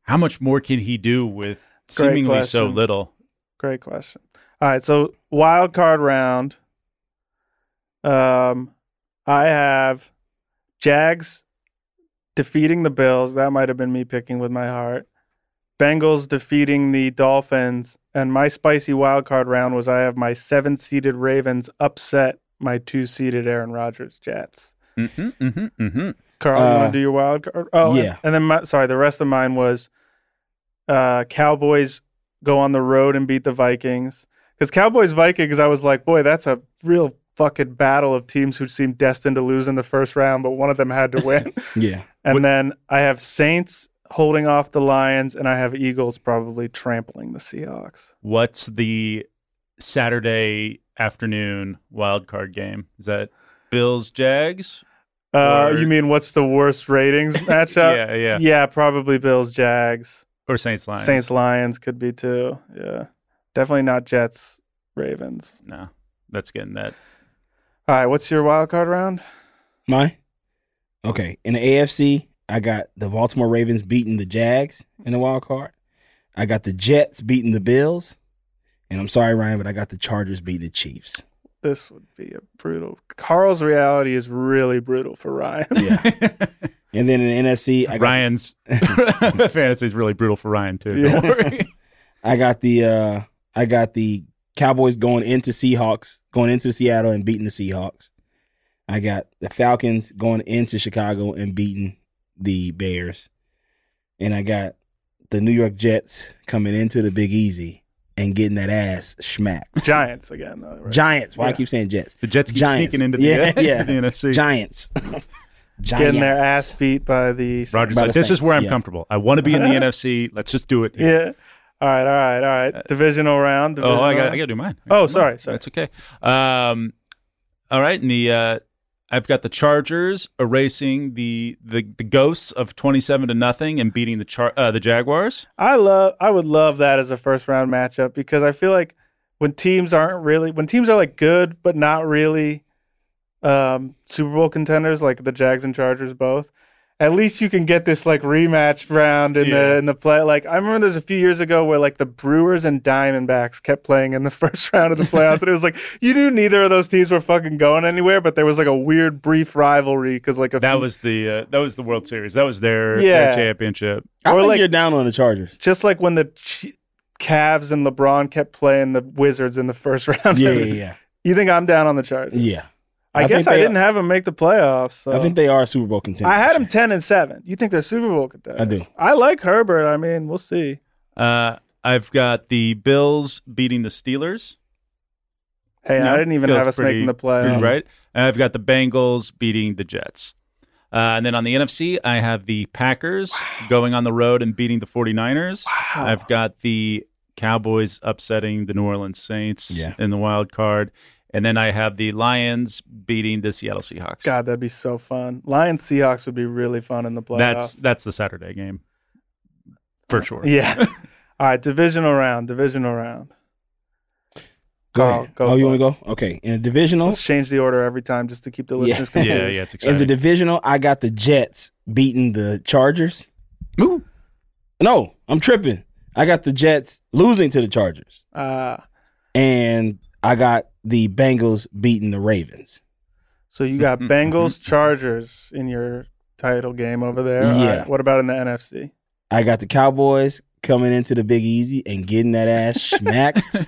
[SPEAKER 3] how much more can he do with
[SPEAKER 6] Great
[SPEAKER 3] seemingly so
[SPEAKER 6] question.
[SPEAKER 3] little?
[SPEAKER 6] Great question. All right, so wild card round. Um, I have Jags defeating the Bills. That might have been me picking with my heart. Bengals defeating the Dolphins, and my spicy wild card round was I have my seven seeded Ravens upset my two seeded Aaron Rodgers Jets.
[SPEAKER 3] Mm-hmm, mm-hmm, mm-hmm.
[SPEAKER 6] Carl, you
[SPEAKER 2] Uh,
[SPEAKER 6] want to do your wild card? Oh, and-
[SPEAKER 2] yeah.
[SPEAKER 6] And then my, sorry, the rest of mine was uh, Cowboys go on the road and beat the Vikings because Cowboys Vikings. I was like, boy, that's a real fucking battle of teams who seem destined to lose in the first round, but one of them had to
[SPEAKER 2] *laughs*
[SPEAKER 6] win.
[SPEAKER 2] yeah.
[SPEAKER 6] and then I have Saints holding off the Lions, and I have Eagles probably trampling the Seahawks.
[SPEAKER 3] What's the Saturday afternoon wild card game? Is that Bills Jags?
[SPEAKER 6] Uh,
[SPEAKER 3] Word.
[SPEAKER 6] you mean what's the
[SPEAKER 2] *laughs*
[SPEAKER 6] worst ratings matchup?
[SPEAKER 3] yeah, yeah,
[SPEAKER 6] yeah, probably Bills Jags.
[SPEAKER 3] Or Saints Lions.
[SPEAKER 6] Saints Lions could be too. Yeah. Definitely not Jets Ravens.
[SPEAKER 3] No. That's getting that.
[SPEAKER 6] All right, what's your wild card round?
[SPEAKER 2] Mine. Okay. In the AFC, I got the Baltimore Ravens beating the Jags in the wild card. I got the Jets beating the Bills. And I'm sorry, Ryan, but I got the Chargers beating the Chiefs.
[SPEAKER 6] This would be a brutal. Carl's reality is really brutal for Ryan. *laughs*
[SPEAKER 2] Yeah. and then in the NFC, I got *laughs*
[SPEAKER 3] Ryan's fantasy is really brutal for Ryan too. Don't
[SPEAKER 2] Yeah.
[SPEAKER 3] worry.
[SPEAKER 2] I got the uh I got the Cowboys going into Seahawks, going into Seattle and beating the Seahawks. I got the Falcons going into Chicago and beating the Bears. And I got the New York Jets coming into the Big Easy and getting that ass smacked.
[SPEAKER 6] Giants again, though. right?
[SPEAKER 2] Giants. Why I
[SPEAKER 6] Yeah.
[SPEAKER 2] keep saying Jets?
[SPEAKER 3] The Jets keep
[SPEAKER 2] Giants.
[SPEAKER 3] sneaking into the, *laughs*
[SPEAKER 2] Yeah,
[SPEAKER 3] into
[SPEAKER 2] yeah.
[SPEAKER 3] the NFC.
[SPEAKER 2] Giants. *laughs* Giants.
[SPEAKER 6] *laughs* Getting their ass beat by the.
[SPEAKER 3] Rogers,
[SPEAKER 2] By the
[SPEAKER 3] like, this is
[SPEAKER 2] Saints,
[SPEAKER 3] where I'm
[SPEAKER 2] yeah.
[SPEAKER 3] comfortable. I want to be in the
[SPEAKER 2] *laughs*
[SPEAKER 3] NFC. Let's just do it. here."
[SPEAKER 6] Yeah. All right, all right, all right. Divisional round.
[SPEAKER 3] Uh, Oh,
[SPEAKER 6] divisional
[SPEAKER 3] I got, I
[SPEAKER 6] round.
[SPEAKER 3] got to do mine.
[SPEAKER 6] Oh,
[SPEAKER 3] Mine.
[SPEAKER 6] sorry, sorry.
[SPEAKER 3] That's okay. Um, all right, and the uh, I've got the Chargers erasing the the, the ghosts of 27 to nothing and beating the char- uh, the Jaguars.
[SPEAKER 6] I love. I would love that as a first round matchup because I feel like when teams aren't really when teams are like good but not really um, Super Bowl contenders like the Jags and Chargers both. At least you can get this like rematch round in
[SPEAKER 3] Yeah.
[SPEAKER 6] the in the play. Like I remember there's a few years ago where like the Brewers and Diamondbacks kept playing in the *laughs* first round of the playoffs, and it was like you knew neither of those teams were fucking going anywhere, but there was like a weird brief rivalry because like a
[SPEAKER 3] That
[SPEAKER 6] few-
[SPEAKER 3] was the uh, that was the World Series. That was their,
[SPEAKER 6] Yeah.
[SPEAKER 3] their championship.
[SPEAKER 2] I
[SPEAKER 6] or
[SPEAKER 2] think
[SPEAKER 6] like-
[SPEAKER 2] you're down on the Chargers.
[SPEAKER 6] just like when the Ch- Cavs and LeBron kept playing the Wizards in the first *laughs* round.
[SPEAKER 2] Yeah, yeah, yeah.
[SPEAKER 6] You think I'm down on the Chargers?
[SPEAKER 2] Yeah.
[SPEAKER 6] I,
[SPEAKER 2] I
[SPEAKER 6] guess
[SPEAKER 2] think
[SPEAKER 6] I
[SPEAKER 2] they-
[SPEAKER 6] didn't have them make the playoffs. So.
[SPEAKER 2] I think they are a Super Bowl contenders.
[SPEAKER 6] I had them ten and seven. You think they're Super Bowl contenders?
[SPEAKER 2] I do.
[SPEAKER 6] I like Herbert. I mean, we'll see.
[SPEAKER 3] Uh, I've got the Bills beating the Steelers.
[SPEAKER 6] Hey,
[SPEAKER 3] Yeah,
[SPEAKER 6] I didn't even
[SPEAKER 3] feels
[SPEAKER 6] have us
[SPEAKER 3] pretty-
[SPEAKER 6] making the
[SPEAKER 3] pretty
[SPEAKER 6] playoffs.
[SPEAKER 3] right? And I've got the Bengals beating the Jets. Uh, and then on the NFC, I have the Packers going on the road and beating the 49ers.
[SPEAKER 6] Wow.
[SPEAKER 3] I've got the Cowboys upsetting the New Orleans Saints
[SPEAKER 2] Yeah.
[SPEAKER 3] in the wild card. And then I have the Lions beating the Seattle Seahawks.
[SPEAKER 6] God, that'd be so fun. Lions Seahawks would be really fun in the playoffs.
[SPEAKER 3] that's that's the Saturday game. For sure.
[SPEAKER 6] yeah. *laughs* All right, divisional round, divisional round.
[SPEAKER 2] Go
[SPEAKER 6] Carl,
[SPEAKER 2] ahead.
[SPEAKER 6] go
[SPEAKER 2] oh, you
[SPEAKER 6] for
[SPEAKER 2] want to go? Okay. In the divisional,
[SPEAKER 6] Let's change the order every time just to keep the
[SPEAKER 2] Yeah.
[SPEAKER 6] listeners
[SPEAKER 2] Yeah,
[SPEAKER 6] confused.
[SPEAKER 3] Yeah, yeah, it's
[SPEAKER 2] in the
[SPEAKER 3] exciting.
[SPEAKER 2] divisional, I got the Jets beating the Chargers.
[SPEAKER 3] Ooh.
[SPEAKER 2] No, I'm tripping. I got the Jets losing to the Chargers,
[SPEAKER 6] Uh,
[SPEAKER 2] and I got the Bengals beating the Ravens.
[SPEAKER 6] so
[SPEAKER 3] *laughs*
[SPEAKER 6] you got
[SPEAKER 3] Mhm,
[SPEAKER 6] Bengals, Chargers in your title game over there. All
[SPEAKER 2] Yeah.
[SPEAKER 6] right, what about in the NFC?
[SPEAKER 2] I got the Cowboys coming into the Big Easy and getting that ass smacked,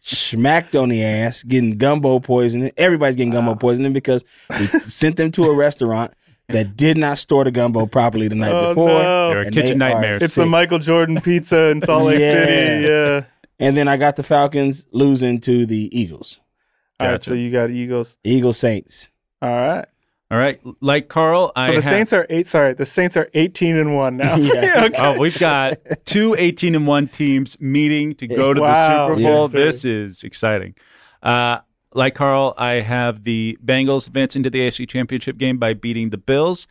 [SPEAKER 2] smacked on the ass, getting gumbo poisoning. Everybody's getting gumbo
[SPEAKER 6] Wow.
[SPEAKER 2] poisoning because we sent them to a restaurant that did not store the gumbo properly the night
[SPEAKER 6] oh,
[SPEAKER 2] before.
[SPEAKER 6] no.
[SPEAKER 3] There are
[SPEAKER 2] And they
[SPEAKER 3] kitchen
[SPEAKER 2] are
[SPEAKER 3] nightmares.
[SPEAKER 6] It's the
[SPEAKER 2] Sick.
[SPEAKER 6] Michael Jordan pizza in Salt
[SPEAKER 2] *laughs*
[SPEAKER 6] Lake
[SPEAKER 2] Yeah.
[SPEAKER 6] City. Yeah.
[SPEAKER 2] And then I got the Falcons losing to the Eagles.
[SPEAKER 6] All right,
[SPEAKER 3] Gotcha.
[SPEAKER 6] so you got Eagles.
[SPEAKER 2] Eagles
[SPEAKER 6] *laughs*
[SPEAKER 2] Saints.
[SPEAKER 6] All right.
[SPEAKER 3] All right. Like Carl,
[SPEAKER 6] So
[SPEAKER 3] I
[SPEAKER 6] the
[SPEAKER 3] have,
[SPEAKER 6] Saints are eight. Sorry, the Saints are eighteen and one now.
[SPEAKER 2] *laughs* Yeah.
[SPEAKER 6] okay.
[SPEAKER 3] Oh, we've got two 18 and 1 teams meeting to go to
[SPEAKER 6] Wow.
[SPEAKER 3] the Super
[SPEAKER 2] Yeah.
[SPEAKER 3] Bowl. This is exciting. Uh, like Carl, I have the Bengals advancing to the AFC Championship game by beating the Bills.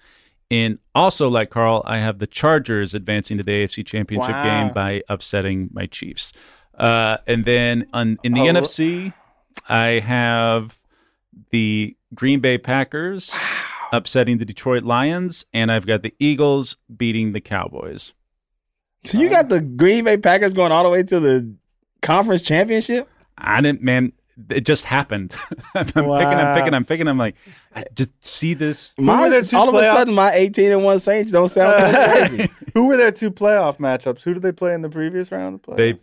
[SPEAKER 3] And also, like Carl, I have the Chargers advancing to the AFC Championship
[SPEAKER 6] Wow.
[SPEAKER 3] game by upsetting my Chiefs. Uh, and then on, in the
[SPEAKER 6] Oh.
[SPEAKER 3] NFC, I have the Green Bay Packers upsetting the Detroit Lions, and I've got the Eagles beating the Cowboys.
[SPEAKER 2] So you got the Green Bay Packers going all the way to the conference championship?
[SPEAKER 3] I didn't, man. It just happened. *laughs* I'm picking, I'm picking,
[SPEAKER 6] Wow.
[SPEAKER 3] I'm picking. I'm like, I just see this.
[SPEAKER 2] My,
[SPEAKER 6] were their two
[SPEAKER 2] all of a
[SPEAKER 6] playoff-
[SPEAKER 2] sudden, my 18 and 1 Saints don't sound so crazy. *laughs*
[SPEAKER 6] Who were their two *laughs* playoff matchups? Who did they play in the previous round of the playoffs?
[SPEAKER 3] They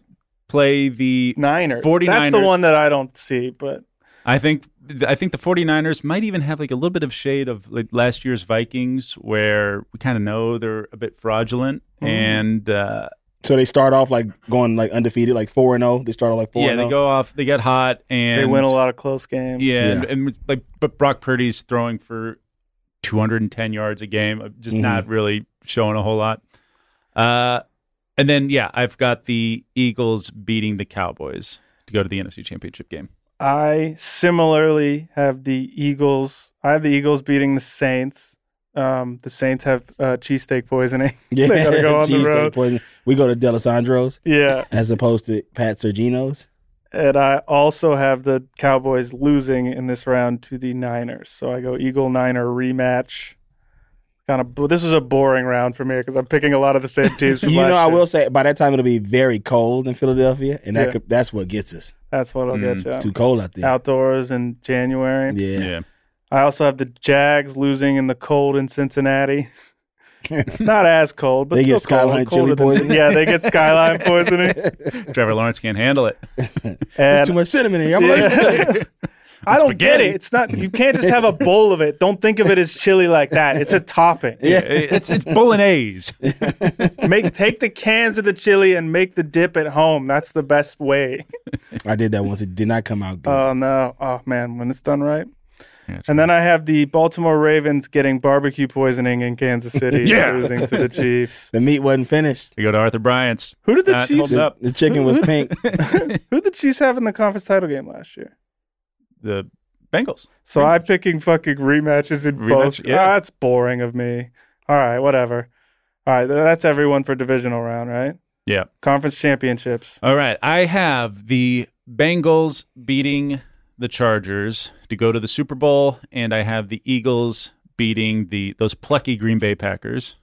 [SPEAKER 3] play the.
[SPEAKER 6] Niners.
[SPEAKER 3] 49ers.
[SPEAKER 6] That's the one that I don't see, but
[SPEAKER 3] I think. I think the 49ers might even have like a little bit of shade of like last year's Vikings, where we kind of know they're a bit fraudulent,
[SPEAKER 6] Hmm.
[SPEAKER 3] and uh,
[SPEAKER 2] so they start off like going like undefeated, like 4 and 0. They start off like 4
[SPEAKER 3] yeah,
[SPEAKER 2] and oh.
[SPEAKER 3] they
[SPEAKER 2] *laughs* 0.
[SPEAKER 3] go off, they get hot, and
[SPEAKER 6] oh. they win a lot of close games.
[SPEAKER 3] Yeah, And,
[SPEAKER 2] Yeah.
[SPEAKER 3] and it's like, but Brock Purdy's throwing for 210 yards a game, uh, just
[SPEAKER 2] Mhm.
[SPEAKER 3] not
[SPEAKER 6] Mm-hmm.
[SPEAKER 3] really showing a whole lot. Uh, and then yeah, I've got the Eagles beating the Cowboys to go to the NFC Championship game.
[SPEAKER 6] I similarly have the Eagles. I have the Eagles beating the Saints. Um, the Saints have uh, cheesesteak poisoning. *laughs*
[SPEAKER 2] yeah,
[SPEAKER 6] they gotta go on the
[SPEAKER 2] Cheesesteak
[SPEAKER 6] road.
[SPEAKER 2] poison. We go to Delisandro's
[SPEAKER 6] yeah.
[SPEAKER 2] as opposed to Pat Sergino's.
[SPEAKER 6] And I also have the Cowboys losing in this round to the Niners. So I go Eagle Niner rematch. Kind of. This is a boring round for me because I'm picking a lot of the same teams.
[SPEAKER 2] *laughs*
[SPEAKER 6] From
[SPEAKER 2] You
[SPEAKER 6] last
[SPEAKER 2] know, I
[SPEAKER 6] year.
[SPEAKER 2] will say by that time it'll be very cold in Philadelphia, and that
[SPEAKER 6] Yeah.
[SPEAKER 2] could, that's what gets us.
[SPEAKER 6] That's what'll
[SPEAKER 3] Mm,
[SPEAKER 6] get
[SPEAKER 2] It's
[SPEAKER 6] you.
[SPEAKER 2] too cold out there.
[SPEAKER 6] Outdoors in January.
[SPEAKER 2] Yeah.
[SPEAKER 6] I also have the Jags losing in the cold
[SPEAKER 2] *laughs*
[SPEAKER 6] in Cincinnati. Not as cold, but
[SPEAKER 2] They
[SPEAKER 6] still
[SPEAKER 2] get skyline
[SPEAKER 6] cold, colder
[SPEAKER 2] chili
[SPEAKER 6] than-
[SPEAKER 2] poisoning.
[SPEAKER 6] yeah, they
[SPEAKER 2] *laughs*
[SPEAKER 6] get skyline poisoning.
[SPEAKER 3] Trevor Lawrence can't handle it.
[SPEAKER 2] There's too
[SPEAKER 6] And
[SPEAKER 2] much cinnamon in here. I'm *laughs* allergic to cinnamon.
[SPEAKER 6] yeah. I don't get
[SPEAKER 3] Spaghetti.
[SPEAKER 6] it. It's not. You can't just have a bowl of it. Don't think of it as chili like that. It's a topping.
[SPEAKER 3] *laughs* Yeah, it's it's
[SPEAKER 6] *laughs*
[SPEAKER 3] bolognese.
[SPEAKER 6] Make take the cans of the chili and make the dip at home. That's the best way.
[SPEAKER 2] I did that once. It did not come out good.
[SPEAKER 6] Oh no. Oh man, when it's done right.
[SPEAKER 3] Yeah,
[SPEAKER 6] And then I have the Baltimore Ravens getting barbecue poisoning
[SPEAKER 3] *laughs*
[SPEAKER 6] in Kansas City,
[SPEAKER 3] Yeah.
[SPEAKER 6] losing to the Chiefs.
[SPEAKER 2] the meat wasn't finished.
[SPEAKER 3] We go to Arthur Bryant's.
[SPEAKER 6] Who did the
[SPEAKER 3] Not
[SPEAKER 6] Chiefs?
[SPEAKER 3] holding
[SPEAKER 2] The,
[SPEAKER 6] *laughs*
[SPEAKER 3] up
[SPEAKER 2] the chicken was pink.
[SPEAKER 6] Who did the Chiefs have in the conference title game last year?
[SPEAKER 3] the Bengals.
[SPEAKER 6] So I'm picking fucking rematches in both.
[SPEAKER 3] Rematch, yeah.
[SPEAKER 6] Ah, that's boring of me. All right, whatever. All right, that's everyone for divisional round, right?
[SPEAKER 3] Yeah.
[SPEAKER 6] Conference championships.
[SPEAKER 3] All right, I have the Bengals beating the Chargers to go to the Super Bowl, and I have the Eagles beating the those plucky Green Bay Packers.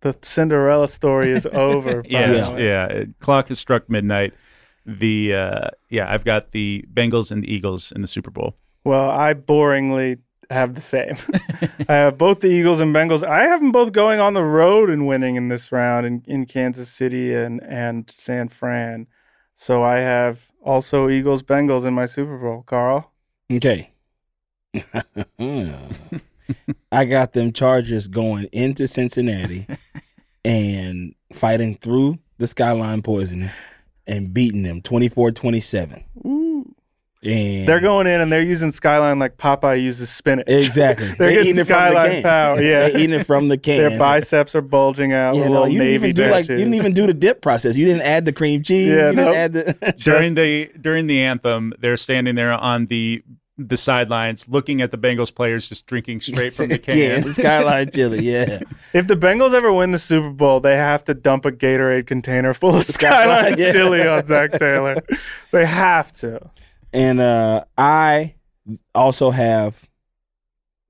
[SPEAKER 6] The Cinderella story
[SPEAKER 3] *laughs*
[SPEAKER 6] is *laughs* over.
[SPEAKER 3] Yes,
[SPEAKER 6] finally.
[SPEAKER 3] yeah. it- Clock has struck midnight. The uh, yeah, I've got the Bengals and the Eagles in the Super Bowl.
[SPEAKER 6] Well, I boringly have the same. *laughs* I have both the Eagles and Bengals. I have them both going on the road and winning in this round in, in Kansas City and, and San Fran. So I have also Eagles Bengals in my Super Bowl. Carl, *laughs*
[SPEAKER 2] Okay. I got them Chargers going into Cincinnati and fighting through the skyline poisoning and beating them 24 27. And
[SPEAKER 6] They're going in and they're using Skyline like Popeye uses spinach.
[SPEAKER 2] Exactly.
[SPEAKER 6] *laughs* They're getting Skyline Power, yeah.
[SPEAKER 2] They're eating it from
[SPEAKER 6] *laughs*
[SPEAKER 2] the can.
[SPEAKER 6] Their biceps are bulging out.
[SPEAKER 2] Yeah,
[SPEAKER 6] little
[SPEAKER 2] no, you didn't
[SPEAKER 6] navy
[SPEAKER 2] even do like you
[SPEAKER 6] patches.
[SPEAKER 2] didn't even do the dip process. You didn't add the cream cheese.
[SPEAKER 6] Yeah,
[SPEAKER 2] you
[SPEAKER 6] nope.
[SPEAKER 2] didn't add the
[SPEAKER 3] during the during the anthem, they're standing there on the the sidelines, looking at the Bengals players just drinking straight from the
[SPEAKER 2] yeah,
[SPEAKER 3] can.
[SPEAKER 2] the skyline chili.
[SPEAKER 3] *laughs*
[SPEAKER 2] Yeah,
[SPEAKER 6] If the Bengals ever win the Super Bowl, they have to dump a Gatorade container full of Skyline
[SPEAKER 2] Skyline, yeah.
[SPEAKER 6] chili on Zach
[SPEAKER 2] *laughs*
[SPEAKER 6] Taylor. They have to.
[SPEAKER 2] and uh, I also have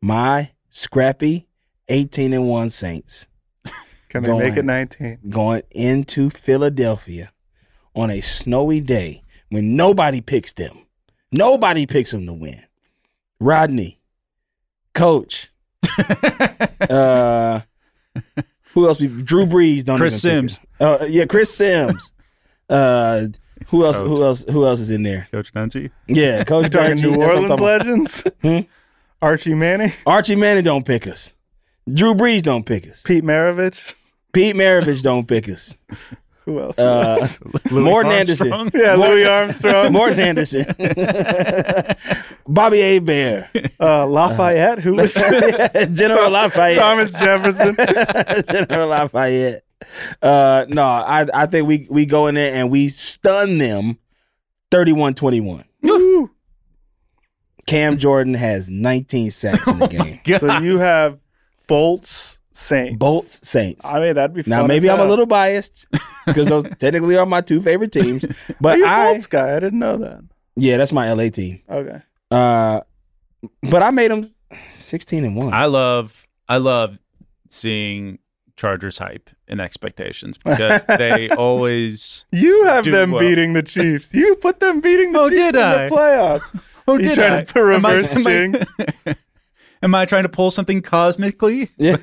[SPEAKER 2] my scrappy eighteen and one Saints
[SPEAKER 6] Can they
[SPEAKER 2] Go
[SPEAKER 6] make it
[SPEAKER 2] ahead.
[SPEAKER 6] 19?
[SPEAKER 2] going into Philadelphia on a snowy day when nobody picks them. Nobody picks them to win. Rodney, coach,
[SPEAKER 3] *laughs*
[SPEAKER 2] uh, who else? We Drew Brees. Don't
[SPEAKER 3] Chris
[SPEAKER 2] even pick
[SPEAKER 3] Sims.
[SPEAKER 2] us. Uh, yeah, Chris
[SPEAKER 3] *laughs*
[SPEAKER 2] Sims. uh, who else?
[SPEAKER 3] Coach.
[SPEAKER 2] Who else? Who else is in there?
[SPEAKER 3] Coach Nunji.
[SPEAKER 2] Yeah, Coach
[SPEAKER 6] You're *laughs* talking
[SPEAKER 2] Dungy,
[SPEAKER 6] New
[SPEAKER 2] that's what I'm
[SPEAKER 6] Orleans
[SPEAKER 2] talking about.
[SPEAKER 6] legends?
[SPEAKER 2] *laughs* Hmm?
[SPEAKER 6] Archie Manning?
[SPEAKER 2] Archie Manning don't pick us. Drew Brees don't pick us.
[SPEAKER 6] Pete Maravich?
[SPEAKER 2] Pete Maravich don't pick
[SPEAKER 6] *laughs*
[SPEAKER 2] us.
[SPEAKER 6] Who else?
[SPEAKER 2] Uh,
[SPEAKER 6] was?
[SPEAKER 3] Louis
[SPEAKER 2] Morton
[SPEAKER 3] Armstrong.
[SPEAKER 2] Anderson.
[SPEAKER 6] *laughs* yeah,
[SPEAKER 2] Mor-
[SPEAKER 6] Louis
[SPEAKER 2] *laughs*
[SPEAKER 6] Armstrong.
[SPEAKER 2] Morton
[SPEAKER 6] *laughs*
[SPEAKER 2] Anderson. Bobby A. Bear.
[SPEAKER 6] uh, Lafayette?
[SPEAKER 3] *laughs*
[SPEAKER 6] Who was
[SPEAKER 2] General Lafayette.
[SPEAKER 6] Thomas Jefferson?
[SPEAKER 2] *laughs* General Lafayette. Uh, no, I, I think we, we go in there and we stun them 31 21.
[SPEAKER 6] Woo.
[SPEAKER 2] Cam Jordan has 19 sacks
[SPEAKER 6] Oh
[SPEAKER 2] in the game.
[SPEAKER 6] So you have Bolts Saints.
[SPEAKER 2] Bolts Saints.
[SPEAKER 6] I mean, that'd be fun.
[SPEAKER 2] Now
[SPEAKER 6] as
[SPEAKER 2] maybe I'm a
[SPEAKER 6] hell.
[SPEAKER 2] little biased because
[SPEAKER 3] *laughs*
[SPEAKER 2] those technically are my two favorite teams.
[SPEAKER 6] Are
[SPEAKER 2] But
[SPEAKER 6] you a
[SPEAKER 2] I
[SPEAKER 6] Bolts guy? I didn't know that.
[SPEAKER 2] yeah, that's my LA team.
[SPEAKER 6] Okay.
[SPEAKER 2] Uh, but I made them 16 and one.
[SPEAKER 3] I love I love seeing Chargers hype and expectations because they always.
[SPEAKER 6] You have
[SPEAKER 3] Doing
[SPEAKER 6] them
[SPEAKER 3] well.
[SPEAKER 6] beating the Chiefs. You put them beating the
[SPEAKER 3] Oh,
[SPEAKER 6] Chiefs
[SPEAKER 3] did
[SPEAKER 6] in
[SPEAKER 3] I? *laughs*
[SPEAKER 6] the playoffs.
[SPEAKER 3] Oh,
[SPEAKER 6] You tried to put
[SPEAKER 3] Am I-
[SPEAKER 6] reverse
[SPEAKER 3] am I-
[SPEAKER 6] jinx.
[SPEAKER 3] *laughs* am I trying to pull something cosmically?
[SPEAKER 2] *laughs* yeah,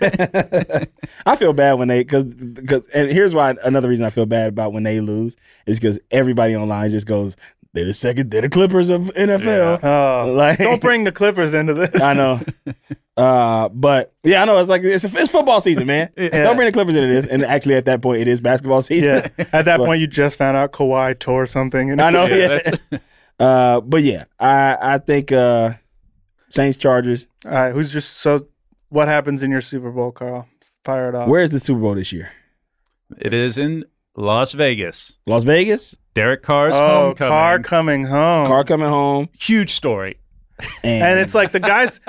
[SPEAKER 2] *laughs* I feel bad when they because because and here's why another reason I feel bad about when they lose is because everybody online just goes they're the second they're the Clippers of NFL.
[SPEAKER 6] Oh,
[SPEAKER 2] Like
[SPEAKER 6] don't bring the Clippers into this.
[SPEAKER 2] I know. Uh, but yeah, I know it's like it's, it's football season, man.
[SPEAKER 3] *laughs* Yeah.
[SPEAKER 2] Don't bring the Clippers into this. And actually, at that point, it is basketball season.
[SPEAKER 6] Yeah. *laughs* At that
[SPEAKER 2] But-
[SPEAKER 6] point, you just found out Kawhi tore something.
[SPEAKER 2] *laughs*
[SPEAKER 6] And
[SPEAKER 2] I know.
[SPEAKER 3] Yeah,
[SPEAKER 2] Yeah.
[SPEAKER 3] that's-
[SPEAKER 2] Uh, but yeah, I I think uh, Saints Chargers.
[SPEAKER 6] *laughs* All right. Who's just so? What happens in your Super Bowl, Carl? Fire it off.
[SPEAKER 2] Where is the Super Bowl this year?
[SPEAKER 3] it is in Las Vegas.
[SPEAKER 2] Las Vegas.
[SPEAKER 3] Derek Carr's
[SPEAKER 6] oh,
[SPEAKER 3] homecoming.
[SPEAKER 6] car coming home.
[SPEAKER 2] Car coming home,
[SPEAKER 3] Huge story.
[SPEAKER 2] and, *laughs*
[SPEAKER 6] and it's like the guys.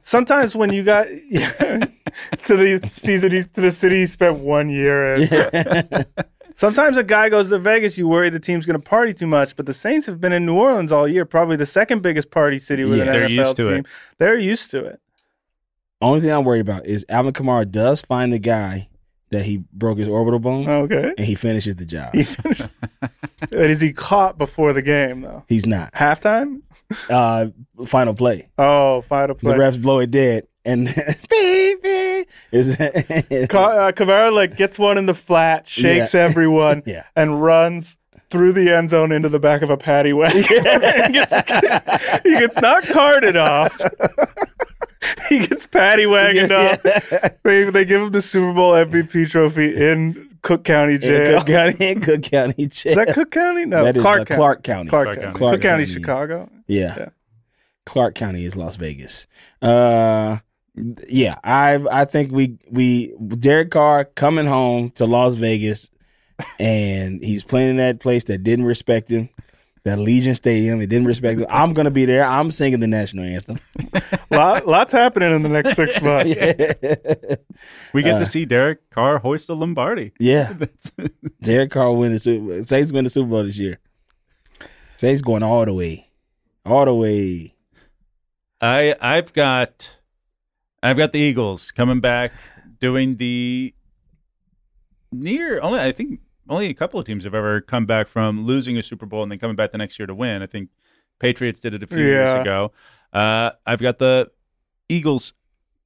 [SPEAKER 6] sometimes when you got *laughs* to the season, he- to the city, he spent one year in. *laughs* Sometimes a guy goes to Vegas, you worry the team's going to party too much, but the Saints have been in New Orleans all year, probably the second biggest party city with
[SPEAKER 2] Yeah.
[SPEAKER 6] an
[SPEAKER 3] They're
[SPEAKER 6] NFL
[SPEAKER 3] used to
[SPEAKER 6] team.
[SPEAKER 3] it.
[SPEAKER 6] They're used to it.
[SPEAKER 2] only thing I'm worried about is Alvin Kamara does find the guy that he broke his orbital bone,
[SPEAKER 6] Okay.
[SPEAKER 2] and he finishes the job.
[SPEAKER 6] Uh. He finished. But is he caught before the game though?
[SPEAKER 2] He's not.
[SPEAKER 6] Halftime?
[SPEAKER 2] Uh, final play.
[SPEAKER 6] Oh, final play.
[SPEAKER 2] The refs blow it dead, and *laughs* baby is *laughs*
[SPEAKER 6] Ca- uh, Kavara like gets one in the flat, shakes
[SPEAKER 2] Yeah.
[SPEAKER 6] everyone, *laughs*
[SPEAKER 2] Yeah.
[SPEAKER 6] and runs through the end zone into the back of a
[SPEAKER 2] *laughs*
[SPEAKER 6] paddy wagon. And gets- he gets not
[SPEAKER 2] *laughs*
[SPEAKER 6] carted off. he gets paddy wagoned off. They, they give him the Super Bowl MVP trophy in Cook County
[SPEAKER 2] in
[SPEAKER 6] Jail.
[SPEAKER 2] Cook County, in Cook County jail.
[SPEAKER 6] Is that Cook County? No,
[SPEAKER 2] That is, uh,
[SPEAKER 6] Clark, County.
[SPEAKER 2] Clark County.
[SPEAKER 6] Clark
[SPEAKER 3] Clark
[SPEAKER 6] County.
[SPEAKER 2] County.
[SPEAKER 6] Cook County,
[SPEAKER 2] County.
[SPEAKER 6] Chicago.
[SPEAKER 2] Yeah.
[SPEAKER 6] Yeah.
[SPEAKER 2] Clark County is Las Vegas. Uh yeah, I I think we we Derek Carr coming home to Las Vegas and he's playing in that place that didn't respect him. That Legion Stadium, it didn't respect him. I'm gonna be there. I'm singing the national anthem.
[SPEAKER 6] Lot, lots happening in the next *laughs* six months.
[SPEAKER 3] We get
[SPEAKER 2] Uh,
[SPEAKER 3] to see Derek Carr hoist a Lombardi.
[SPEAKER 2] *laughs*
[SPEAKER 3] *laughs*
[SPEAKER 2] yeah,
[SPEAKER 3] That's-
[SPEAKER 2] Derek Carr win the Super. Saints win the Super Bowl this year. Saints going all the way, all the way.
[SPEAKER 3] I I've got I've got the Eagles coming back doing the near only I think only a couple of teams have ever come back from losing a Super Bowl and then coming back the next year to win. I think Patriots did it a few years
[SPEAKER 6] Yeah.
[SPEAKER 3] ago. Uh, I've got the Eagles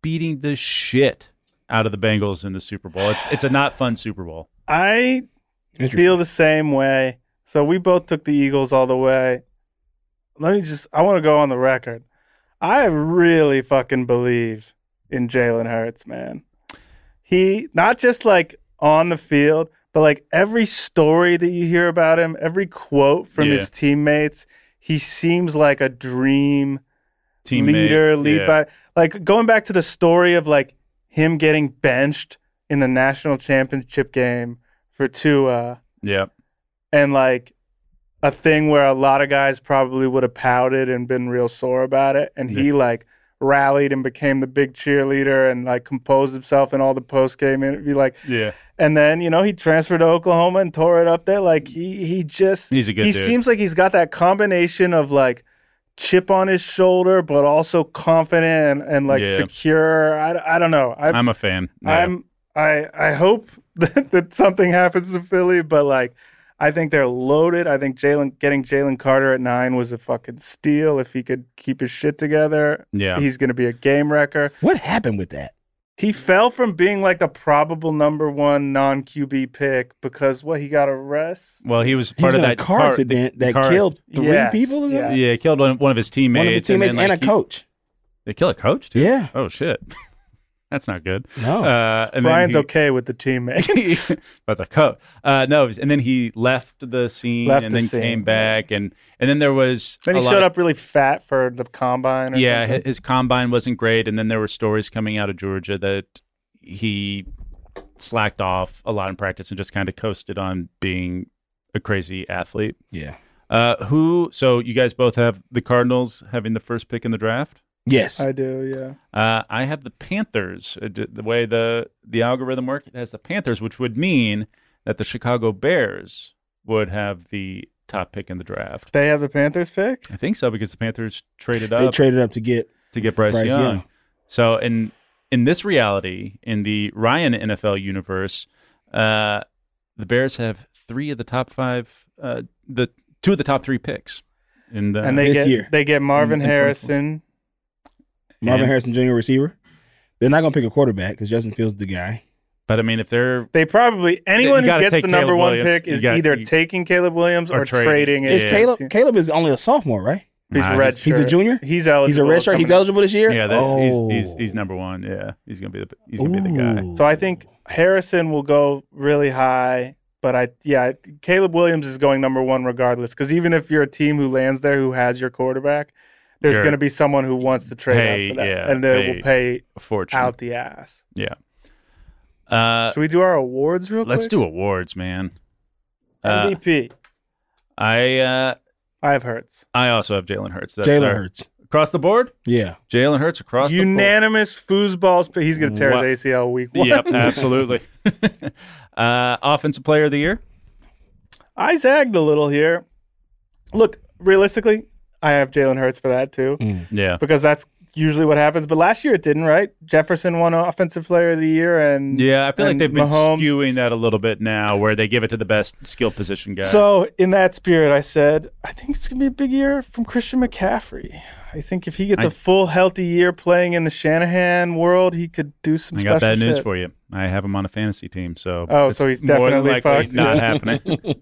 [SPEAKER 3] beating the shit out of the Bengals in the Super Bowl. It's it's a not fun Super Bowl.
[SPEAKER 6] I
[SPEAKER 2] Interesting.
[SPEAKER 6] feel the same way. So we both took the Eagles all the way. Let me just, I want to go on the record. I really fucking believe in Jalen Hurts, man. He, not just like on the field, but like every story that you hear about him, every quote from
[SPEAKER 3] Yeah.
[SPEAKER 6] his teammates, he seems like a dream
[SPEAKER 3] Teammate.
[SPEAKER 6] leader, lead
[SPEAKER 3] yeah.
[SPEAKER 6] by like going back to the story of like him getting benched in the national championship game for Tua
[SPEAKER 3] Yeah.
[SPEAKER 6] and like a thing where a lot of guys probably would have pouted and been real sore about it and he like rallied and became the big cheerleader and like composed himself in all the post game interview like
[SPEAKER 3] Yeah.
[SPEAKER 6] and then you know he transferred to Oklahoma and tore it up there like he he just
[SPEAKER 3] He's a good
[SPEAKER 6] he
[SPEAKER 3] dude.
[SPEAKER 6] seems like he's got that combination of like chip on his shoulder but also confident and, and like
[SPEAKER 3] Yeah.
[SPEAKER 6] secure I, I don't know i
[SPEAKER 3] I'm a fan. Yeah.
[SPEAKER 6] I'm I I hope *laughs* that, that something happens to Philly, but like I think they're loaded. I think Jalen getting Jalen Carter at nine was a fucking steal. If he could keep his shit together,
[SPEAKER 3] yeah.
[SPEAKER 6] he's gonna be a game wrecker.
[SPEAKER 2] What happened with that?
[SPEAKER 6] He fell from being like the probable number one non QB pick because what he got arrest.
[SPEAKER 3] Well, he was
[SPEAKER 2] He
[SPEAKER 3] part
[SPEAKER 2] was
[SPEAKER 3] of
[SPEAKER 2] in
[SPEAKER 3] that
[SPEAKER 2] a car
[SPEAKER 3] car-
[SPEAKER 2] accident that
[SPEAKER 3] car-
[SPEAKER 2] killed three
[SPEAKER 6] Yes,
[SPEAKER 2] people. or something?
[SPEAKER 6] yeah.
[SPEAKER 3] Yeah, killed one, one of his teammates.
[SPEAKER 2] One of his teammates
[SPEAKER 3] then,
[SPEAKER 2] and,
[SPEAKER 3] like,
[SPEAKER 2] a
[SPEAKER 3] he-
[SPEAKER 2] coach.
[SPEAKER 3] They kill a coach too.
[SPEAKER 2] Yeah.
[SPEAKER 3] Oh shit. *laughs* That's not good.
[SPEAKER 2] No.
[SPEAKER 3] Uh, and
[SPEAKER 6] Brian's
[SPEAKER 3] then
[SPEAKER 6] okay with the teammate. *laughs*
[SPEAKER 3] *laughs* he, but the coach. Uh, no, it was- and then he left the scene
[SPEAKER 6] Left
[SPEAKER 3] and
[SPEAKER 6] the
[SPEAKER 3] then
[SPEAKER 6] scene,
[SPEAKER 3] came
[SPEAKER 6] yeah.
[SPEAKER 3] back and and then there was
[SPEAKER 6] then
[SPEAKER 3] a
[SPEAKER 6] he
[SPEAKER 3] lot
[SPEAKER 6] showed
[SPEAKER 3] of-
[SPEAKER 6] up really fat for the combine. Or
[SPEAKER 3] yeah, hi-
[SPEAKER 6] something.
[SPEAKER 3] his, combine wasn't great, and then there were stories coming out of Georgia that he slacked off a lot in practice and just kind of coasted on being a crazy athlete.
[SPEAKER 2] yeah.
[SPEAKER 3] Uh, who? So you guys both have the Cardinals having the first pick in the draft.
[SPEAKER 2] Yes.
[SPEAKER 6] I do. Yeah.
[SPEAKER 3] Uh, I have the Panthers. Uh, d- The way the the algorithm works, it has the Panthers, which would mean that the Chicago Bears would have the top pick in the draft.
[SPEAKER 6] They have the Panthers pick.
[SPEAKER 3] I think so because the Panthers traded
[SPEAKER 2] they
[SPEAKER 3] up
[SPEAKER 2] traded up to get
[SPEAKER 3] to get Bryce,
[SPEAKER 2] Bryce
[SPEAKER 3] Young.
[SPEAKER 2] Young.
[SPEAKER 3] So in in this reality, in the Ryan NFL universe, uh, the Bears have three of the top five, uh, the two of the top three picks in the
[SPEAKER 6] and they
[SPEAKER 2] this
[SPEAKER 6] get
[SPEAKER 2] year.
[SPEAKER 6] they get Marvin
[SPEAKER 3] Uh, In- in 24.
[SPEAKER 6] Harrison.
[SPEAKER 2] Marvin
[SPEAKER 3] And-
[SPEAKER 2] Harrison Jr. receiver. They're not going to pick a quarterback because Justin Fields is the guy.
[SPEAKER 3] But I mean, if they're
[SPEAKER 6] They probably anyone who
[SPEAKER 3] gotta
[SPEAKER 6] gets
[SPEAKER 3] take
[SPEAKER 6] the number
[SPEAKER 3] Caleb
[SPEAKER 6] one
[SPEAKER 3] Williams.
[SPEAKER 6] pick
[SPEAKER 3] You
[SPEAKER 6] is
[SPEAKER 3] got-
[SPEAKER 6] either
[SPEAKER 3] you-
[SPEAKER 6] taking Caleb Williams
[SPEAKER 3] Or
[SPEAKER 6] or,
[SPEAKER 3] trading.
[SPEAKER 6] trading it.
[SPEAKER 2] Is
[SPEAKER 3] Yeah.
[SPEAKER 2] Caleb? Caleb is only a sophomore, right?
[SPEAKER 6] He's
[SPEAKER 3] Nah,
[SPEAKER 6] red.
[SPEAKER 3] he's-
[SPEAKER 2] he's a
[SPEAKER 6] shirt.
[SPEAKER 2] junior?
[SPEAKER 6] He's eligible.
[SPEAKER 2] He's a redshirt.
[SPEAKER 6] coming
[SPEAKER 2] He's
[SPEAKER 6] up.
[SPEAKER 2] eligible this year.
[SPEAKER 3] yeah, that's,
[SPEAKER 2] Oh.
[SPEAKER 3] he's, he's he's number one. Yeah, he's gonna be the he's gonna be the guy.
[SPEAKER 2] Ooh.
[SPEAKER 6] So I think Harrison will go really high, but I yeah, Caleb Williams is going number one regardless. Because even if you're a team who lands there who has your quarterback, there's
[SPEAKER 3] You're-
[SPEAKER 6] going to be someone who wants to trade
[SPEAKER 3] Pay,
[SPEAKER 6] up for that,
[SPEAKER 3] yeah,
[SPEAKER 6] and they
[SPEAKER 3] pay
[SPEAKER 6] will pay
[SPEAKER 3] A fortune.
[SPEAKER 6] out the ass.
[SPEAKER 3] Uh,
[SPEAKER 6] Should we do our awards real
[SPEAKER 3] let's
[SPEAKER 6] quick?
[SPEAKER 3] do awards, man. Uh,
[SPEAKER 6] MVP.
[SPEAKER 3] I uh,
[SPEAKER 6] I have Hurts.
[SPEAKER 3] I also have Jalen Hurts. That's
[SPEAKER 2] Jalen
[SPEAKER 3] our-
[SPEAKER 2] Hurts.
[SPEAKER 3] across the board.
[SPEAKER 2] Yeah.
[SPEAKER 3] Jalen Hurts across the board.
[SPEAKER 6] Unanimous foosballs. But he's going to tear
[SPEAKER 3] What?
[SPEAKER 6] his ACL week one.
[SPEAKER 3] Yep, *laughs* absolutely. uh, offensive player of the year.
[SPEAKER 6] I zagged a little here. Look, realistically, I have Jalen Hurts for
[SPEAKER 3] Mm.
[SPEAKER 6] that too,
[SPEAKER 3] Yeah,
[SPEAKER 6] because that's usually what happens. But last year it didn't, right? Jefferson won Offensive Player of the Year, and
[SPEAKER 3] yeah. I feel like
[SPEAKER 6] And
[SPEAKER 3] they've been
[SPEAKER 6] Mahomes.
[SPEAKER 3] skewing that a little bit now, where they give it to the best skill position guy.
[SPEAKER 6] so in that spirit, I said I think it's going to be a big year from Christian McCaffrey. I think if he gets
[SPEAKER 3] I-
[SPEAKER 6] a full healthy year playing in the Shanahan world, he could do some.
[SPEAKER 3] I got
[SPEAKER 6] special
[SPEAKER 3] bad news
[SPEAKER 6] shit.
[SPEAKER 3] for you. I have him on a fantasy team, so
[SPEAKER 6] Oh,
[SPEAKER 3] it's
[SPEAKER 6] so he's
[SPEAKER 3] more than
[SPEAKER 6] definitely
[SPEAKER 3] likely
[SPEAKER 6] fucked. *laughs*
[SPEAKER 3] Not happening.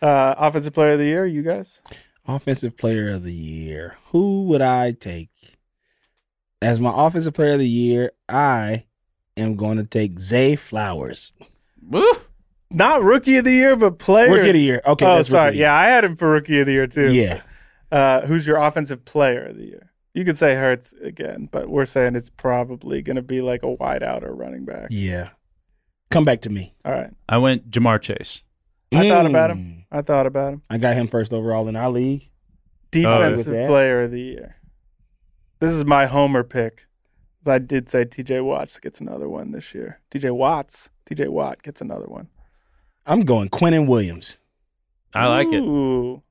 [SPEAKER 6] Uh, offensive Player of the Year, you guys.
[SPEAKER 2] Offensive player of the year. Who would I take? As my offensive player of the year, I am going to take Zay Flowers.
[SPEAKER 3] Woo!
[SPEAKER 6] Not Rookie of the Year, but Player.
[SPEAKER 2] Rookie of the year. Okay.
[SPEAKER 6] oh,
[SPEAKER 2] that's
[SPEAKER 6] sorry.
[SPEAKER 2] rookie
[SPEAKER 6] Yeah, I had him for Rookie of the Year
[SPEAKER 2] of
[SPEAKER 6] too.
[SPEAKER 2] the year. Yeah.
[SPEAKER 6] Uh, who's your offensive player of the year? You could say Hurts again, but we're saying it's probably going to be like a wideout or running back.
[SPEAKER 2] Yeah. Come back to me.
[SPEAKER 6] All right,
[SPEAKER 3] I went Jamar Chase.
[SPEAKER 6] I thought about
[SPEAKER 2] Mm.
[SPEAKER 6] him. I thought about him.
[SPEAKER 2] I got him first overall in our league.
[SPEAKER 3] Oh, yeah.
[SPEAKER 6] Defensive player of the year. This is my Homer pick. 'Cause I did say T.J. Watts gets another one this year. T.J. Watts, T.J. Watt gets another one.
[SPEAKER 2] I'm going Quentin Williams.
[SPEAKER 3] I like it.
[SPEAKER 6] Ooh.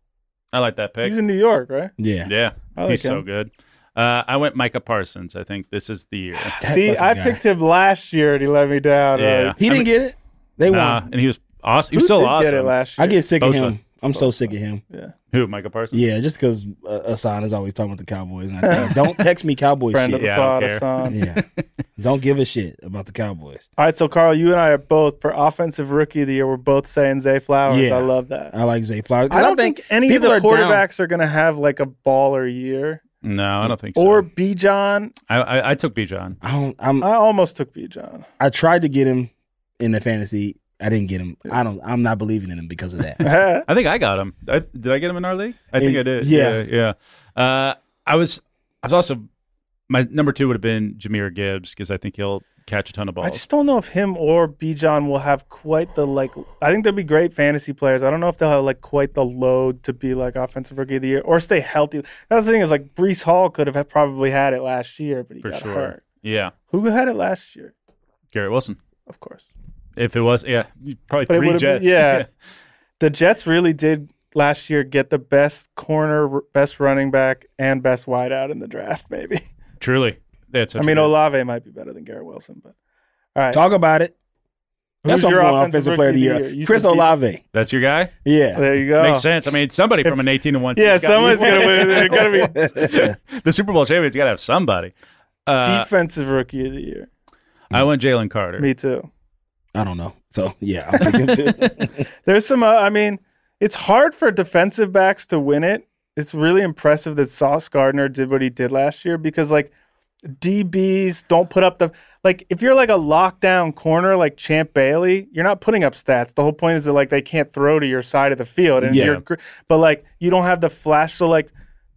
[SPEAKER 3] I like that pick.
[SPEAKER 6] He's in New York, right?
[SPEAKER 2] Yeah.
[SPEAKER 3] yeah,
[SPEAKER 6] I like
[SPEAKER 3] he's so
[SPEAKER 6] him.
[SPEAKER 3] good. Uh, I went Micah Parsons. I think this is the year.
[SPEAKER 2] That
[SPEAKER 6] See,
[SPEAKER 2] fucking
[SPEAKER 6] I
[SPEAKER 2] guy.
[SPEAKER 6] picked him last year and he let me down.
[SPEAKER 3] Yeah.
[SPEAKER 6] Like,
[SPEAKER 2] He didn't get it. They
[SPEAKER 3] Nah,
[SPEAKER 2] won.
[SPEAKER 3] and he was awesome. He
[SPEAKER 6] who
[SPEAKER 3] was still
[SPEAKER 6] did
[SPEAKER 3] awesome.
[SPEAKER 6] get it last year?
[SPEAKER 2] I get sick of
[SPEAKER 3] Bosa.
[SPEAKER 2] him. I'm so sick of him.
[SPEAKER 6] yeah.
[SPEAKER 3] Who? Micah Parsons.
[SPEAKER 2] Yeah, just because uh, Asan is always talking about the Cowboys, and I tell
[SPEAKER 6] *laughs*
[SPEAKER 2] him, don't text me Cowboy
[SPEAKER 6] Friend of
[SPEAKER 2] shit.
[SPEAKER 6] the
[SPEAKER 3] Yeah, I don't
[SPEAKER 6] pod,
[SPEAKER 3] care.
[SPEAKER 6] Hassan.
[SPEAKER 2] yeah, don't give a shit about the Cowboys.
[SPEAKER 6] All right, so Carl, you and I are both for offensive rookie of the year. We're both saying Zay Flowers.
[SPEAKER 2] Yeah.
[SPEAKER 6] I love that.
[SPEAKER 2] I like Zay Flowers.
[SPEAKER 6] I don't think, any of
[SPEAKER 2] people
[SPEAKER 6] the
[SPEAKER 2] are down.
[SPEAKER 6] quarterbacks are going to have like a baller year.
[SPEAKER 3] No, I don't think so.
[SPEAKER 6] Or B. John.
[SPEAKER 3] I, I, I took Bijan.
[SPEAKER 2] I don't. I'm.
[SPEAKER 6] I almost took B. John.
[SPEAKER 2] I tried to get him in the fantasy. I didn't get him. I don't. I'm not believing in him because of that.
[SPEAKER 3] I think I got him. I, did I get him in our league? I think
[SPEAKER 2] In-
[SPEAKER 3] I did.
[SPEAKER 2] yeah.
[SPEAKER 3] yeah. yeah. Uh, I was, I was also my number two would have been Jameer Gibbs because I think he'll catch a ton of balls.
[SPEAKER 4] I just don't know if him or B. John will have quite the like. I think they'll be great fantasy players. I don't know if they'll have like quite the load to be like offensive rookie of the year or stay healthy. That's the thing is like Brees Hall could have had- probably had it last year, but he
[SPEAKER 3] For
[SPEAKER 4] got
[SPEAKER 3] sure.
[SPEAKER 4] hurt.
[SPEAKER 3] yeah,
[SPEAKER 4] Who had it last year?
[SPEAKER 3] Garrett Wilson.
[SPEAKER 4] Of course,
[SPEAKER 3] If it was, yeah, probably
[SPEAKER 4] But it
[SPEAKER 3] three
[SPEAKER 4] would've been-
[SPEAKER 3] Jets. *laughs*
[SPEAKER 4] yeah. the Jets really did last year get the best corner, r- best running back, and best wideout in the draft. *laughs* Maybe
[SPEAKER 3] truly. That's.
[SPEAKER 4] I mean
[SPEAKER 3] a lot.
[SPEAKER 4] Olave might be better than Garrett Wilson, but all right.
[SPEAKER 2] Talk about it. That's
[SPEAKER 4] Who's
[SPEAKER 2] what I'm
[SPEAKER 4] your
[SPEAKER 2] going
[SPEAKER 4] offensive
[SPEAKER 2] offensive player of the
[SPEAKER 4] rookie of
[SPEAKER 2] year.
[SPEAKER 4] the year? You
[SPEAKER 2] Chris
[SPEAKER 4] said people.
[SPEAKER 2] Olave.
[SPEAKER 3] That's your guy.
[SPEAKER 2] Yeah.
[SPEAKER 4] There you go.
[SPEAKER 3] Makes sense. I mean, somebody
[SPEAKER 4] *laughs*
[SPEAKER 3] from an eighteen to one. team.
[SPEAKER 4] Oh. Yeah,
[SPEAKER 3] It's gotta
[SPEAKER 4] someone's
[SPEAKER 3] be-
[SPEAKER 4] gonna win. It gotta be
[SPEAKER 3] the Super Bowl champion's got to have somebody. Uh,
[SPEAKER 4] defensive rookie of the year.
[SPEAKER 3] I went Jalen Carter.
[SPEAKER 4] Me too.
[SPEAKER 2] I don't know. So yeah,
[SPEAKER 4] *laughs*
[SPEAKER 2] I'll pick him too.
[SPEAKER 4] There's some. Uh, I mean, it's hard for defensive backs to win it. It's really impressive that Sauce Gardner did what he did last year because like DBs don't put up the like if you're like a lockdown corner like Champ Bailey, you're not putting up stats. The whole point is that like they can't throw to your side of the field, and if
[SPEAKER 2] Yeah.
[SPEAKER 4] you're gr- but like you don't have the flash. So like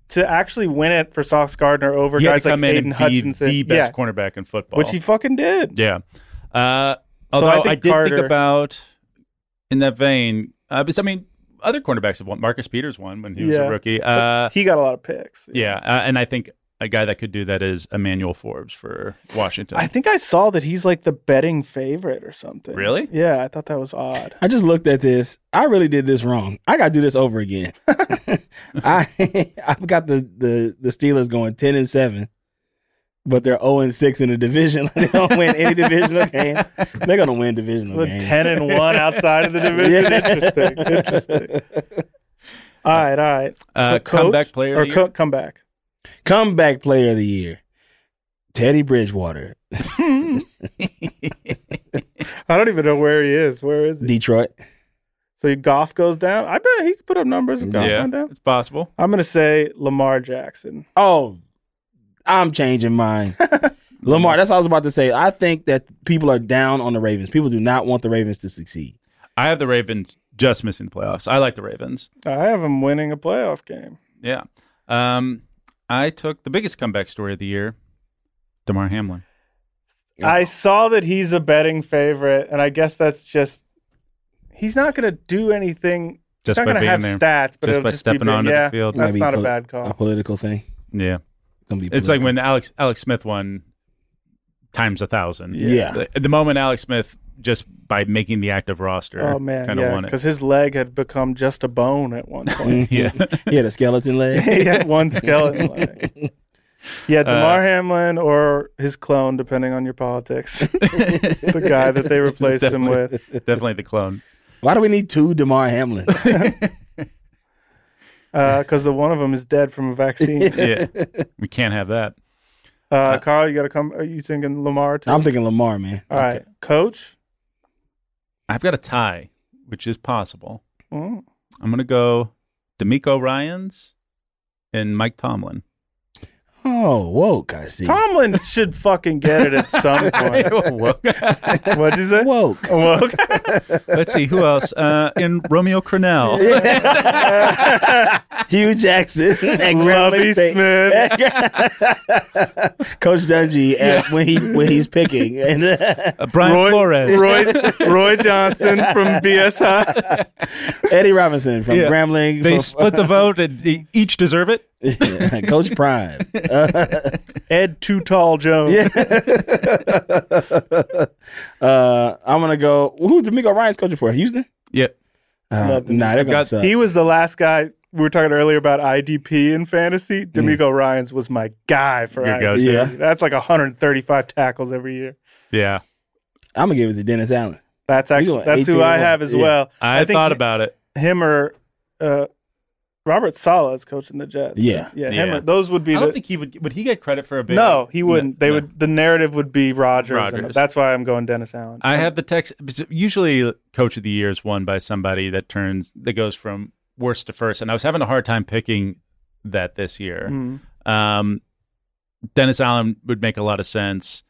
[SPEAKER 4] to actually win it for Sauce Gardner over
[SPEAKER 3] he had to
[SPEAKER 4] guys like
[SPEAKER 3] come in
[SPEAKER 4] Aiden
[SPEAKER 3] and
[SPEAKER 4] Hutchinson,
[SPEAKER 3] be the
[SPEAKER 4] yeah,
[SPEAKER 3] best cornerback in football.
[SPEAKER 4] which he fucking did.
[SPEAKER 3] Yeah. Uh,
[SPEAKER 4] So
[SPEAKER 3] although
[SPEAKER 4] I
[SPEAKER 3] I,
[SPEAKER 4] think
[SPEAKER 3] did think
[SPEAKER 4] Carter-
[SPEAKER 3] about in that vein, uh, because I mean, other cornerbacks have won. Marcus Peters won when he was
[SPEAKER 4] Yeah.
[SPEAKER 3] a rookie. Uh,
[SPEAKER 4] He got a lot of picks.
[SPEAKER 3] yeah, uh, and I think a guy that could do that is Emmanuel Forbes for Washington.
[SPEAKER 4] I think I saw that he's like the betting favorite or something.
[SPEAKER 3] Really?
[SPEAKER 4] Yeah, I thought that was odd.
[SPEAKER 2] I just looked at this. I really did this wrong. I got to do this over again. *laughs* I *laughs* I've got the the the Steelers going ten and seven, but they're zero and six in the division. *laughs* they don't win any
[SPEAKER 4] *laughs*
[SPEAKER 2] divisional games. They're gonna win divisional
[SPEAKER 4] With
[SPEAKER 2] games. *laughs*
[SPEAKER 4] 10 and 1 outside
[SPEAKER 3] *laughs*
[SPEAKER 4] of the division. Interesting. Interesting. All right, all right.
[SPEAKER 3] uh,
[SPEAKER 4] Co- coach
[SPEAKER 3] comeback player.
[SPEAKER 4] or
[SPEAKER 3] of the
[SPEAKER 4] co- comeback.
[SPEAKER 2] *laughs* Comeback player of the year, Teddy
[SPEAKER 4] *laughs*
[SPEAKER 2] Bridgewater,
[SPEAKER 4] I don't even know where he is. Where is he?
[SPEAKER 2] Detroit.
[SPEAKER 4] So Goff goes down. I bet he could put up numbers if Goff
[SPEAKER 3] year?
[SPEAKER 4] went
[SPEAKER 3] yeah,
[SPEAKER 4] down.
[SPEAKER 3] it's possible.
[SPEAKER 4] I'm going to say Lamar Jackson.
[SPEAKER 2] Oh, I'm changing
[SPEAKER 4] *laughs*
[SPEAKER 2] mine. Lamar, that's all I was about to say. I think that people are down on the Ravens. People do not want the Ravens to succeed.
[SPEAKER 3] I have the Ravens just missing the playoffs. I like the Ravens.
[SPEAKER 4] I have him winning a playoff game.
[SPEAKER 3] Yeah. Um, I took the biggest comeback story of the year, Damar Hamlin.
[SPEAKER 4] I saw that he's a betting favorite, and I guess that's just he's not going to do anything.
[SPEAKER 3] Just
[SPEAKER 4] he's
[SPEAKER 3] by
[SPEAKER 4] not
[SPEAKER 3] being
[SPEAKER 4] going to have
[SPEAKER 3] there.
[SPEAKER 4] stats, but
[SPEAKER 3] Just
[SPEAKER 4] it'll
[SPEAKER 3] by
[SPEAKER 4] just
[SPEAKER 3] stepping
[SPEAKER 4] be,
[SPEAKER 3] onto
[SPEAKER 4] yeah, Uh,
[SPEAKER 3] the field.
[SPEAKER 4] That's
[SPEAKER 2] Maybe
[SPEAKER 4] not a
[SPEAKER 2] poli-
[SPEAKER 4] bad
[SPEAKER 2] A
[SPEAKER 4] call.
[SPEAKER 2] political thing.
[SPEAKER 3] Yeah.
[SPEAKER 2] Gonna be
[SPEAKER 3] It's like
[SPEAKER 2] political.
[SPEAKER 3] when Alex Alex Smith won times a thousand.
[SPEAKER 2] Yeah.
[SPEAKER 3] At the moment Alex Smith just by making the active roster
[SPEAKER 4] Oh man,
[SPEAKER 3] kind of
[SPEAKER 4] yeah,
[SPEAKER 3] won it.
[SPEAKER 4] because his leg had become just a bone at one *laughs*
[SPEAKER 3] *laughs*
[SPEAKER 4] point.
[SPEAKER 3] Yeah.
[SPEAKER 2] *laughs* he had a skeleton leg.
[SPEAKER 4] he
[SPEAKER 3] *laughs*
[SPEAKER 4] had one skeleton leg. Yeah,
[SPEAKER 3] Uh,
[SPEAKER 4] Damar Hamlin or his clone, depending on your politics, *laughs* the guy that
[SPEAKER 3] *laughs*
[SPEAKER 4] they replaced him
[SPEAKER 3] Definitely.
[SPEAKER 4] with.
[SPEAKER 3] Definitely the
[SPEAKER 4] *laughs*
[SPEAKER 3] clone.
[SPEAKER 2] Why do we need two Demar Hamlin?
[SPEAKER 4] Because Uh, the one of them is dead from
[SPEAKER 3] *laughs*
[SPEAKER 4] a vaccine.
[SPEAKER 3] Yeah. we can't have that.
[SPEAKER 4] Uh, Carl, you got to come. Are you thinking Lamar? Too?
[SPEAKER 2] I'm thinking Lamar, man.
[SPEAKER 4] All right, coach.
[SPEAKER 3] I've got a tie, which is possible.
[SPEAKER 4] Mm.
[SPEAKER 3] I'm gonna go D'Amico Ryans and Mike *laughs* Tomlin.
[SPEAKER 2] Oh, woke, I see.
[SPEAKER 4] Tomlin should fucking get it at some point.
[SPEAKER 3] Whoa.
[SPEAKER 4] What'd you say?
[SPEAKER 2] Woke.
[SPEAKER 4] Well, okay.
[SPEAKER 3] Let's see who else. Uh, in Romeo *laughs*
[SPEAKER 2] *laughs*
[SPEAKER 3] Cornell.
[SPEAKER 2] Hugh Jackson *laughs*
[SPEAKER 4] *laughs*
[SPEAKER 2] at
[SPEAKER 4] Lovey
[SPEAKER 2] Grambling State.
[SPEAKER 4] Smith.
[SPEAKER 2] *laughs* Coach Dungy at when he when he's
[SPEAKER 4] *laughs*
[SPEAKER 2] picking. *laughs* And
[SPEAKER 3] Uh, Brian
[SPEAKER 4] Roy-
[SPEAKER 3] Flores.
[SPEAKER 4] Roy,
[SPEAKER 3] *laughs*
[SPEAKER 4] Roy Johnson from BSI.
[SPEAKER 2] Eddie Robinson from
[SPEAKER 3] Yeah.
[SPEAKER 2] Grambling.
[SPEAKER 3] They
[SPEAKER 2] from-
[SPEAKER 3] split the vote and they each deserve it.
[SPEAKER 2] *laughs* Coach Prime.
[SPEAKER 4] *laughs* Ed Too Tall Jones.
[SPEAKER 2] Uh, I'm gonna go. Who's D'Amico Ryan's coaching for? Houston.
[SPEAKER 3] Yeah.
[SPEAKER 2] Uh,
[SPEAKER 4] Love
[SPEAKER 2] nah, they're
[SPEAKER 3] I've
[SPEAKER 2] gonna
[SPEAKER 3] got-
[SPEAKER 2] suck.
[SPEAKER 4] He was the last guy we were talking earlier about IDP in fantasy. D'Amigo Ryan's was my guy for
[SPEAKER 3] Your
[SPEAKER 4] IDP.
[SPEAKER 2] go-to. Yeah.
[SPEAKER 4] That's like 135 tackles every year.
[SPEAKER 3] Yeah.
[SPEAKER 2] I'm gonna give it to Dennis Allen.
[SPEAKER 4] That's actually
[SPEAKER 2] going
[SPEAKER 4] that's who
[SPEAKER 2] 18
[SPEAKER 4] I
[SPEAKER 2] and
[SPEAKER 4] have
[SPEAKER 2] one.
[SPEAKER 4] as
[SPEAKER 2] Yeah.
[SPEAKER 4] well.
[SPEAKER 3] I,
[SPEAKER 4] think
[SPEAKER 3] thought
[SPEAKER 4] hi-
[SPEAKER 3] about it.
[SPEAKER 4] him or uh, Robert Sala is coaching the Jets.
[SPEAKER 2] Yeah.
[SPEAKER 4] yeah. Him
[SPEAKER 3] Yeah.
[SPEAKER 4] or, those would be
[SPEAKER 3] I don't
[SPEAKER 4] the.
[SPEAKER 3] think he would. Would he get credit for a big?
[SPEAKER 4] no, he wouldn't. they
[SPEAKER 3] no.
[SPEAKER 4] would. The narrative would be Rogers. and-
[SPEAKER 3] Rodgers.
[SPEAKER 4] that's why I'm going Dennis Allen.
[SPEAKER 3] I have the text. Usually, coach of the year is won by somebody that turns that goes from worst to first. And I was having a hard time picking that this year.
[SPEAKER 4] Mm.
[SPEAKER 3] Um, Dennis Allen would make a lot of sense.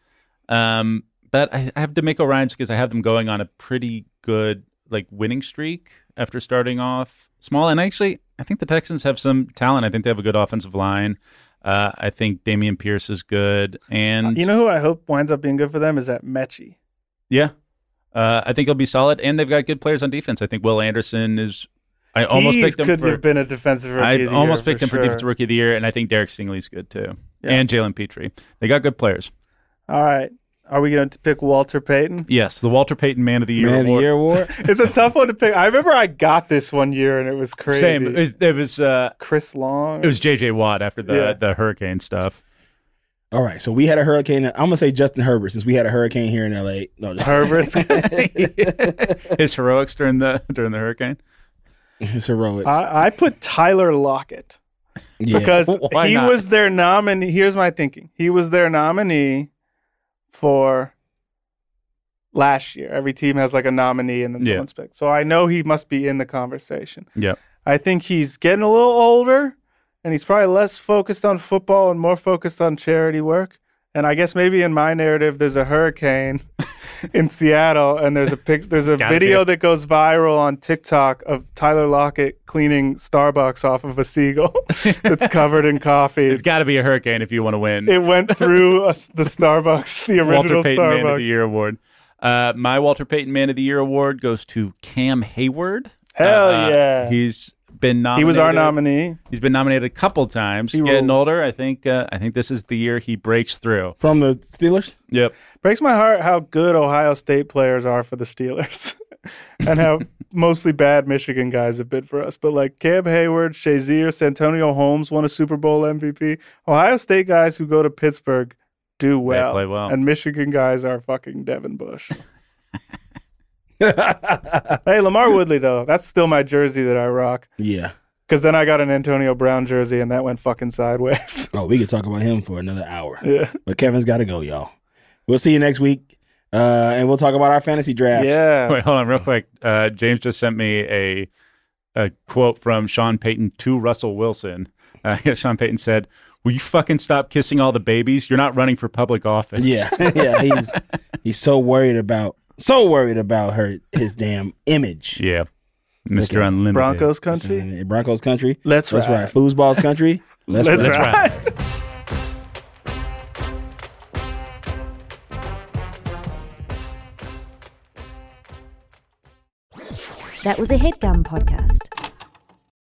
[SPEAKER 3] Um, bet I I have to make Orions because I have them going on a pretty good like winning streak after starting off small. And actually, I think the Texans have some talent. I think they have a good offensive line. Uh, I think Damian Pierce is good, and
[SPEAKER 6] Uh, You know who I hope winds up being good for them is that Mechie.
[SPEAKER 3] yeah, uh, I think he'll be solid. And they've got good players on defense. I think Will Anderson is. I almost
[SPEAKER 6] He
[SPEAKER 3] picked him
[SPEAKER 6] could
[SPEAKER 3] for.
[SPEAKER 6] have been a defensive rookie. of
[SPEAKER 3] I
[SPEAKER 6] the
[SPEAKER 3] almost
[SPEAKER 6] year,
[SPEAKER 3] picked
[SPEAKER 6] for
[SPEAKER 3] him for
[SPEAKER 6] sure.
[SPEAKER 3] defensive rookie of the year, and I think Derek Stingley's good too,
[SPEAKER 6] Yeah.
[SPEAKER 3] and Jalen Petrie. They got good players.
[SPEAKER 6] All right, are we going to pick Walter Payton?
[SPEAKER 3] Yes, the Walter Payton Man of the Year.
[SPEAKER 2] Man of the
[SPEAKER 3] award.
[SPEAKER 2] Year award.
[SPEAKER 6] *laughs* It's a tough one to pick. I remember I got this one year and it was crazy.
[SPEAKER 3] Same. It was it was, uh,
[SPEAKER 6] Chris Long.
[SPEAKER 3] it was J.J. Watt after the
[SPEAKER 6] Yeah.
[SPEAKER 3] the hurricane stuff.
[SPEAKER 2] *laughs*
[SPEAKER 3] *laughs*
[SPEAKER 2] All right, so we had a hurricane. I'm gonna say Justin Herbert since we had a hurricane here in L.A. No, just-
[SPEAKER 3] *laughs*
[SPEAKER 6] Herbert's.
[SPEAKER 3] His heroics during the during the hurricane.
[SPEAKER 2] it's heroic.
[SPEAKER 6] I, I put Tyler Lockett
[SPEAKER 2] yeah.
[SPEAKER 6] uh, because
[SPEAKER 3] Why
[SPEAKER 6] he
[SPEAKER 3] not?
[SPEAKER 6] was their nominee. Here's my thinking: he was their nominee for last year. Every team has like a nominee and then
[SPEAKER 3] Yeah.
[SPEAKER 6] someone's picked. So I know he must be in the conversation.
[SPEAKER 3] Yep.
[SPEAKER 6] I think he's getting a little older, and he's probably less focused on football and more focused on charity work. And I guess maybe in my narrative, there's a hurricane *laughs* in Seattle, and there's a pic, there's a
[SPEAKER 3] Gotta be
[SPEAKER 6] video
[SPEAKER 3] a-
[SPEAKER 6] that goes viral on TikTok of Tyler Lockett cleaning Starbucks off of a seagull *laughs*
[SPEAKER 3] *laughs*
[SPEAKER 6] that's covered in coffee.
[SPEAKER 3] It's got to be a hurricane if you want to win.
[SPEAKER 6] It went through us the Starbucks, the
[SPEAKER 3] Walter
[SPEAKER 6] *laughs* original
[SPEAKER 3] Payton Man of the
[SPEAKER 6] Starbucks.
[SPEAKER 3] Year award. Uh, my Walter Payton Man of the Year award goes to Cam Hayward.
[SPEAKER 6] Hell
[SPEAKER 3] Uh,
[SPEAKER 6] yeah! He,
[SPEAKER 3] He's been nominated.
[SPEAKER 6] was our nominee.
[SPEAKER 3] He's been nominated a couple times.
[SPEAKER 6] He
[SPEAKER 3] Getting
[SPEAKER 6] rules.
[SPEAKER 3] older, I think. Uh, I think this is the year he breaks through.
[SPEAKER 2] from the Steelers.
[SPEAKER 3] Yep.
[SPEAKER 6] Breaks my heart how good Ohio State players are for the Steelers *laughs*
[SPEAKER 3] *laughs*
[SPEAKER 6] and how mostly bad Michigan guys have been for us. But like Cam Hayward, Shazier, Santonio Holmes won a Super Bowl MVP. Ohio State guys who go to Pittsburgh do well.
[SPEAKER 3] play well.
[SPEAKER 6] And Michigan guys are fucking Devin Bush. *laughs* hey, Lamar Woodley, though, that's still my jersey that I rock.
[SPEAKER 2] yeah.
[SPEAKER 6] Because then I got an Antonio Brown jersey and that went fucking sideways. *laughs*
[SPEAKER 2] Oh, we could talk about him for another hour.
[SPEAKER 6] yeah.
[SPEAKER 2] But Kevin's got to go, y'all. We'll see you next week, uh, and we'll talk about our fantasy drafts.
[SPEAKER 3] *laughs*
[SPEAKER 6] Yeah.
[SPEAKER 3] Wait, hold on, real quick. Uh, James just sent me a a quote from Sean Payton to Russell Wilson. Uh, *laughs* Sean Payton said, "Will you fucking stop kissing all the babies? You're not running for public office."
[SPEAKER 2] Yeah, *laughs* yeah. He's he's so worried about so worried about her his damn image.
[SPEAKER 3] yeah, Mister
[SPEAKER 2] Okay.
[SPEAKER 3] Unlimited.
[SPEAKER 6] Broncos country.
[SPEAKER 2] In Broncos country.
[SPEAKER 6] Let's
[SPEAKER 2] That's
[SPEAKER 6] ride.
[SPEAKER 2] right. Foosball's
[SPEAKER 6] *laughs*
[SPEAKER 2] country. Let's,
[SPEAKER 6] Let's
[SPEAKER 2] ride.
[SPEAKER 6] ride.
[SPEAKER 1] That was a headgum podcast.